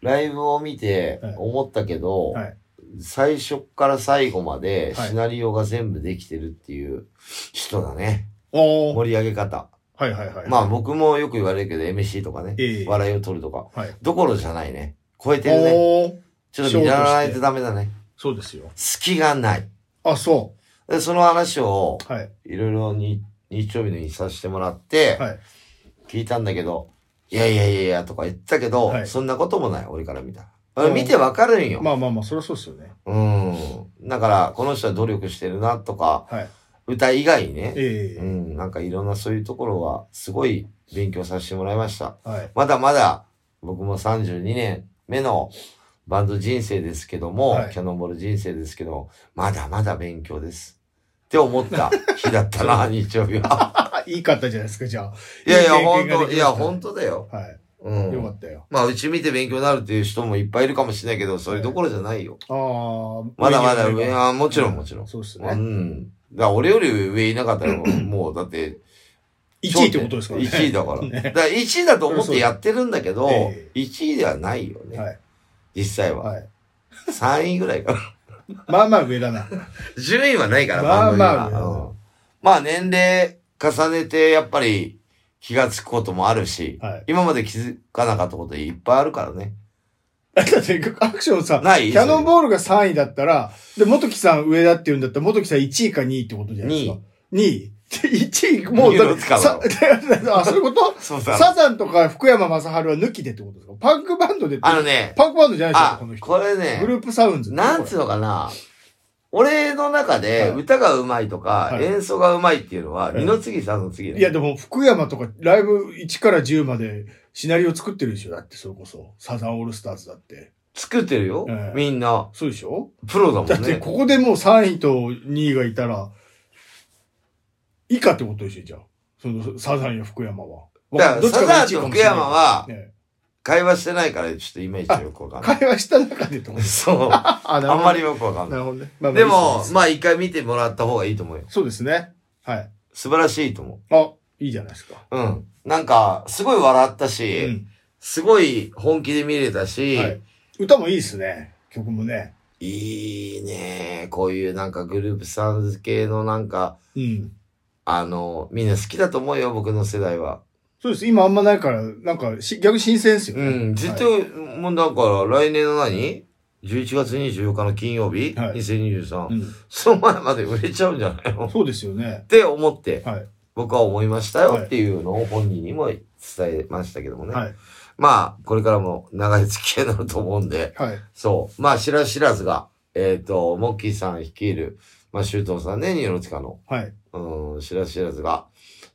[SPEAKER 1] ライブを見て
[SPEAKER 2] はい
[SPEAKER 1] 思ったけど、
[SPEAKER 2] はい
[SPEAKER 1] 最初から最後まで
[SPEAKER 2] はい
[SPEAKER 1] シナリオが全部できてるっていう人だね。
[SPEAKER 2] おー。
[SPEAKER 1] 盛り上げ方。
[SPEAKER 2] はいはいはい。
[SPEAKER 1] まあ僕もよく言われるけど MC とかね、
[SPEAKER 2] ええ
[SPEAKER 1] 笑いを取るとか、
[SPEAKER 2] はい
[SPEAKER 1] どころじゃないね。超えてるね。
[SPEAKER 2] おー
[SPEAKER 1] ちょっと見習わないとダメだね。
[SPEAKER 2] そうですよ。
[SPEAKER 1] 隙がない。
[SPEAKER 2] あ、そ
[SPEAKER 1] でその話を
[SPEAKER 2] う。はい。
[SPEAKER 1] いろいろに日曜日にさせてもらって、
[SPEAKER 2] はい。
[SPEAKER 1] 聞いたんだけど、いやいやいやいやとか言ってたけど、
[SPEAKER 2] はい
[SPEAKER 1] そんなこともない、俺から見たら。
[SPEAKER 2] うん
[SPEAKER 1] 見てわかるんよ。
[SPEAKER 2] まあまあまあ、そりゃそうですよね。
[SPEAKER 1] うん。だから、この人は努力してるなとか、
[SPEAKER 2] はい。
[SPEAKER 1] 歌以外にね、
[SPEAKER 2] ええ
[SPEAKER 1] うん、なんかいろんなそういうところは、すごい勉強させてもらいました。
[SPEAKER 2] はい。
[SPEAKER 1] まだまだ、僕も32年目のバンド人生ですけども、
[SPEAKER 2] はい
[SPEAKER 1] キャノンボール人生ですけども、まだまだ勉強です。って思った日だった な、日曜日は。
[SPEAKER 2] あ、いいかったじゃないですか、じゃあ。
[SPEAKER 1] いやいや、
[SPEAKER 2] いい経
[SPEAKER 1] 本
[SPEAKER 2] 験がで
[SPEAKER 1] 当
[SPEAKER 2] きましたね
[SPEAKER 1] いや、本当だよ。
[SPEAKER 2] はい。
[SPEAKER 1] うん。
[SPEAKER 2] よかったよ。
[SPEAKER 1] まあ、うち見て勉強になるっていう人もいっぱいいるかもしれないけど、それどころじゃないよ。
[SPEAKER 2] ああ、
[SPEAKER 1] まだまだ
[SPEAKER 2] 上
[SPEAKER 1] 上
[SPEAKER 2] に
[SPEAKER 1] は、もちろんもちろん。
[SPEAKER 2] そうです
[SPEAKER 1] う
[SPEAKER 2] ね。
[SPEAKER 1] ん。だから俺より上いなか ったら、もう、だって。
[SPEAKER 2] 1位ってことです からね。
[SPEAKER 1] 1位だから。だから1位だと思ってやってるんだけど
[SPEAKER 2] え、
[SPEAKER 1] 1位ではないよね。
[SPEAKER 2] はい。
[SPEAKER 1] 実際は。
[SPEAKER 2] はい。
[SPEAKER 1] 3位ぐらいかな。
[SPEAKER 2] まあまあ上だな。
[SPEAKER 1] 順位はないから、
[SPEAKER 2] まあまあ
[SPEAKER 1] 番組はうんまあ、年齢重ねて、やっぱり気がつくこともあるし、
[SPEAKER 2] はい。
[SPEAKER 1] 今まで気づかなかったこといっぱいあるからね。
[SPEAKER 2] だって、アクションさ、
[SPEAKER 1] ない
[SPEAKER 2] キャノンボールが3位だったら、で、元木さん上だって言うんだったら、元木さん1位か2位ってことじゃないですか。2位。1位、もう
[SPEAKER 1] 二位
[SPEAKER 2] だっ
[SPEAKER 1] の
[SPEAKER 2] て、
[SPEAKER 1] 塚
[SPEAKER 2] さ
[SPEAKER 1] 野
[SPEAKER 2] あ、そういうこと
[SPEAKER 1] そうだ。
[SPEAKER 2] サザンとか福山雅治は抜きでってことですかパンクバンドでって
[SPEAKER 1] あのね、
[SPEAKER 2] パンクバンドじゃないですか、
[SPEAKER 1] あ
[SPEAKER 2] この、人。
[SPEAKER 1] これね
[SPEAKER 2] グ、ループサウンズ。
[SPEAKER 1] なんつうのかな。俺の中で
[SPEAKER 2] はい
[SPEAKER 1] 歌が上手いとか、
[SPEAKER 2] はい
[SPEAKER 1] 演奏が上手いっていうのは、
[SPEAKER 2] はい
[SPEAKER 1] 二の次三の次
[SPEAKER 2] いや、
[SPEAKER 1] ね。
[SPEAKER 2] でも、福山とか、ライブ1から10までシナリオ作ってるでしょだって、それこそ。サザンオールスターズだって。
[SPEAKER 1] 作ってるよ
[SPEAKER 2] はい。
[SPEAKER 1] みんな。
[SPEAKER 2] そうでしょ
[SPEAKER 1] プロだもん
[SPEAKER 2] だって、
[SPEAKER 1] ね。
[SPEAKER 2] ここでもう3位と2位がいたら、以下ってことでしょじゃあ。その、サザンや福山は。
[SPEAKER 1] だから、
[SPEAKER 2] どっち
[SPEAKER 1] サ
[SPEAKER 2] か
[SPEAKER 1] ザ
[SPEAKER 2] が
[SPEAKER 1] ン
[SPEAKER 2] 一位
[SPEAKER 1] と
[SPEAKER 2] かも
[SPEAKER 1] 福
[SPEAKER 2] しれない
[SPEAKER 1] 山、は、
[SPEAKER 2] ね
[SPEAKER 1] 会話してないから、ちょっとイメージよくわかんな
[SPEAKER 2] 会話した中でってこ と
[SPEAKER 1] い。そう。あ
[SPEAKER 2] あ、 なる
[SPEAKER 1] ん
[SPEAKER 2] ほど
[SPEAKER 1] まり。よくわかんな
[SPEAKER 2] な
[SPEAKER 1] い。
[SPEAKER 2] るほどね。まあまあ
[SPEAKER 1] で
[SPEAKER 2] いい
[SPEAKER 1] も
[SPEAKER 2] っ、すね
[SPEAKER 1] まあ一回見てもらった方がいいと思うよ。
[SPEAKER 2] そうですね。はい。
[SPEAKER 1] 素晴らしいと思
[SPEAKER 2] あ、いいじゃないですか。
[SPEAKER 1] う。うん。なんか、すごい笑った
[SPEAKER 2] う
[SPEAKER 1] し、
[SPEAKER 2] ん。
[SPEAKER 1] すごい本気で見れたし、
[SPEAKER 2] はい。歌もいいですね。曲もね。
[SPEAKER 1] いいねこういうなんかグループサウンズ系のなんか、
[SPEAKER 2] うん。
[SPEAKER 1] あの、みんな好きだと思うよ、僕の世代は。
[SPEAKER 2] そうです。今あんまないから、なんかし、逆に新鮮ですよ
[SPEAKER 1] う
[SPEAKER 2] ね。
[SPEAKER 1] ん、絶対、
[SPEAKER 2] は
[SPEAKER 1] もうだから、来年の何 ?11 月24日の金曜日、
[SPEAKER 2] はい
[SPEAKER 1] ?2023、
[SPEAKER 2] うん
[SPEAKER 1] その前まで売れちゃうんじゃないのっ
[SPEAKER 2] そうですよね。
[SPEAKER 1] て思って、
[SPEAKER 2] はい。
[SPEAKER 1] 僕は思いましたよ
[SPEAKER 2] はい
[SPEAKER 1] っていうのを本人にも伝えましたけどもね。
[SPEAKER 2] はい。
[SPEAKER 1] まあ、これからも長い付き合いになると思うんで、
[SPEAKER 2] はい。
[SPEAKER 1] そう。まあ、知らず知らずが、えっ、と、モッキーさん率いる、まあ、周東さんね、ニューロチカの、
[SPEAKER 2] はい。
[SPEAKER 1] うん、知らず知らずが、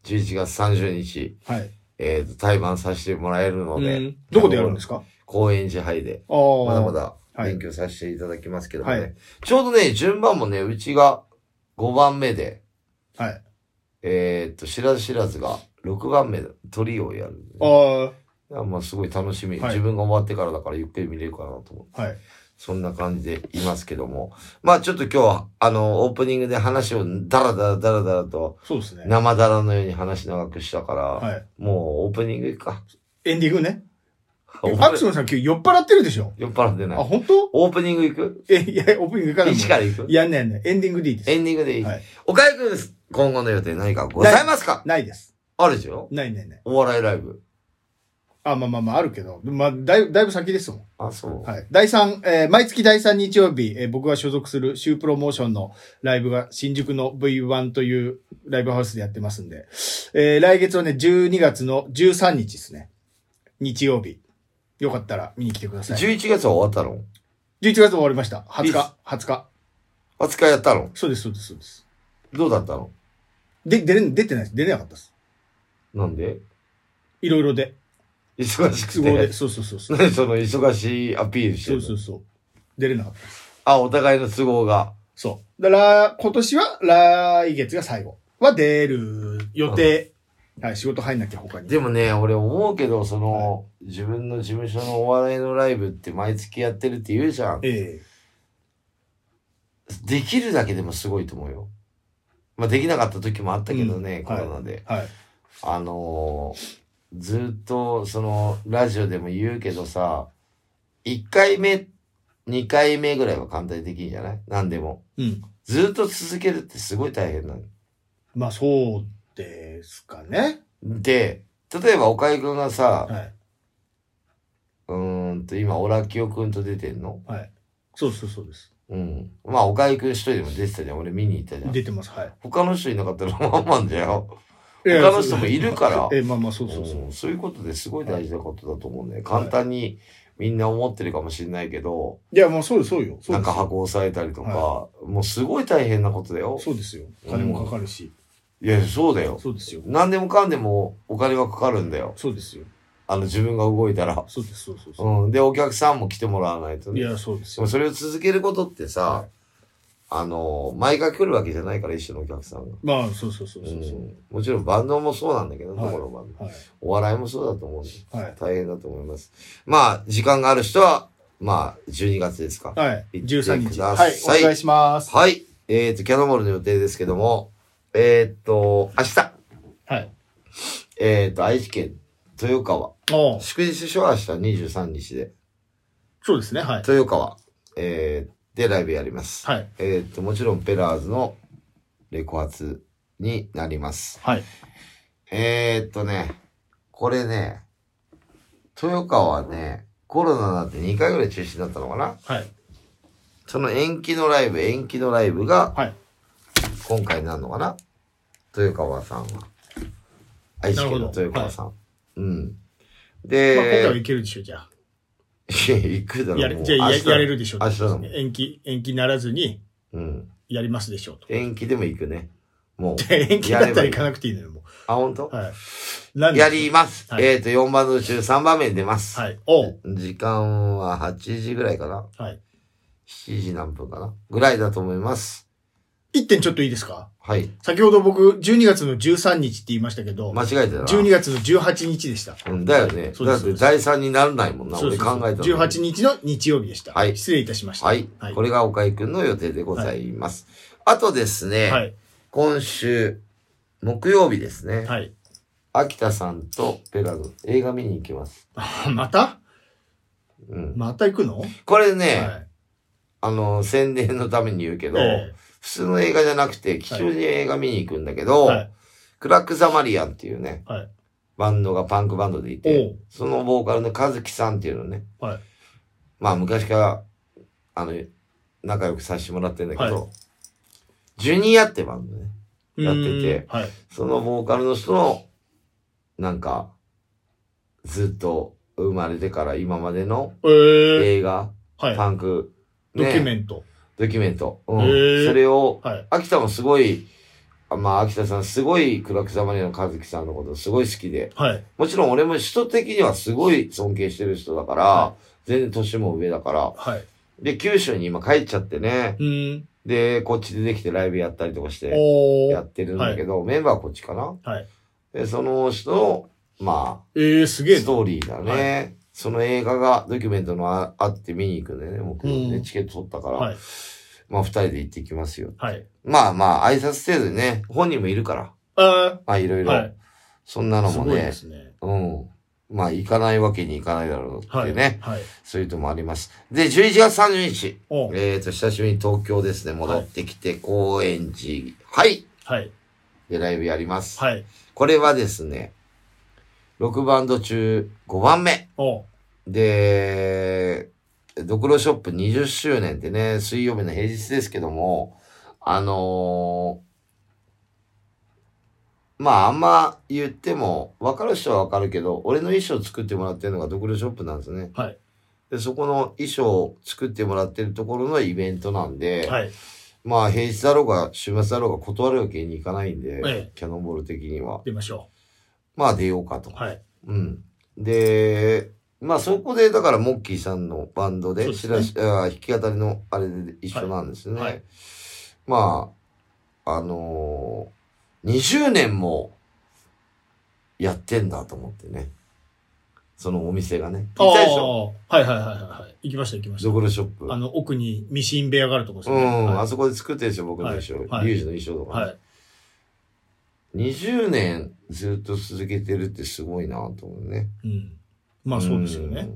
[SPEAKER 1] 11月30日、
[SPEAKER 2] はい。
[SPEAKER 1] えっ、と、対バンさせてもらえるので、
[SPEAKER 2] うんどこでやるんですか
[SPEAKER 1] 高円寺杯で、
[SPEAKER 2] ああ。
[SPEAKER 1] まだまだ
[SPEAKER 2] はい
[SPEAKER 1] 勉強させていただきますけどもね。
[SPEAKER 2] はい
[SPEAKER 1] ちょうどね、順番もね、うちが5番目で、
[SPEAKER 2] はい。
[SPEAKER 1] えーっと、知らず知らずが6番目でトリオをやる、
[SPEAKER 2] ああ。
[SPEAKER 1] いやまあ、すごい楽しみ、
[SPEAKER 2] はい
[SPEAKER 1] 自分が終わってからだからゆっくり見れるかなと思う。
[SPEAKER 2] はい。
[SPEAKER 1] そんな感じでいますけども。まあちょっと今日は、あの、オープニングで話をダラダラダラダラと、
[SPEAKER 2] そうですね。
[SPEAKER 1] 生ダラのように話長くしたから、
[SPEAKER 2] はい。
[SPEAKER 1] もうオープニングいくか。
[SPEAKER 2] エンディングね。
[SPEAKER 1] オー
[SPEAKER 2] ア
[SPEAKER 1] プ
[SPEAKER 2] ク
[SPEAKER 1] ニ
[SPEAKER 2] ションさん今日酔っ払ってるでしょ
[SPEAKER 1] 酔っ払って
[SPEAKER 2] あ、
[SPEAKER 1] ない。
[SPEAKER 2] 本当？
[SPEAKER 1] オープニングいく
[SPEAKER 2] え、いや、オープニングいかないもん。
[SPEAKER 1] ?1 からいく
[SPEAKER 2] やんないやんない。エンディングでいいです。
[SPEAKER 1] エンディングでいい。
[SPEAKER 2] はい
[SPEAKER 1] 岡井くんです、今後の予定何かございますか
[SPEAKER 2] ないです。
[SPEAKER 1] あるでしょ
[SPEAKER 2] ないないない。
[SPEAKER 1] お笑いライブ。
[SPEAKER 2] あ、まあまあまあ、あるけど。まあ、だいぶ、だいぶ先ですもん。
[SPEAKER 1] あ、そう。
[SPEAKER 2] はい。第3、えー毎月第3日曜日、えー僕が所属するシュープロモーションのライブが新宿の V1 というライブハウスでやってますんで、えー来月はね、12月の13日ですね。日曜日。よかったら見に来てください。11
[SPEAKER 1] 11月は終わったの
[SPEAKER 2] 月終わりまし
[SPEAKER 1] い
[SPEAKER 2] た。20
[SPEAKER 1] いっ
[SPEAKER 2] 日
[SPEAKER 1] す。
[SPEAKER 2] 20日。
[SPEAKER 1] 扱いやったの
[SPEAKER 2] そうです、そうです、そうです。
[SPEAKER 1] どうだったの
[SPEAKER 2] で、出れ、出てないです。出れなかったです。
[SPEAKER 1] なんで
[SPEAKER 2] いろいろで。
[SPEAKER 1] 忙しく
[SPEAKER 2] 都合
[SPEAKER 1] て
[SPEAKER 2] で。。そうそうそうそ う。
[SPEAKER 1] 何その忙しいアピールして
[SPEAKER 2] そ
[SPEAKER 1] る
[SPEAKER 2] う
[SPEAKER 1] の
[SPEAKER 2] そうそう。出れなかったです。
[SPEAKER 1] あ、お互いの都合が。
[SPEAKER 2] そう。だから、今年は、来月が最後は出る予定。はい、仕事入んなきゃ他に。
[SPEAKER 1] でもね、俺思うけど、その、自分の事務所のお笑いのライブって毎月やってるって言うじゃん。
[SPEAKER 2] ええ
[SPEAKER 1] できるだけでもすごいと思うよ。まあ、できなかった時もあったけどね、
[SPEAKER 2] うん
[SPEAKER 1] コロナで。
[SPEAKER 2] はい。
[SPEAKER 1] あのーずっと、その、ラジオでも言うけどさ、1回目、2回目ぐらいは簡単にできんじゃない何でも。
[SPEAKER 2] うん。
[SPEAKER 1] ずっと続けるってすごい大変なの。
[SPEAKER 2] まあ、そうですかね。
[SPEAKER 1] で、例えば岡井くんがさ、
[SPEAKER 2] はい。
[SPEAKER 1] うーんと今、オラキオくんと出てんの
[SPEAKER 2] はい。そうそうそうです。
[SPEAKER 1] うん。まあ、岡井くん一人でも出てたじゃん。俺見に行ったじゃん。
[SPEAKER 2] 出てます。はい。
[SPEAKER 1] 他の人いなかったらワンマンだよ。他の人もいるから
[SPEAKER 2] え、まあまあ、そうそうそう
[SPEAKER 1] うん。そういうことですごい大事なことだと思うね。簡単にみんな思ってるかもしれないけど、
[SPEAKER 2] いや、もうそうです、そうよ。
[SPEAKER 1] な
[SPEAKER 2] そうですよ
[SPEAKER 1] んか箱押さえたりとか、
[SPEAKER 2] は
[SPEAKER 1] もうすごい大変なことだよ。
[SPEAKER 2] そうですよ。金もかかるし。
[SPEAKER 1] いや、そうだよ。
[SPEAKER 2] そうですよ。
[SPEAKER 1] 何でもかんでもお金はかかるんだよ。
[SPEAKER 2] そうですよ。
[SPEAKER 1] あの、自分が動いたら。
[SPEAKER 2] そうです、そうそうそ
[SPEAKER 1] うん。で、お客さんも来てもらわないと
[SPEAKER 2] う。い
[SPEAKER 1] ね。
[SPEAKER 2] や、そうです
[SPEAKER 1] で
[SPEAKER 2] よ
[SPEAKER 1] も。それを続けることってさ、
[SPEAKER 2] はい
[SPEAKER 1] あの、毎回来るわけじゃないから、一緒のお客さんが。
[SPEAKER 2] まあ、そうそうそうそうそうう。
[SPEAKER 1] んもちろんバンドもそうなんだけど、
[SPEAKER 2] はい
[SPEAKER 1] どこのバンドも。
[SPEAKER 2] はい。
[SPEAKER 1] お笑いもそうだと思うんで
[SPEAKER 2] はい。
[SPEAKER 1] 大変だと思います。まあ、時間がある人は、まあ、12月ですか。
[SPEAKER 2] はい。
[SPEAKER 1] 行って
[SPEAKER 2] 13
[SPEAKER 1] く
[SPEAKER 2] 日。
[SPEAKER 1] だ
[SPEAKER 2] は
[SPEAKER 1] さい
[SPEAKER 2] い。お願いします。
[SPEAKER 1] はい。えっ、と、キャノンボールの予定ですけども、えっ、と、明日、
[SPEAKER 2] はい。
[SPEAKER 1] えっ、と、愛知県豊川。
[SPEAKER 2] おー
[SPEAKER 1] 祝日でしょ明日23日で。
[SPEAKER 2] そうですね。はい。
[SPEAKER 1] 豊川、えー、でライブやります。
[SPEAKER 2] はい。
[SPEAKER 1] えっ、と、もちろんペラーズのレコ発になります。
[SPEAKER 2] はい。
[SPEAKER 1] えー、っとね、これね、豊川はね、コロナになって2回ぐらい中止になったのかな
[SPEAKER 2] はい。
[SPEAKER 1] その延期のライブ、延期のライブが
[SPEAKER 2] はい。
[SPEAKER 1] 今回になるのかな豊川さんは。愛知県の豊川さん。うん。
[SPEAKER 2] まあ、今回は
[SPEAKER 1] で、
[SPEAKER 2] いけるでしょう、じゃあ。
[SPEAKER 1] いや、行くだろ
[SPEAKER 2] や
[SPEAKER 1] も
[SPEAKER 2] れ、
[SPEAKER 1] う
[SPEAKER 2] じゃあや
[SPEAKER 1] 明日
[SPEAKER 2] やれるでしょう。
[SPEAKER 1] 明日だもん。
[SPEAKER 2] 延期、延期ならずに、
[SPEAKER 1] うん。
[SPEAKER 2] やりますでしょうと。
[SPEAKER 1] 延期でも行くね。もう。
[SPEAKER 2] 延期だった
[SPEAKER 1] やれば
[SPEAKER 2] ら行か
[SPEAKER 1] いい
[SPEAKER 2] なくていいのよ、も
[SPEAKER 1] あ、本当
[SPEAKER 2] う。？はい。なんで
[SPEAKER 1] やります。
[SPEAKER 2] はい
[SPEAKER 1] えっ、と、4番の中3番目に出ます。
[SPEAKER 2] はい。おう。
[SPEAKER 1] 時間は8時ぐらいかな。
[SPEAKER 2] はい。
[SPEAKER 1] 7時何分かなぐらいだと思います。
[SPEAKER 2] 一点ちょっといいですか
[SPEAKER 1] はい。
[SPEAKER 2] 先ほど僕、12月の13日って言いましたけど、
[SPEAKER 1] 間違えてたな。
[SPEAKER 2] 12月の18日でした。
[SPEAKER 1] うん、だよね。
[SPEAKER 2] そう
[SPEAKER 1] だ
[SPEAKER 2] で
[SPEAKER 1] っ
[SPEAKER 2] す
[SPEAKER 1] て第3にならないもんな。
[SPEAKER 2] そうそうそう
[SPEAKER 1] 俺考えたのに
[SPEAKER 2] 18日の日曜日でした。
[SPEAKER 1] はい
[SPEAKER 2] 失礼いたしました。
[SPEAKER 1] はい。
[SPEAKER 2] はい。
[SPEAKER 1] これが岡井くんの予定でございます。あとですね、
[SPEAKER 2] はい。
[SPEAKER 1] 今週、木曜日ですね、
[SPEAKER 2] はい。
[SPEAKER 1] 秋田さんとペラの映画見に行きます。
[SPEAKER 2] また
[SPEAKER 1] うん。
[SPEAKER 2] また行くのはい。
[SPEAKER 1] これね、あの、宣伝のために言うけど、
[SPEAKER 2] え
[SPEAKER 1] 普通の映画じゃなくて、貴重に映画見に行くんだけど、
[SPEAKER 2] はい
[SPEAKER 1] クラック・ザ・マリアンっていうね、
[SPEAKER 2] はい
[SPEAKER 1] バンドがパンクバンドでい
[SPEAKER 2] えお
[SPEAKER 1] て、そのボーカルの和樹さんっていうのね、
[SPEAKER 2] う。はい。
[SPEAKER 1] まあ昔から、あの、仲良くさせてもらってんだけど、
[SPEAKER 2] は
[SPEAKER 1] ジュニアってバンドね、やってて
[SPEAKER 2] うーんはい。
[SPEAKER 1] そのボーカルの人の、なんか、ずっと生まれてから今までの
[SPEAKER 2] えー、
[SPEAKER 1] 映画、
[SPEAKER 2] はい。
[SPEAKER 1] パンク、
[SPEAKER 2] ドキュメ
[SPEAKER 1] ント。
[SPEAKER 2] ント。
[SPEAKER 1] ドキュメント。うん
[SPEAKER 2] へー
[SPEAKER 1] それを、
[SPEAKER 2] はい。
[SPEAKER 1] 秋田もすごい、あまあ、秋田さんすごい暗くざまりの和樹さんのことすごい好きで、
[SPEAKER 2] はい。
[SPEAKER 1] もちろん俺も人的にはすごい尊敬してる人だから、
[SPEAKER 2] は
[SPEAKER 1] 全然年も上だから、
[SPEAKER 2] はい。
[SPEAKER 1] で、九州に今帰っちゃってね
[SPEAKER 2] う、ーん。
[SPEAKER 1] で、こっちでできてライブやったりとかして、
[SPEAKER 2] お
[SPEAKER 1] や
[SPEAKER 2] ー。
[SPEAKER 1] ってるんだけど、メンバーはこっちかな
[SPEAKER 2] はい。
[SPEAKER 1] で、その人の、ま
[SPEAKER 2] えー、す
[SPEAKER 1] あ、
[SPEAKER 2] げえ
[SPEAKER 1] ス
[SPEAKER 2] な。
[SPEAKER 1] トーリーだね。その映画が、ドキュメントのああって見に行くんでね、僕、ね
[SPEAKER 2] うん
[SPEAKER 1] チケット取ったから、
[SPEAKER 2] はい。
[SPEAKER 1] まあ、二人で行ってきますよ。
[SPEAKER 2] はい。
[SPEAKER 1] まあまあ、挨拶程度にね、本人もいるから。
[SPEAKER 2] あ
[SPEAKER 1] まあいろい
[SPEAKER 2] ー
[SPEAKER 1] ろ、
[SPEAKER 2] はい。
[SPEAKER 1] そんなの
[SPEAKER 2] す
[SPEAKER 1] も
[SPEAKER 2] ごい
[SPEAKER 1] ね
[SPEAKER 2] で、すね。
[SPEAKER 1] うん。まあ行かないわけにいかないだろうっ
[SPEAKER 2] は
[SPEAKER 1] て
[SPEAKER 2] い。
[SPEAKER 1] ね、
[SPEAKER 2] はい。
[SPEAKER 1] そういうのもあります。で、11月30日、
[SPEAKER 2] おう
[SPEAKER 1] えっ、と、久しぶりに東京ですね、戻ってきて、高円寺、はい
[SPEAKER 2] はい。
[SPEAKER 1] で、ライブやります。
[SPEAKER 2] はい。
[SPEAKER 1] これはですね、6バンド中5番目。
[SPEAKER 2] おう
[SPEAKER 1] で、ドクロショップ20周年ってね、水曜日の平日ですけども、あのーまああんま言っても、わかる人はわかるけど、俺の衣装作ってもらってるのがドクロショップなんですね。
[SPEAKER 2] はい。
[SPEAKER 1] で、そこの衣装を作ってもらってるところのイベントなんで、
[SPEAKER 2] はい。
[SPEAKER 1] まあ平日だろうが週末だろうが断るわけにいかないんで、
[SPEAKER 2] ええ
[SPEAKER 1] キャノンボール的には。
[SPEAKER 2] 出ましょ
[SPEAKER 1] まあ出ようかと。
[SPEAKER 2] う。はい。
[SPEAKER 1] うん。で、まあそこで、だから、モッキーさんのバンドで、
[SPEAKER 2] そうですね
[SPEAKER 1] 知らしあー弾き語りのあれで一緒なんですね。
[SPEAKER 2] はいはい
[SPEAKER 1] まあ、あのー、20年もやってんだと思ってね。そのお店がね。行ったでしょ
[SPEAKER 2] あーはいはいはいはいはい。行きました行きまし
[SPEAKER 1] ド
[SPEAKER 2] た。
[SPEAKER 1] クロショップ。
[SPEAKER 2] あの、奥にミシン部屋があるとこです
[SPEAKER 1] う
[SPEAKER 2] ね。
[SPEAKER 1] ん、
[SPEAKER 2] は
[SPEAKER 1] あそこで作ってるでしょ、僕の衣装。
[SPEAKER 2] はいはい
[SPEAKER 1] リュウジの衣装と
[SPEAKER 2] い。
[SPEAKER 1] かね、
[SPEAKER 2] はい。
[SPEAKER 1] 20年ずっと続けてるってすごいなと思うね。
[SPEAKER 2] うん。まあそうですよね。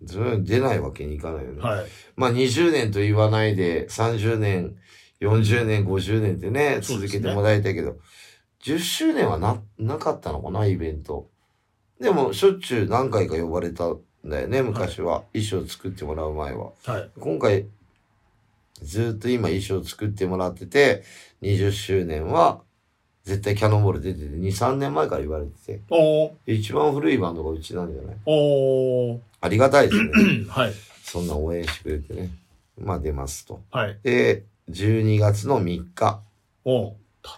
[SPEAKER 1] うん。それは出ないわけにいかないよね。
[SPEAKER 2] はい。
[SPEAKER 1] まあ20年と言わないで30年、40年、50年ってね、
[SPEAKER 2] そう
[SPEAKER 1] 続
[SPEAKER 2] ですね
[SPEAKER 1] けてもらいたいけど、 10周年はな、なかったのかな、イベント。でも、しょっちゅう何回か呼ばれたんだよね、昔は。衣装作ってもらう前は。
[SPEAKER 2] はい。
[SPEAKER 1] 今回、ずっと今衣装作ってもらってて、20周年は、絶対キャノンボール出てて、2、3年前から言われて
[SPEAKER 2] おー、
[SPEAKER 1] て。一番古いバンドがうちなんじゃない
[SPEAKER 2] おー、
[SPEAKER 1] ありがたいです ね。
[SPEAKER 2] うんはい。
[SPEAKER 1] そんな応援してくれてね。まあ出ますと。
[SPEAKER 2] はい。
[SPEAKER 1] で、12月の3日、
[SPEAKER 2] おー、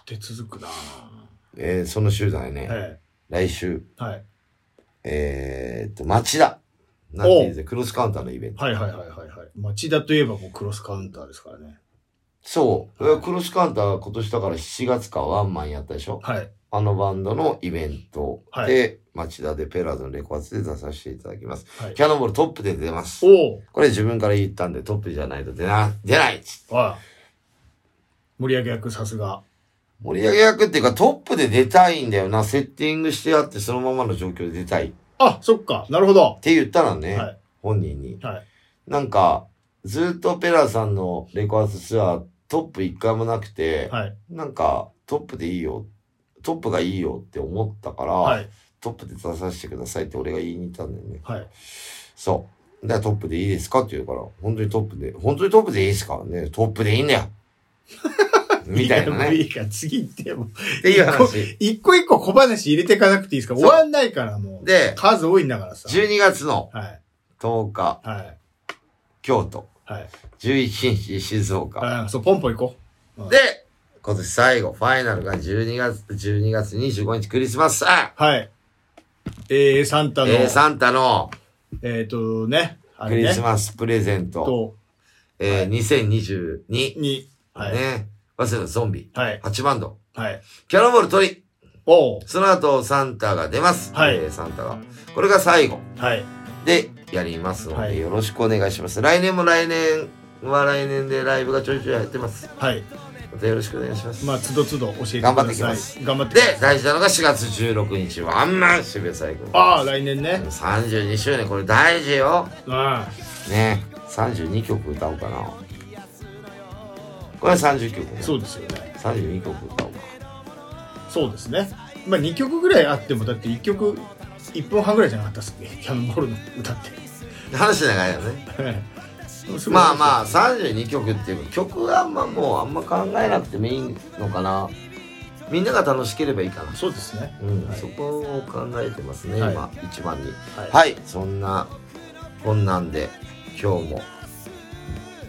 [SPEAKER 2] 立て続くな
[SPEAKER 1] えーその週だよね、
[SPEAKER 2] え
[SPEAKER 1] 来週、
[SPEAKER 2] えはい。
[SPEAKER 1] えーっと、町田。なんていうんですかクロスカウンターのイベント。
[SPEAKER 2] はいはいはいはいはい。町田といえばもうクロスカウンターですからね。
[SPEAKER 1] そう。
[SPEAKER 2] はい
[SPEAKER 1] クロスカウンター今年だから7月かワンマンやったでしょ
[SPEAKER 2] はい。
[SPEAKER 1] あのバンドのイベントで、
[SPEAKER 2] は
[SPEAKER 1] 町田でペラーズのレコアツで出させていただきます。
[SPEAKER 2] はい
[SPEAKER 1] キ。ャノンボールトップで出ます。
[SPEAKER 2] おー、
[SPEAKER 1] これ自分から言ったんでトップじゃないと出な、出ないっつって
[SPEAKER 2] あ盛り上げ役さすが。
[SPEAKER 1] 盛り上げ役っていうかトップで出たいんだよな。セッティングしてあってそのままの状況で出たい。っ
[SPEAKER 2] あ、そっか。なるほど。
[SPEAKER 1] て言ったらね、
[SPEAKER 2] はい
[SPEAKER 1] 本人に。
[SPEAKER 2] はい。
[SPEAKER 1] なんか、ずっとペラさんのレコアツツアートップ一回もなくて、
[SPEAKER 2] はい。
[SPEAKER 1] なんかトップでいいよ、トップがいいよって思ったから、
[SPEAKER 2] はい。
[SPEAKER 1] トップで出させてくださいって俺が言いに行ったんだよね。
[SPEAKER 2] はい。
[SPEAKER 1] そう。で、トップでいいですかって言うから、本当にトップで、本当にトップでいいですかね、トップでいいんだ よ。みたいな
[SPEAKER 2] やもう
[SPEAKER 1] ね。
[SPEAKER 2] い
[SPEAKER 1] っ
[SPEAKER 2] いから、次行っても。
[SPEAKER 1] ていう話。
[SPEAKER 2] 一個一個小話入れていかなくていいですか
[SPEAKER 1] そう
[SPEAKER 2] 終わんないからもう。
[SPEAKER 1] で、
[SPEAKER 2] 数多いんだからさ。
[SPEAKER 1] 12月の
[SPEAKER 2] はい。
[SPEAKER 1] 10日、
[SPEAKER 2] はい。
[SPEAKER 1] 京都。
[SPEAKER 2] はい。
[SPEAKER 1] 11日、静岡。
[SPEAKER 2] あそう、ポンポン行こう。うん
[SPEAKER 1] で、今年最後、ファイナルが12月、12月25日クリスマスさ
[SPEAKER 2] はい。えー、サンタの、
[SPEAKER 1] えー、サンタの
[SPEAKER 2] えっ、とね、あ
[SPEAKER 1] ク
[SPEAKER 2] れ
[SPEAKER 1] リス
[SPEAKER 2] ね、
[SPEAKER 1] マスプレゼント、
[SPEAKER 2] と、
[SPEAKER 1] えー、2022、
[SPEAKER 2] に、はい、
[SPEAKER 1] ね、早稲田ゾンビ、
[SPEAKER 2] はい、
[SPEAKER 1] 8バンド、
[SPEAKER 2] はい。
[SPEAKER 1] キャノンボール鳥、
[SPEAKER 2] おう
[SPEAKER 1] その後サンタが出ます。
[SPEAKER 2] はい
[SPEAKER 1] えーサンタが。これが最後
[SPEAKER 2] はい、
[SPEAKER 1] でやりますので、
[SPEAKER 2] はい
[SPEAKER 1] よろしくお願いします。来年も来年は来年でライブがちょいちょいやってます。
[SPEAKER 2] はい。
[SPEAKER 1] またよろしくお願いします。
[SPEAKER 2] まあ、つどつど教えてください。
[SPEAKER 1] 頑張ってきます
[SPEAKER 2] 頑張って
[SPEAKER 1] で
[SPEAKER 2] きま、す
[SPEAKER 1] 大事なのが4月16日ワンマン渋谷最高。
[SPEAKER 2] ああ、来年ね。
[SPEAKER 1] 32周年、これ大事よ。
[SPEAKER 2] うん。あ
[SPEAKER 1] ね32曲歌おうかなこれは30曲ね
[SPEAKER 2] そうですよね。
[SPEAKER 1] 32曲歌おうか
[SPEAKER 2] そうですね。まあ、2曲ぐらいあっても、だって1曲、1分半ぐらいじゃなかったっすっけ キャノンボールの歌って。
[SPEAKER 1] 話長いよねま
[SPEAKER 2] ま
[SPEAKER 1] あまあ32曲っていうか曲はあんまもうあんま考えなくてもいいのかなみんなが楽しければいいかな
[SPEAKER 2] そうですね。
[SPEAKER 1] うん、
[SPEAKER 2] はい
[SPEAKER 1] そこを考えてますね、
[SPEAKER 2] はい
[SPEAKER 1] 今一番に
[SPEAKER 2] は
[SPEAKER 1] はいそんなこんなんで今日も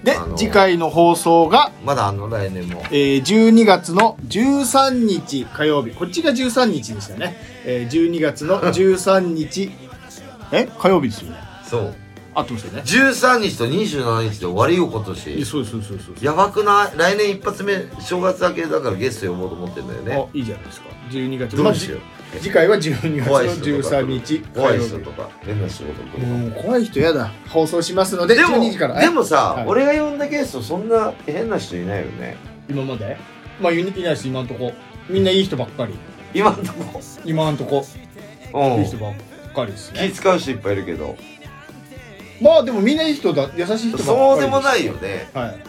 [SPEAKER 2] で
[SPEAKER 1] あの、
[SPEAKER 2] 次回の放送が、
[SPEAKER 1] まだあの来年も
[SPEAKER 2] えー12月の13日火曜日こっちが13日でしたね、えー12月の13日 え火曜日ですよね
[SPEAKER 1] そう
[SPEAKER 2] 合ってますよね
[SPEAKER 1] 13日と27日で終わりよ今
[SPEAKER 2] い
[SPEAKER 1] 年
[SPEAKER 2] そうそうそうそう
[SPEAKER 1] やばくない来年一発目正月明けだからゲスト呼ぼうと思ってんだよね
[SPEAKER 2] あいいじゃないですか12月
[SPEAKER 1] どうしよう。
[SPEAKER 2] まあじ次回は12月の
[SPEAKER 1] 怖い人とか
[SPEAKER 2] 13日火
[SPEAKER 1] 怖い
[SPEAKER 2] 曜日
[SPEAKER 1] 人とか、変な仕事来るか
[SPEAKER 2] も
[SPEAKER 1] も
[SPEAKER 2] う怖い人やだ放送しますので
[SPEAKER 1] でも
[SPEAKER 2] 12時から
[SPEAKER 1] でもさ、
[SPEAKER 2] はい
[SPEAKER 1] 俺が呼んだゲスト、そんな変な人いないよね。
[SPEAKER 2] 今までまあユニいないです今んとこみんないい人ばっかり
[SPEAKER 1] 今んとこ。
[SPEAKER 2] 今んとこ
[SPEAKER 1] う
[SPEAKER 2] い
[SPEAKER 1] ん
[SPEAKER 2] い人。ばっかりですね
[SPEAKER 1] 気使う人いっぱいいるけど、
[SPEAKER 2] まあでもみんないい人だ優しい人ばっかりす
[SPEAKER 1] そうでもないよね。
[SPEAKER 2] はい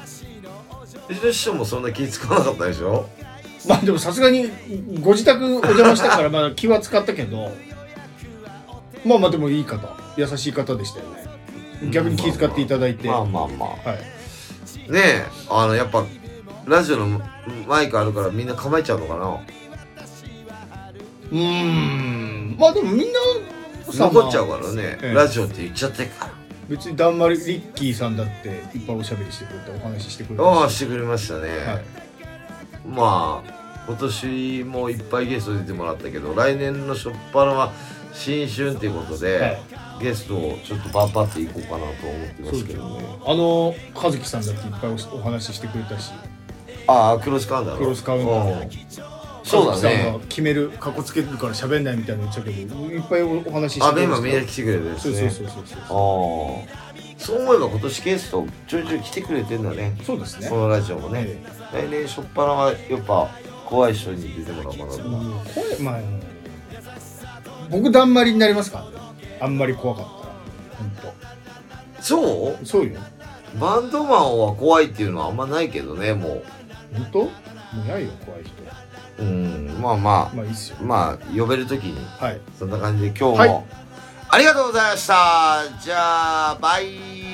[SPEAKER 2] う
[SPEAKER 1] ちの師匠もそんな気使わなかったでしょ
[SPEAKER 2] まあでもさすがにご自宅お邪魔した からまあ気は使ったけどまあまあでもいい方優しい方でしたよね逆に気遣っていただいて、
[SPEAKER 1] まあまあまあ。
[SPEAKER 2] はい
[SPEAKER 1] ねえ、あの、やっぱ、ラジオのマイクあるからみんな構えちゃうのかな
[SPEAKER 2] うーんまあでもみんなさ
[SPEAKER 1] 残っちゃう
[SPEAKER 2] まあ
[SPEAKER 1] からね、
[SPEAKER 2] ええ
[SPEAKER 1] ラジオって言っちゃってっから。
[SPEAKER 2] 別にだんまりリッキーさんだっていっぱいおしゃべりしてくれてお話ししてくれて
[SPEAKER 1] ああ、してくれましたね。
[SPEAKER 2] はい、
[SPEAKER 1] まあ今年もいっぱいゲスト出てもらったけど来年の初っ端は新春っていうことで、
[SPEAKER 2] はい
[SPEAKER 1] ゲストをちょっとバッバっていこうかなと思ってますけどね
[SPEAKER 2] あの和樹さんだっていっぱいおお話ししてくれたし
[SPEAKER 1] ああクロスカウンターの
[SPEAKER 2] クロスカウンターの
[SPEAKER 1] うんそうだ
[SPEAKER 2] 和樹さん
[SPEAKER 1] ね
[SPEAKER 2] が決めるかっこつけるから喋んないみたいなの言ってたけどいっぱいおお話しして
[SPEAKER 1] あ
[SPEAKER 2] く
[SPEAKER 1] で
[SPEAKER 2] れま
[SPEAKER 1] 今
[SPEAKER 2] した
[SPEAKER 1] みんな来てくれるんで
[SPEAKER 2] そ
[SPEAKER 1] す
[SPEAKER 2] う
[SPEAKER 1] ね
[SPEAKER 2] そうそうそうそう
[SPEAKER 1] ああそう思えば今年ゲストちょいちょい来てくれてんだね
[SPEAKER 2] そうですね
[SPEAKER 1] このラジオもね、
[SPEAKER 2] ええ
[SPEAKER 1] 来年初っ端はやっぱ怖い人に出てもらおうかなと、
[SPEAKER 2] 声まあ僕だんまりになりますからねあんまり怖かったら本
[SPEAKER 1] そう
[SPEAKER 2] 当そうよ
[SPEAKER 1] バンドマンは怖いっていうのはあんまないけどねもう
[SPEAKER 2] 本当もうやいよ怖い人
[SPEAKER 1] うん、まあま
[SPEAKER 2] まあいいっすよ
[SPEAKER 1] あ、まあ、呼べるときに、
[SPEAKER 2] はい
[SPEAKER 1] そんな感じで今日も、
[SPEAKER 2] はい
[SPEAKER 1] ありがとうございましたじゃあ、バイ